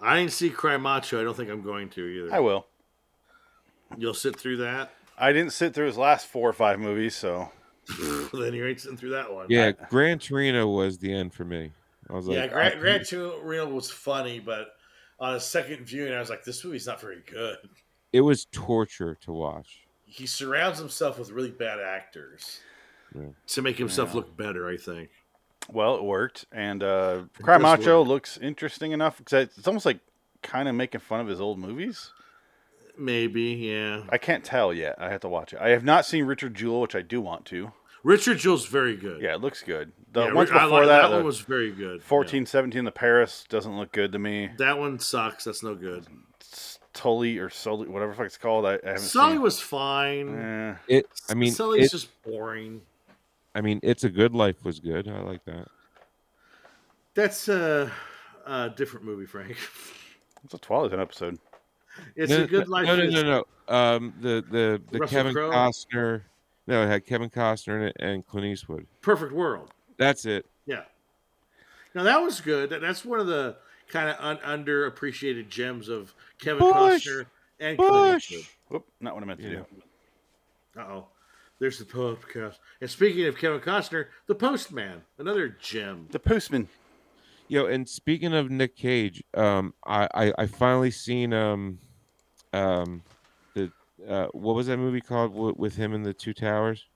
Speaker 4: I didn't see Cry Macho. I don't think I'm going to either.
Speaker 1: I will.
Speaker 4: You'll sit through that.
Speaker 1: I didn't sit through his last four or five movies, so
Speaker 4: then you ain't sitting through that one.
Speaker 5: Yeah, Gran Torino was the end for me. I was like,
Speaker 4: yeah. Gran,
Speaker 5: I-
Speaker 4: Gran Torino was funny, but on a second viewing, I was like, this movie's not very good.
Speaker 5: it was torture to watch.
Speaker 4: He surrounds himself with really bad actors
Speaker 5: Yeah.
Speaker 4: to make himself look better. I think.
Speaker 1: well, it worked. And uh, Cry Macho looks interesting enough because it's almost like kind of making fun of his old movies.
Speaker 4: Maybe, yeah.
Speaker 1: I can't tell yet. I have to watch it. I have not seen Richard Jewell, which I do want to.
Speaker 4: Richard Jewell's very good.
Speaker 1: Yeah, it looks good. The
Speaker 4: Yeah,
Speaker 1: ones
Speaker 4: Ri- I
Speaker 1: before
Speaker 4: like-
Speaker 1: that,
Speaker 4: one
Speaker 1: the
Speaker 4: was very good. yeah.
Speaker 1: 14, 17, the Paris doesn't look good to me.
Speaker 4: That one sucks. That's no good.
Speaker 1: Tully or Sully, whatever the fuck it's called. I, I haven't
Speaker 4: Sully
Speaker 1: seen.
Speaker 4: was fine.
Speaker 1: Eh.
Speaker 5: It. I mean,
Speaker 4: Sully's
Speaker 5: it-
Speaker 4: just boring.
Speaker 5: I mean, it's a good life was good. I like that.
Speaker 4: That's uh, a different movie, Frank.
Speaker 1: It's a Twilight Zone episode.
Speaker 4: It's
Speaker 5: no,
Speaker 4: a good
Speaker 5: no,
Speaker 4: life.
Speaker 5: No, no,
Speaker 4: is-
Speaker 5: no, no. Um, the the, the
Speaker 4: Russell
Speaker 5: Kevin
Speaker 4: Crowe?
Speaker 5: Costner. No, it had Kevin Costner in it and Clint Eastwood.
Speaker 4: Perfect World.
Speaker 5: That's it.
Speaker 4: Yeah. Now that was good. That- That's one of the kind of un- underappreciated gems of Kevin
Speaker 1: Bush!
Speaker 4: Costner and
Speaker 1: Bush!
Speaker 4: Clint
Speaker 1: Whoop, not what I meant to do.
Speaker 4: Uh oh. There's the podcast. And speaking of Kevin Costner, The Postman, another gem.
Speaker 1: The Postman.
Speaker 5: Yo, and speaking of Nick Cage, um, I I, I finally seen um, um, the uh, what was that movie called with, with him in the two towers?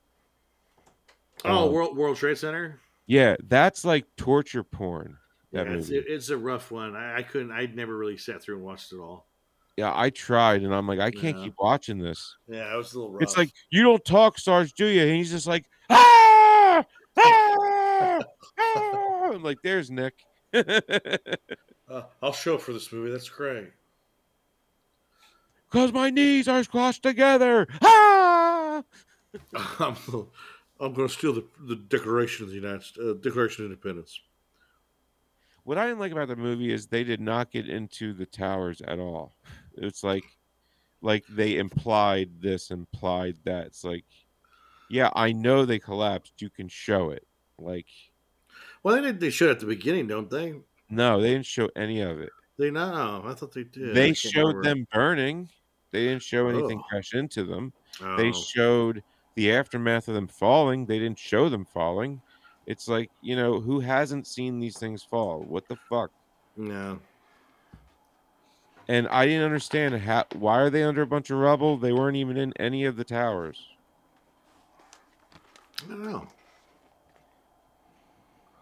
Speaker 4: Oh,
Speaker 5: Um,
Speaker 4: World World Trade Center.
Speaker 5: Yeah, that's like torture porn. That
Speaker 4: Yeah, it's,
Speaker 5: movie.
Speaker 4: it- it's a rough one. I, I couldn't. I never really sat through and watched it all.
Speaker 5: yeah, I tried, and I'm like, I can't
Speaker 4: Yeah.
Speaker 5: keep watching this.
Speaker 4: Yeah, it was a little rough.
Speaker 5: It's like you don't talk, Sarge, do you? And he's just like, ah, ah, ah. I'm like, there's Nick.
Speaker 4: uh, I'll show up for this movie. That's great.
Speaker 5: Cause my knees are squashed together. Ah!
Speaker 4: I'm, I'm going to steal the, the Declaration of the United uh, Declaration of Independence.
Speaker 5: What I didn't like about the movie is they did not get into the towers at all. It's like, like they implied this, implied that. It's like, yeah, I know they collapsed. You can show it. Like,
Speaker 4: Well, they did, they show it at the beginning, don't they?
Speaker 5: no, they didn't show any of it.
Speaker 4: They no, I thought they did. I
Speaker 5: they
Speaker 4: can't
Speaker 5: showed
Speaker 4: remember.
Speaker 5: them burning. They didn't show anything
Speaker 4: Ugh.
Speaker 5: crash into them. They
Speaker 4: Oh.
Speaker 5: showed the aftermath of them falling. They didn't show them falling. It's like, you know, who hasn't seen these things fall? What the fuck?
Speaker 4: No.
Speaker 5: And I didn't understand how why are they under a bunch of rubble? They weren't even in any of the towers.
Speaker 4: I don't know.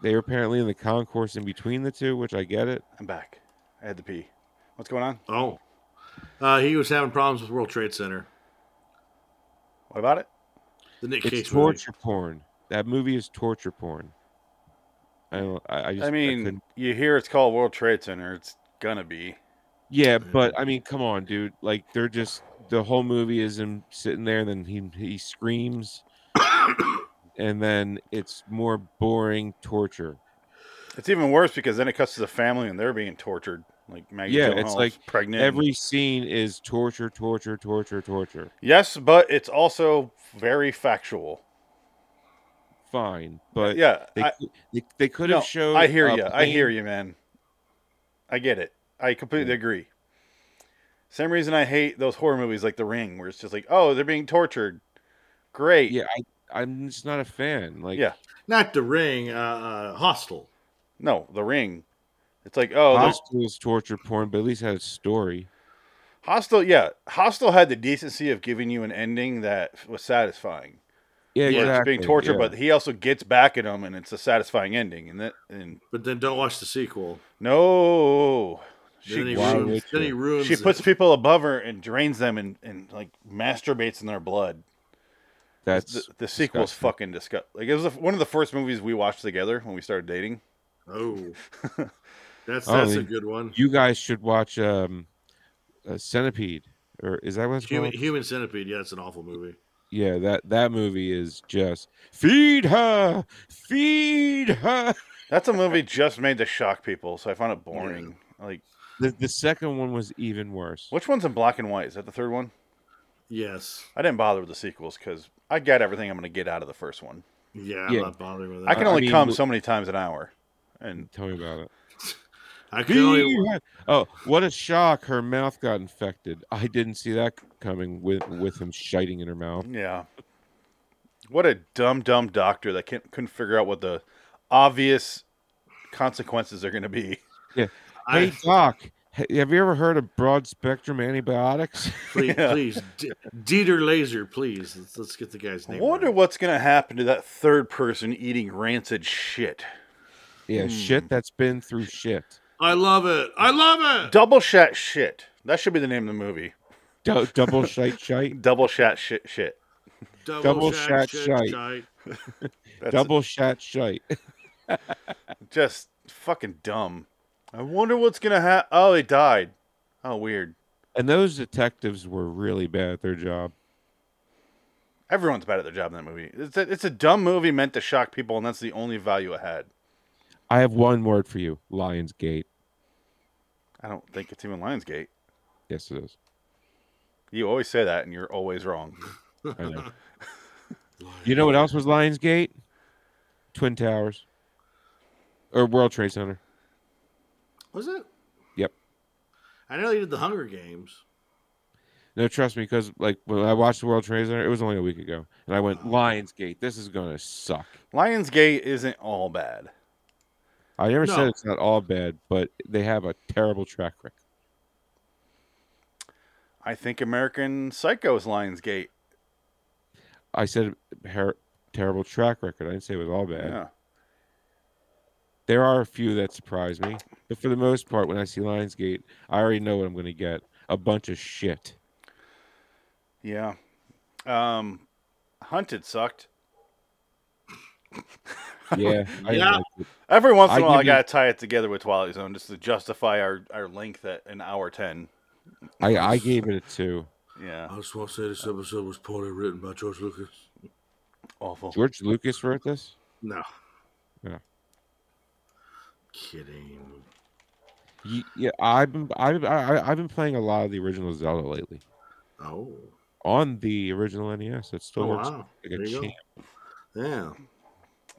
Speaker 5: They were apparently in the concourse in between the two, which I get it.
Speaker 1: I'm back. I had to pee. What's going on?
Speaker 4: Oh, uh, he was having problems with World Trade Center.
Speaker 1: What about it?
Speaker 4: The Nick
Speaker 5: It's
Speaker 4: Cage movie.
Speaker 5: torture porn. That movie is torture porn. I don't, I, I just
Speaker 1: I mean,
Speaker 5: couldn't-
Speaker 1: you hear it's called World Trade Center. It's gonna be.
Speaker 5: Yeah, but I mean, come on, dude. Like they're just the whole movie is him sitting there, and then he he screams, and then it's more boring torture.
Speaker 1: It's even worse because then it cuts to the family and they're being tortured. Like Maggie
Speaker 5: yeah,
Speaker 1: Gyllenhaal's
Speaker 5: it's like
Speaker 1: pregnant. and-
Speaker 5: Every scene is torture, torture, torture, torture.
Speaker 1: Yes, but it's also very factual.
Speaker 5: Fine, but
Speaker 1: Yeah,
Speaker 5: they
Speaker 1: I-
Speaker 5: cou- they, they could have
Speaker 1: No,
Speaker 5: showed.
Speaker 1: I hear
Speaker 5: a
Speaker 1: you. I hear
Speaker 5: plane-
Speaker 1: you, man. I get it. I completely agree. Same reason I hate those horror movies like The Ring, where it's just like, oh, they're being tortured. Great.
Speaker 5: Yeah, I, I'm just not a fan. Like,
Speaker 1: Yeah.
Speaker 4: Not The Ring. Uh, uh, Hostel.
Speaker 1: No, The Ring. It's like, oh, there's
Speaker 5: Hostel's torture porn, but at least had a story.
Speaker 1: Hostel. Yeah, Hostel had the decency of giving you an ending that was satisfying.
Speaker 5: Yeah,
Speaker 1: Where
Speaker 5: exactly.
Speaker 1: It's being tortured,
Speaker 5: yeah.
Speaker 1: but he also gets back at him, and it's a satisfying ending. And that, and
Speaker 4: But then don't watch the sequel.
Speaker 1: no,
Speaker 4: then, he
Speaker 1: she,
Speaker 5: Why
Speaker 4: ruins,
Speaker 5: would
Speaker 4: then he
Speaker 5: you?
Speaker 4: ruins.
Speaker 1: she
Speaker 4: it.
Speaker 1: puts people above her and drains them, and, and like masturbates in their blood.
Speaker 5: that's
Speaker 1: the, the sequel's
Speaker 5: disgusting.
Speaker 1: fucking disgust. Like it was the- one of the first movies we watched together when we started dating.
Speaker 4: Oh, that's that's
Speaker 5: Oh,
Speaker 4: a
Speaker 5: and
Speaker 4: good one.
Speaker 5: You guys should watch um, uh, Centipede, or is that what it's
Speaker 4: Human,
Speaker 5: called?
Speaker 4: Human Centipede. Yeah, it's an awful movie.
Speaker 5: Yeah, that that movie is just feed her, feed her.
Speaker 1: That's a movie just made to shock people, so I found it boring. Like
Speaker 5: The, the second one was even worse.
Speaker 1: which one's in black and white? Is that the third one?
Speaker 4: Yes.
Speaker 1: I didn't bother with the sequels because I got everything I'm going to get out of the first one.
Speaker 4: Yeah, I'm
Speaker 5: Yeah.
Speaker 4: not bothering with that.
Speaker 1: I can
Speaker 5: Uh, I
Speaker 1: only
Speaker 5: mean,
Speaker 1: come
Speaker 5: w-
Speaker 1: so many times an hour, and
Speaker 5: Tell me about it.
Speaker 4: I can only.
Speaker 5: Feed her. Oh, what a shock! Her mouth got infected. I didn't see that coming with with him shiting in her mouth.
Speaker 1: yeah, what a dumb dumb doctor that can't, couldn't figure out what the obvious consequences are going to be.
Speaker 5: Hey doc, ha- have you ever heard of broad spectrum antibiotics?
Speaker 4: Please, please, D- Dieter Laser, please. Let's, let's get the guy's
Speaker 1: I
Speaker 4: name.
Speaker 1: wonder
Speaker 4: right.
Speaker 1: what's going to happen to that third person eating rancid shit.
Speaker 5: yeah, shit that's been through shit.
Speaker 4: I love it. I love it.
Speaker 1: Double shot shit. That should be the name of the movie.
Speaker 5: Dou- double shite shite.
Speaker 1: Double shot shit shit.
Speaker 5: Double
Speaker 4: shot,
Speaker 5: shot
Speaker 4: shit,
Speaker 5: shite.
Speaker 4: shite.
Speaker 1: That's
Speaker 5: Double shot shite.
Speaker 1: just fucking dumb. I wonder what's gonna happen. Oh, he died. Oh, weird.
Speaker 5: And those detectives were really bad at their job.
Speaker 1: Everyone's bad at their job in that movie. It's a, it's a dumb movie meant to shock people, and that's the only value it had.
Speaker 5: I have one word for you Lion's Gate.
Speaker 1: I don't think it's even Lionsgate.
Speaker 5: Yes, it is.
Speaker 1: You always say that, and you're always wrong.
Speaker 5: I know.
Speaker 1: Oh,
Speaker 5: You know what else was Lionsgate? Twin Towers. Or World Trade Center.
Speaker 4: Was it?
Speaker 5: Yep.
Speaker 4: I know they did the Hunger Games.
Speaker 5: No, trust me, because like when I watched the World Trade Center, it was only a week ago, and I went Lionsgate. This is gonna suck.
Speaker 1: Lionsgate isn't all bad.
Speaker 5: I never
Speaker 1: No.
Speaker 5: said it's not all bad, but they have a terrible track record.
Speaker 1: I think American Psycho is Lionsgate.
Speaker 5: I said her- terrible track record. I didn't say it was all bad.
Speaker 1: Yeah.
Speaker 5: There are a few that surprise me, but for the most part, when I see Lionsgate, I already know what I'm gonna get: a bunch of shit.
Speaker 1: Yeah. Um, Hunted sucked.
Speaker 5: Yeah, I didn't like it.
Speaker 1: Every once in
Speaker 5: I
Speaker 1: a while,
Speaker 5: give
Speaker 1: I
Speaker 5: you-
Speaker 1: gotta tie it together with Twilight Zone just to justify our, our length at an hour ten.
Speaker 5: I, I gave it a two.
Speaker 1: Yeah.
Speaker 12: I just want to say this episode was poorly written by George Lucas.
Speaker 1: Awful.
Speaker 5: George Lucas wrote this.
Speaker 4: No.
Speaker 5: Yeah.
Speaker 4: Kidding.
Speaker 5: Ye- Yeah, I've been I've I, I- I've been playing a lot of the original Zelda lately.
Speaker 4: Oh.
Speaker 5: On the original NES, it still
Speaker 4: Oh,
Speaker 5: works
Speaker 4: wow.
Speaker 5: like a
Speaker 4: There you go.
Speaker 5: champ.
Speaker 4: Yeah.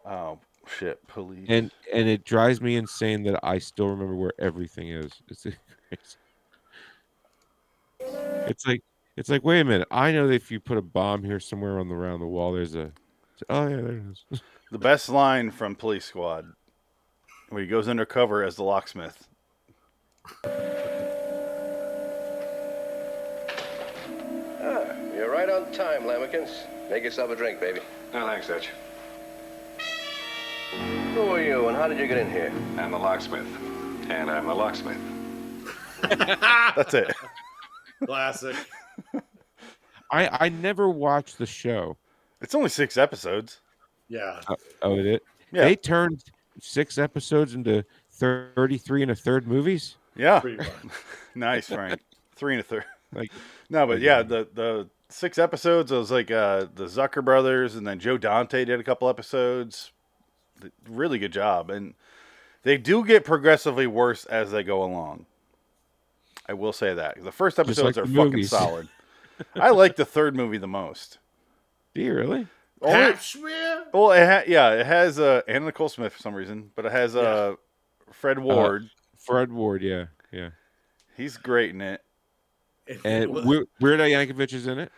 Speaker 1: Oh shit! Police.
Speaker 5: And and it drives me insane that I still remember where everything is. It's crazy. It's like it's like wait a minute. I know that if you put a bomb here somewhere on the around the wall, there's a oh yeah, there it is.
Speaker 1: The best line from Police Squad, where he goes undercover as the locksmith.
Speaker 13: Ah, you're right on time, Lamikins. Make yourself a drink, baby. No, Ah, thanks, Dutch. Who are you, and how did you get in here? I'm the locksmith. And I'm the locksmith.
Speaker 1: That's it.
Speaker 4: Classic.
Speaker 5: I I never watched the show.
Speaker 1: It's only six episodes.
Speaker 4: Yeah.
Speaker 5: Oh, oh, it.
Speaker 1: Yeah.
Speaker 5: They turned six episodes into thirty-three and a third movies.
Speaker 1: Yeah. nice, Frank. Three and a third.
Speaker 5: Like,
Speaker 1: no, but yeah, the the six episodes. It was like uh, the Zucker brothers, and then Joe Dante did a couple episodes. Th- Really good job, and they do get progressively worse as they go along. I will say that the first
Speaker 5: Just
Speaker 1: episodes
Speaker 5: like
Speaker 1: are
Speaker 5: the
Speaker 1: fucking
Speaker 5: movies.
Speaker 1: solid. I like the third movie the most.
Speaker 5: Do you really?
Speaker 1: Only-
Speaker 4: Pap smear?
Speaker 1: Well, it ha- yeah, it has uh, Anna Nicole Smith for some reason, but it has uh, Fred Ward.
Speaker 5: Fred Ward, yeah, yeah.
Speaker 1: He's great in it.
Speaker 5: And Weir- Weird Al Yankovic is in it.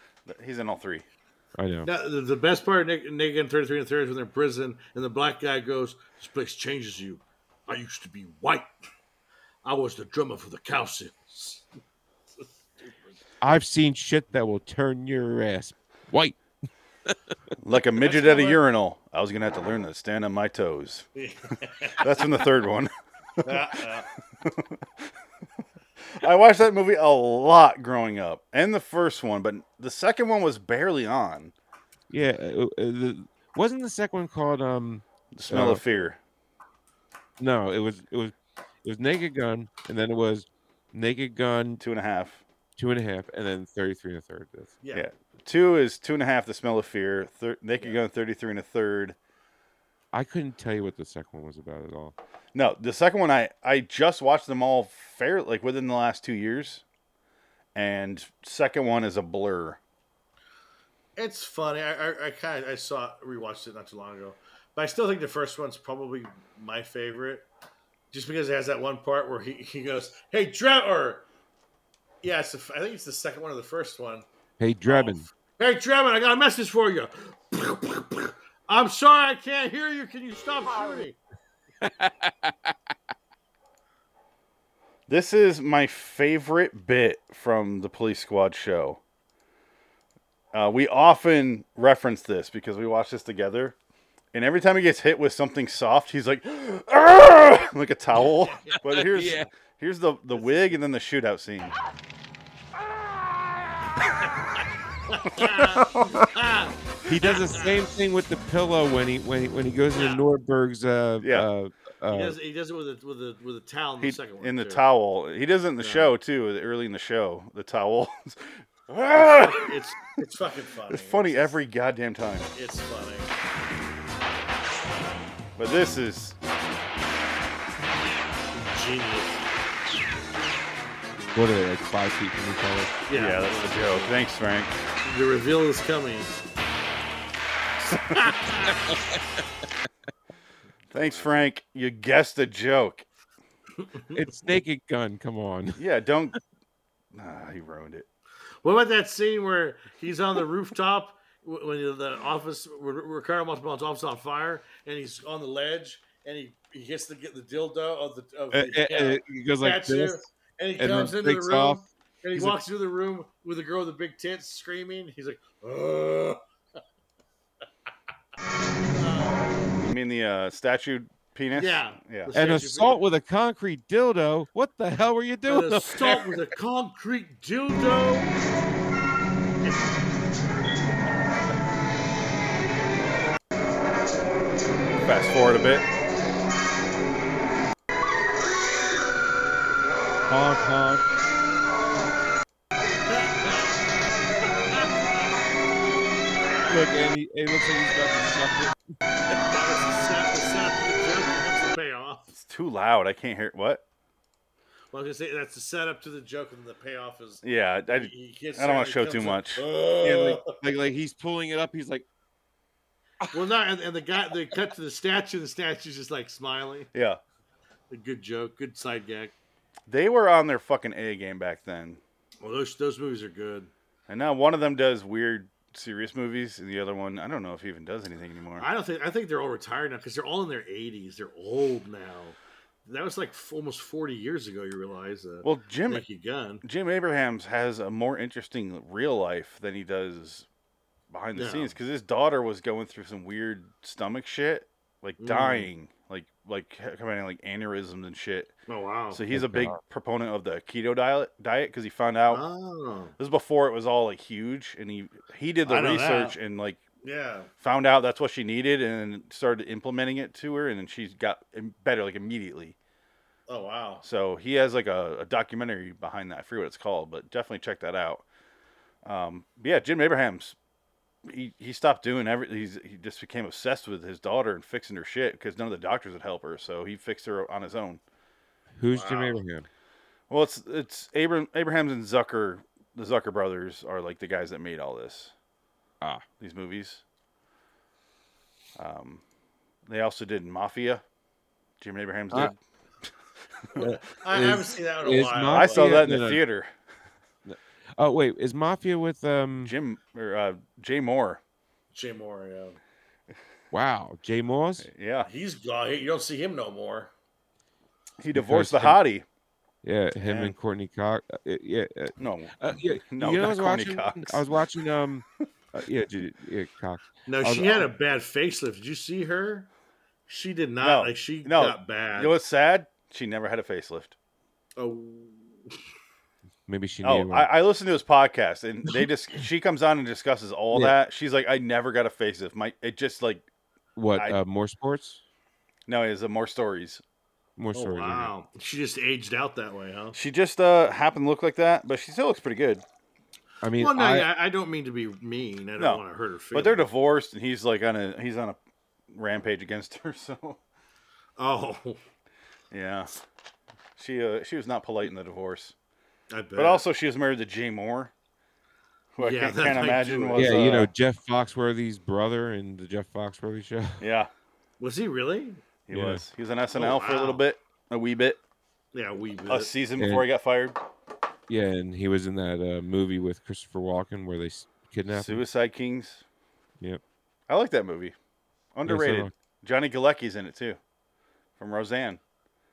Speaker 1: He's in all three.
Speaker 5: I know.
Speaker 4: Now, the, the best part of Nick, Nick and 33 and 30 is when they're in prison and the black guy goes, This place changes you. I used to be white. I was the drummer for the Cowsins.
Speaker 5: I've seen shit that will turn your ass white.
Speaker 1: Like a midget at a urinal. I was gonna have to learn to stand on my toes. That's in the third one.
Speaker 4: Yeah,
Speaker 1: I watched that movie a lot growing up, and the first one, but the second one was barely on.
Speaker 5: Yeah, uh, uh, the, wasn't the second one called um
Speaker 1: The Smell of
Speaker 5: uh,
Speaker 1: Fear.
Speaker 5: No, it was it was it was Naked Gun, and then it was Naked Gun
Speaker 1: two and a half,
Speaker 5: two and a half, and then thirty three and a third. That's-
Speaker 1: Yeah. Two is two and a half. The Smell of Fear. Thir- Naked Gun thirty three and a third.
Speaker 5: I couldn't tell you what the second one was about at all.
Speaker 1: No, the second one I I just watched them all fair like within the last two years, and second one is a blur.
Speaker 4: It's funny. I, I, I kind of I saw rewatched it not too long ago, but I still think the first one's probably my favorite, just because it has that one part where he, he goes, "Hey, Drebin," or yeah, it's the, f- I think it's the second one or the first one.
Speaker 5: Hey, Drebin,
Speaker 4: Hey, Drebin, I got a message for you. I'm sorry, I can't hear you. Can you stop shooting?
Speaker 1: This is my favorite bit from the Police Squad show. Uh, we often reference this because we watch this together. And every time he gets hit with something soft, he's like, "Argh!" like a towel. But here's
Speaker 5: Yeah.
Speaker 1: here's the, the wig and then the shootout scene.
Speaker 5: he does the same thing with the pillow when he when he when he goes into Norberg's. Uh,
Speaker 1: Yeah.
Speaker 5: uh, uh,
Speaker 4: he, does, he does it with a, with a, with a towel in the
Speaker 1: He,
Speaker 4: second one.
Speaker 1: in the
Speaker 4: too.
Speaker 1: towel. He does it in the show, too, early in the show. The towel.
Speaker 4: It's,
Speaker 1: it's
Speaker 4: it's, it's fucking funny.
Speaker 1: funny every goddamn time.
Speaker 4: It's funny.
Speaker 1: But this is
Speaker 4: genius.
Speaker 5: What are they like five feet from each other?
Speaker 1: Yeah, that's the joke. Thanks, Frank.
Speaker 4: The reveal is coming.
Speaker 1: Thanks, Frank. You guessed the joke. Mm-hmm.
Speaker 5: it's Naked Gun. Come on.
Speaker 1: Yeah, don't. Nah, he ruined it.
Speaker 4: What about that scene where he's on the rooftop wh- when the office, where Ricardo Montalban's office is on fire, and he's on the ledge, and he, he hits the the dildo of the of
Speaker 5: Uh,
Speaker 4: the,
Speaker 5: uh, uh, he goes like
Speaker 4: statue,
Speaker 5: this,
Speaker 4: and he
Speaker 5: and
Speaker 4: comes
Speaker 5: then
Speaker 4: into the
Speaker 5: takes
Speaker 4: room,
Speaker 5: off.
Speaker 4: and he
Speaker 5: He's like-
Speaker 4: walks through the room with a girl with the big tits screaming. He's like, Ugh.
Speaker 1: You mean the uh, statue penis?
Speaker 4: Yeah.
Speaker 1: Yeah.
Speaker 4: The
Speaker 5: An assault with a concrete dildo. What the hell were you doing?
Speaker 4: an
Speaker 5: up
Speaker 4: assault
Speaker 5: there?
Speaker 4: with a concrete dildo.
Speaker 1: Fast forward a bit.
Speaker 5: Honk, honk. Look, and he, it looks like he's about to suck it.
Speaker 4: That's the payoff.
Speaker 1: It's too loud. I can't hear what.
Speaker 4: Well, I was gonna say that's the setup to the joke, and the payoff is
Speaker 1: Yeah, I,
Speaker 4: He gets
Speaker 1: I don't
Speaker 4: there
Speaker 1: want to
Speaker 4: and he
Speaker 1: show
Speaker 4: comes
Speaker 1: too
Speaker 4: up, Oh.
Speaker 1: much.
Speaker 5: Yeah, like,
Speaker 4: "Ugh."
Speaker 5: like, like he's pulling it up. He's like,
Speaker 4: well, not and, and the guy they cut to the statue. The statue's just like smiling.
Speaker 1: Yeah,
Speaker 4: A good joke, good side gag.
Speaker 1: they were on their fucking A game back then,
Speaker 4: Well, those those movies are good.
Speaker 1: and now one of them does weird, serious movies, and the other one, I don't know if he even does anything anymore.
Speaker 4: I don't think I think they're all retired now because they're all in their eighties. They're old now. That was like f- almost forty years ago. You realize that?
Speaker 1: Well, Jim-
Speaker 4: Nicky Gunn.
Speaker 1: Jim Abrahams has a more interesting real life than he does behind the
Speaker 4: Yeah.
Speaker 1: scenes because his daughter was going through some weird stomach shit, like
Speaker 4: Mm.
Speaker 1: dying, like like coming in like aneurysms and shit.
Speaker 4: Oh wow!
Speaker 1: so he's a
Speaker 5: thank
Speaker 1: big
Speaker 5: God.
Speaker 1: proponent of the keto diet diet because he found out
Speaker 4: Oh
Speaker 1: this is before it was all like huge, and he he did the
Speaker 4: I know
Speaker 1: research
Speaker 4: that.
Speaker 1: and like
Speaker 4: yeah.
Speaker 1: found out that's what she needed and started implementing it to her, and then she got im- better like immediately.
Speaker 4: Oh wow!
Speaker 1: So he has like a, a documentary behind that. I forget what it's called, but definitely check that out. Um, but yeah, Jim Abrahams, he, he stopped doing everything. He's, he just became obsessed with his daughter and fixing her shit because none of the doctors would help her. So he fixed her on his own.
Speaker 5: "Who's Jim Abraham?"
Speaker 1: Well, it's it's Abram, Abrahams and Zucker, the Zucker brothers are like the guys that made all this,
Speaker 5: Ah,
Speaker 1: these movies. Um, they also did Mafia. Jim Abrahams did.
Speaker 5: Ah.
Speaker 4: I haven't seen that in a
Speaker 5: is
Speaker 4: while.
Speaker 5: Mafia-
Speaker 1: I saw that in
Speaker 5: no,
Speaker 1: the
Speaker 5: no.
Speaker 1: theater.
Speaker 5: Oh wait, is Mafia with um?
Speaker 1: Jim or uh, Jay Moore.
Speaker 4: Jim Moore. yeah.
Speaker 5: Wow, Jay Moss.
Speaker 1: Yeah,
Speaker 4: He's gone. You don't see him no more.
Speaker 1: he divorced the
Speaker 5: Because
Speaker 1: hottie.
Speaker 5: Yeah, him
Speaker 1: Yeah.
Speaker 5: and Courtney Cox. uh, yeah, uh,
Speaker 1: No,
Speaker 5: uh, yeah.
Speaker 1: no,
Speaker 5: you know, I
Speaker 1: not
Speaker 5: was
Speaker 1: Courtney
Speaker 5: watching.
Speaker 1: Cox.
Speaker 5: I was watching. Um, uh, yeah, Ju- yeah, Cox.
Speaker 4: No,
Speaker 5: I was-
Speaker 4: she had a bad facelift. Did you see her? She did not.
Speaker 1: No,
Speaker 4: like she
Speaker 1: no.
Speaker 4: got bad.
Speaker 1: You know what's sad? She never had a facelift.
Speaker 4: oh,
Speaker 5: Maybe she. Needed
Speaker 1: Oh,
Speaker 5: one.
Speaker 1: I, I listened to his podcast, and they just she comes on and discusses all
Speaker 5: Yeah.
Speaker 1: that. She's like, I never got a facelift. My it just like
Speaker 5: what?
Speaker 1: I-
Speaker 5: uh, more sports.
Speaker 1: no, it's uh, more stories.
Speaker 5: More
Speaker 4: oh,
Speaker 5: stories. I mean.
Speaker 4: wow. She just aged out that way, huh?
Speaker 1: She just uh happened to look like that, but she still looks pretty good.
Speaker 5: I mean,
Speaker 4: well, no,
Speaker 5: I,
Speaker 4: yeah, I, don't mean to be mean. I don't
Speaker 1: No,
Speaker 4: want to hurt her feelings.
Speaker 1: But they're divorced, and he's like on a he's on a rampage against her. So
Speaker 4: oh,
Speaker 1: yeah, she uh she was not polite in the divorce.
Speaker 4: I bet.
Speaker 1: But also, she was married to Jay Moore, who I
Speaker 4: Yeah,
Speaker 1: can't,
Speaker 4: that
Speaker 1: can't
Speaker 4: might do
Speaker 1: imagine
Speaker 4: it.
Speaker 1: was.
Speaker 5: yeah, you
Speaker 1: uh,
Speaker 5: know, Jeff Foxworthy's brother in the Jeff Foxworthy show.
Speaker 1: Yeah,
Speaker 4: was he really?
Speaker 1: he
Speaker 5: Yeah.
Speaker 1: was. He was on SNL for a little
Speaker 4: wow.
Speaker 1: bit, a wee bit,
Speaker 4: Yeah, we. bit.
Speaker 1: a season before he got fired.
Speaker 5: Yeah, and he was in that uh, movie with Christopher Walken where they s- kidnapped. him.
Speaker 1: Suicide Kings.
Speaker 5: Yep.
Speaker 1: I like that movie. Underrated.
Speaker 5: do
Speaker 1: Johnny Galecki's in it too, from Roseanne.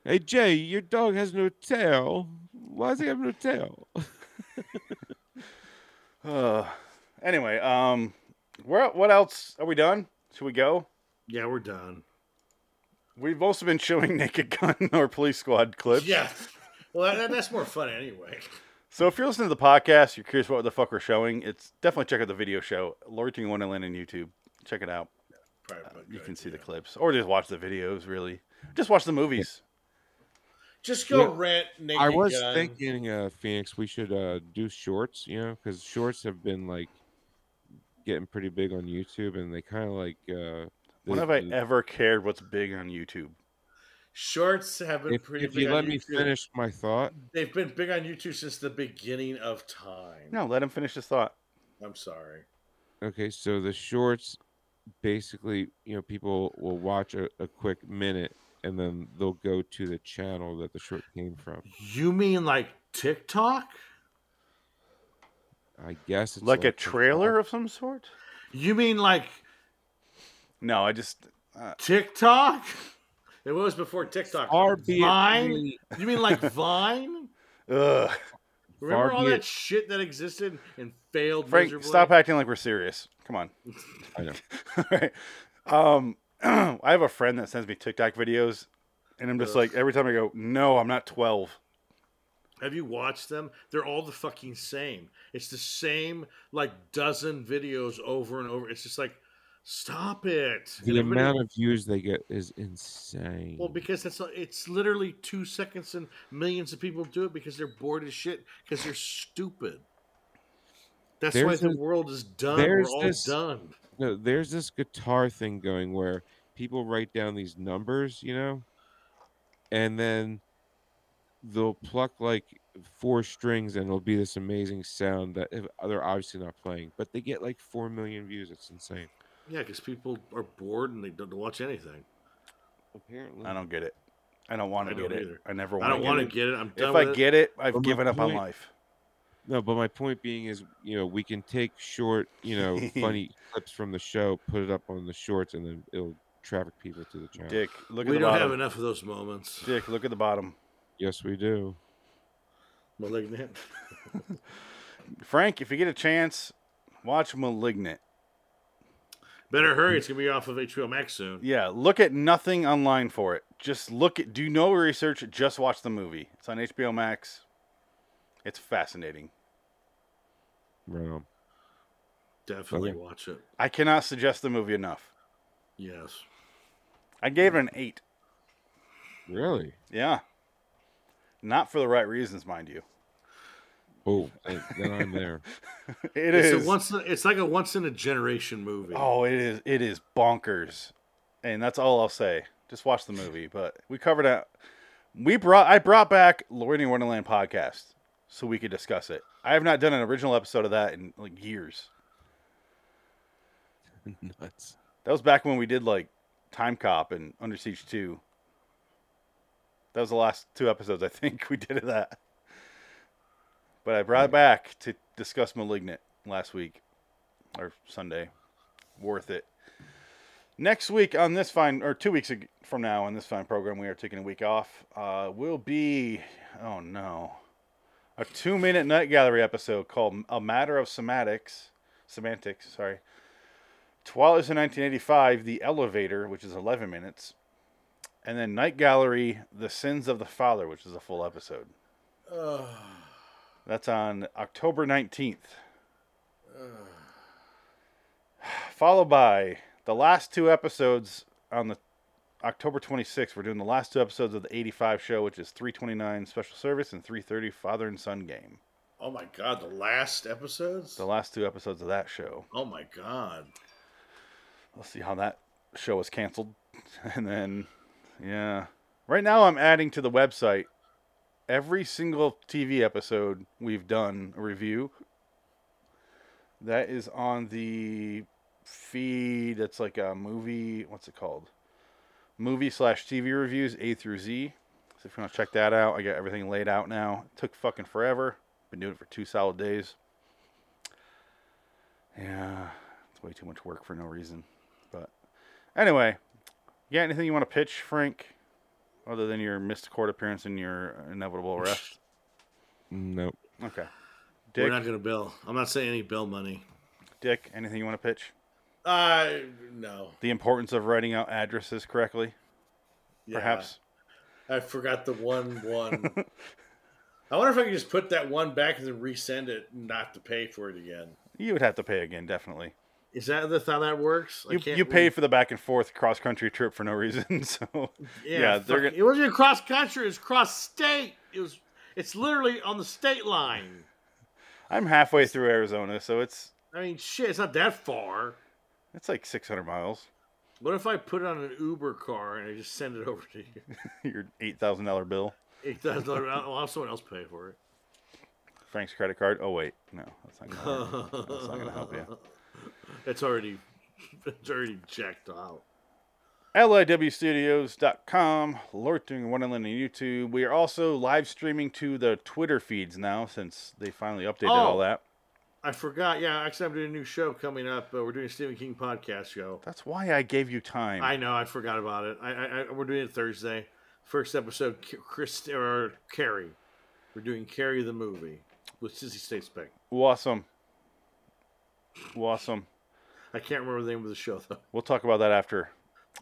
Speaker 5: Hey Jay, your dog has no tail. Why does he have no tail?
Speaker 1: Uh, anyway, um, where what else are we done? Should we go?
Speaker 4: yeah, we're done.
Speaker 1: We've also been showing Naked Gun or Police Squad clips.
Speaker 4: Yeah. Well, that, that's more fun anyway.
Speaker 1: So if you're listening to the podcast, you're curious what the fuck we're showing. It's definitely check out the video show, Lorting Wonderland on YouTube. Check it out.
Speaker 4: Probably
Speaker 1: Uh, You can see the clips, or just watch the videos. Really, just watch the movies.
Speaker 4: Just go
Speaker 5: Yeah.
Speaker 4: rent Naked
Speaker 5: I was
Speaker 4: Gun.
Speaker 5: thinking, uh, Phoenix, we should uh, do shorts. You know, because shorts have been like getting pretty big on YouTube, and they kind of like. Uh,
Speaker 1: When
Speaker 5: the-
Speaker 1: have I
Speaker 5: the-
Speaker 1: ever cared what's big on YouTube?
Speaker 4: Shorts have been
Speaker 5: If,
Speaker 4: pretty.
Speaker 5: if
Speaker 4: big
Speaker 5: you
Speaker 4: on
Speaker 5: let me
Speaker 4: YouTube.
Speaker 5: finish my thought,
Speaker 4: they've been big on YouTube since the beginning of time.
Speaker 1: No, let him finish his thought.
Speaker 4: I'm sorry.
Speaker 5: Okay, so the shorts basically, you know, people will watch a, a quick minute and then they'll go to the channel that the short came from.
Speaker 4: You mean like TikTok?
Speaker 5: I guess it's
Speaker 1: Like a trailer of some sort?
Speaker 4: You mean like
Speaker 1: No, I just uh,
Speaker 4: TikTok? It was before TikTok.
Speaker 1: Far be it
Speaker 4: Vine?
Speaker 1: me.
Speaker 4: You mean like Vine?
Speaker 1: Ugh.
Speaker 4: Remember
Speaker 1: Far
Speaker 4: all
Speaker 1: be
Speaker 4: that
Speaker 1: it-
Speaker 4: shit that existed and failed
Speaker 1: Frank,
Speaker 4: miserably?
Speaker 1: stop acting like we're serious. Come on.
Speaker 5: I know.
Speaker 1: All right. Um, I have a friend that sends me TikTok videos, and I'm just
Speaker 4: Ugh.
Speaker 1: like, every time I go, no, I'm not 12.
Speaker 4: Have you watched them? They're all the fucking same. It's the same like dozen videos over and over. It's just like, stop it. And
Speaker 5: The
Speaker 4: everybody-
Speaker 5: amount of views they get is insane.
Speaker 4: Well, because it's it's literally two seconds, and millions of people do it because they're bored as shit because they're stupid. That's why
Speaker 5: There's
Speaker 4: the
Speaker 5: this-
Speaker 4: world is done. We're
Speaker 5: there's
Speaker 4: all
Speaker 5: this-
Speaker 4: done.
Speaker 5: No, there's this guitar thing going where people write down these numbers, you know, and then they'll pluck like four strings and it'll be this amazing sound that if, they're obviously not playing, but they get like four million views. It's insane.
Speaker 4: Yeah, because people are bored and they don't watch anything.
Speaker 5: Apparently,
Speaker 1: I don't get it. I don't want
Speaker 4: I
Speaker 1: to
Speaker 4: don't
Speaker 1: get it.
Speaker 4: either.
Speaker 1: I never
Speaker 4: I
Speaker 1: want
Speaker 4: don't wanna
Speaker 1: to
Speaker 4: get it. I'm
Speaker 1: If
Speaker 4: done
Speaker 1: I
Speaker 4: with it.
Speaker 1: get it, I've
Speaker 5: But my
Speaker 1: given up on
Speaker 5: point-
Speaker 1: life.
Speaker 5: No, but my point being is, you know, we can take short, you know, funny clips from the show, put it up on the shorts, and then it'll traffic people to the channel.
Speaker 1: Dick, look at
Speaker 4: we
Speaker 1: the
Speaker 4: don't
Speaker 1: bottom.
Speaker 4: have enough of those moments.
Speaker 1: Dick, look at the bottom.
Speaker 5: Yes, we do.
Speaker 4: Malignant.
Speaker 1: Frank, if you get a chance, watch Malignant.
Speaker 4: Better hurry. It's gonna be off of HBO Max soon.
Speaker 1: Yeah, look at nothing online for it. Just look at, do no research, just watch the movie. It's on HBO Max. It's fascinating.
Speaker 5: Right on.
Speaker 4: Definitely
Speaker 5: Okay.
Speaker 4: watch it.
Speaker 1: I cannot suggest the movie enough.
Speaker 4: Yes.
Speaker 1: I gave it an eight.
Speaker 5: Really?
Speaker 1: Yeah. Not for the right reasons, mind you.
Speaker 5: Oh, then then I'm there.
Speaker 1: It
Speaker 4: it's
Speaker 1: is.
Speaker 4: A once. in- It's like a once in a generation movie.
Speaker 1: Oh, it is. It is bonkers, and that's all I'll say. Just watch the movie. But we covered out. We brought. I brought back Lord in Wonderland podcast so we could discuss it. I have not done an original episode of that in like years.
Speaker 5: Nuts.
Speaker 1: That was back when we did like Time Cop and Under Siege Two. That was the last two episodes I think we did of that. But I brought it back to discuss Malignant last week or Sunday. Worth it. Next week on this fine, or two weeks ag- from now on this fine program, we are taking a week off. Uh, will be, oh no, a two-minute night gallery episode called "A Matter of Semantics." Semantics, sorry. Twilight in 1985, The Elevator, which is 11 minutes, and then Night Gallery, The Sins of the Father, which is a full episode. That's on October 19th. Followed by the last two episodes on the October 26th. We're doing the last two episodes of the 85 show, which is 329 Special Service and 330 Father and Son Game.
Speaker 4: Oh my god! The last episodes.
Speaker 1: The last two episodes of that show.
Speaker 4: Oh my god!
Speaker 1: We'll see how that show is canceled. And then, yeah. Right now, I'm adding to the website every single TV episode we've done a review. That is on the feed. That's like a movie. What's it called? Movie slash TV reviews A through Z. So if you want to check that out, I got everything laid out now. It took fucking forever. Been doing it for two solid days. Yeah, it's way too much work for no reason. But anyway, you got anything you want to pitch, Frank? Other than your missed court appearance and your inevitable arrest?
Speaker 5: Nope.
Speaker 1: Okay.
Speaker 4: We're
Speaker 1: Dick,
Speaker 4: not gonna bill. I'm not saying any bill money.
Speaker 1: Dick, anything you want to pitch?
Speaker 4: Uh no.
Speaker 1: The importance of writing out addresses correctly,
Speaker 4: Yeah.
Speaker 1: perhaps.
Speaker 4: I forgot the one one. I wonder if I can just put that one back and then resend it, and not to pay for it again.
Speaker 1: You would have to pay again, definitely.
Speaker 4: Is that the how that works? I
Speaker 1: You,
Speaker 4: can't
Speaker 1: you pay
Speaker 4: re-
Speaker 1: for the back and forth cross country trip for no reason, so yeah, they're
Speaker 4: fuck-
Speaker 1: gonna,
Speaker 4: It wasn't cross country. It's cross state. It was. It's literally on the state line.
Speaker 1: I'm halfway through Arizona, so it's
Speaker 4: I mean, shit. It's not that far.
Speaker 1: it's like 600 miles.
Speaker 4: What if I put it on an Uber car and I just send it over to you?
Speaker 1: Your eight thousand dollar bill,
Speaker 4: It does. I'll I'll have someone else pay for it.
Speaker 1: Frank's credit card. Oh wait, no, that's not gonna, work. that's not gonna help you.
Speaker 4: It's already, it's already jacked out.
Speaker 1: LIWstudios.com, Lorting Wonderland, and YouTube. We are also live streaming to the Twitter feeds now since they finally updated all
Speaker 4: Oh.
Speaker 1: that.
Speaker 4: I forgot. Yeah, actually, I'm doing a new show coming up. Uh, we're doing a Stephen King podcast show.
Speaker 1: That's why I gave you time.
Speaker 4: I know. I forgot about it. I, I, I we're doing it Thursday. First episode, K- Chris or Carrie. We're doing Carrie the movie with Sissy Spacek.
Speaker 1: Awesome. Awesome.
Speaker 4: I can't remember the name of the show though.
Speaker 1: We'll talk about that after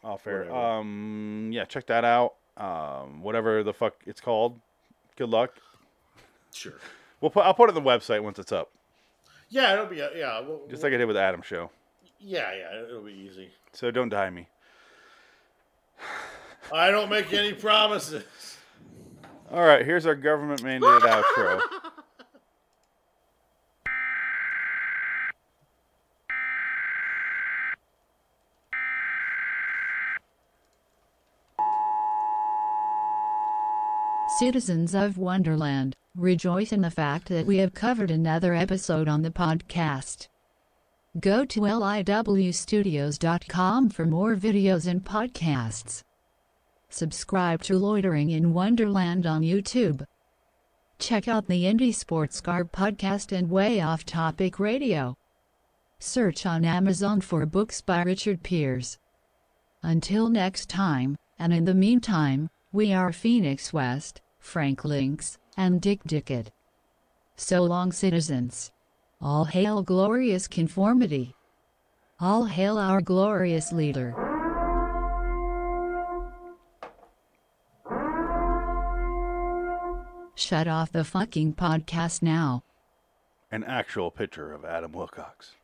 Speaker 1: off air.
Speaker 4: Whatever.
Speaker 1: Um, yeah, check that out. Um, whatever the fuck it's called. Good luck.
Speaker 4: Sure.
Speaker 1: We'll put. I'll put it on the website once it's up,
Speaker 4: Yeah, it'll be. a- Yeah, well,
Speaker 1: just like I did with the Adam show.
Speaker 4: yeah, yeah. It'll be easy.
Speaker 1: So don't die me.
Speaker 4: I don't make any promises.
Speaker 1: All right, here's our government mandated outro.
Speaker 14: Citizens of Wonderland, rejoice in the fact that we have covered another episode on the podcast. Go to liwstudios.com for more videos and podcasts. Subscribe to Loitering in Wonderland on YouTube. Check out the Indie Sports Car podcast and Way Off Topic Radio. Search on Amazon for books by Richard Pierce. Until next time, and in the meantime, we are Phoenix West, Frank Links, and Dick Dickett. So long, citizens. All hail glorious conformity. All hail our glorious leader. Shut off the fucking podcast now.
Speaker 1: An actual picture of Adam Wilcox.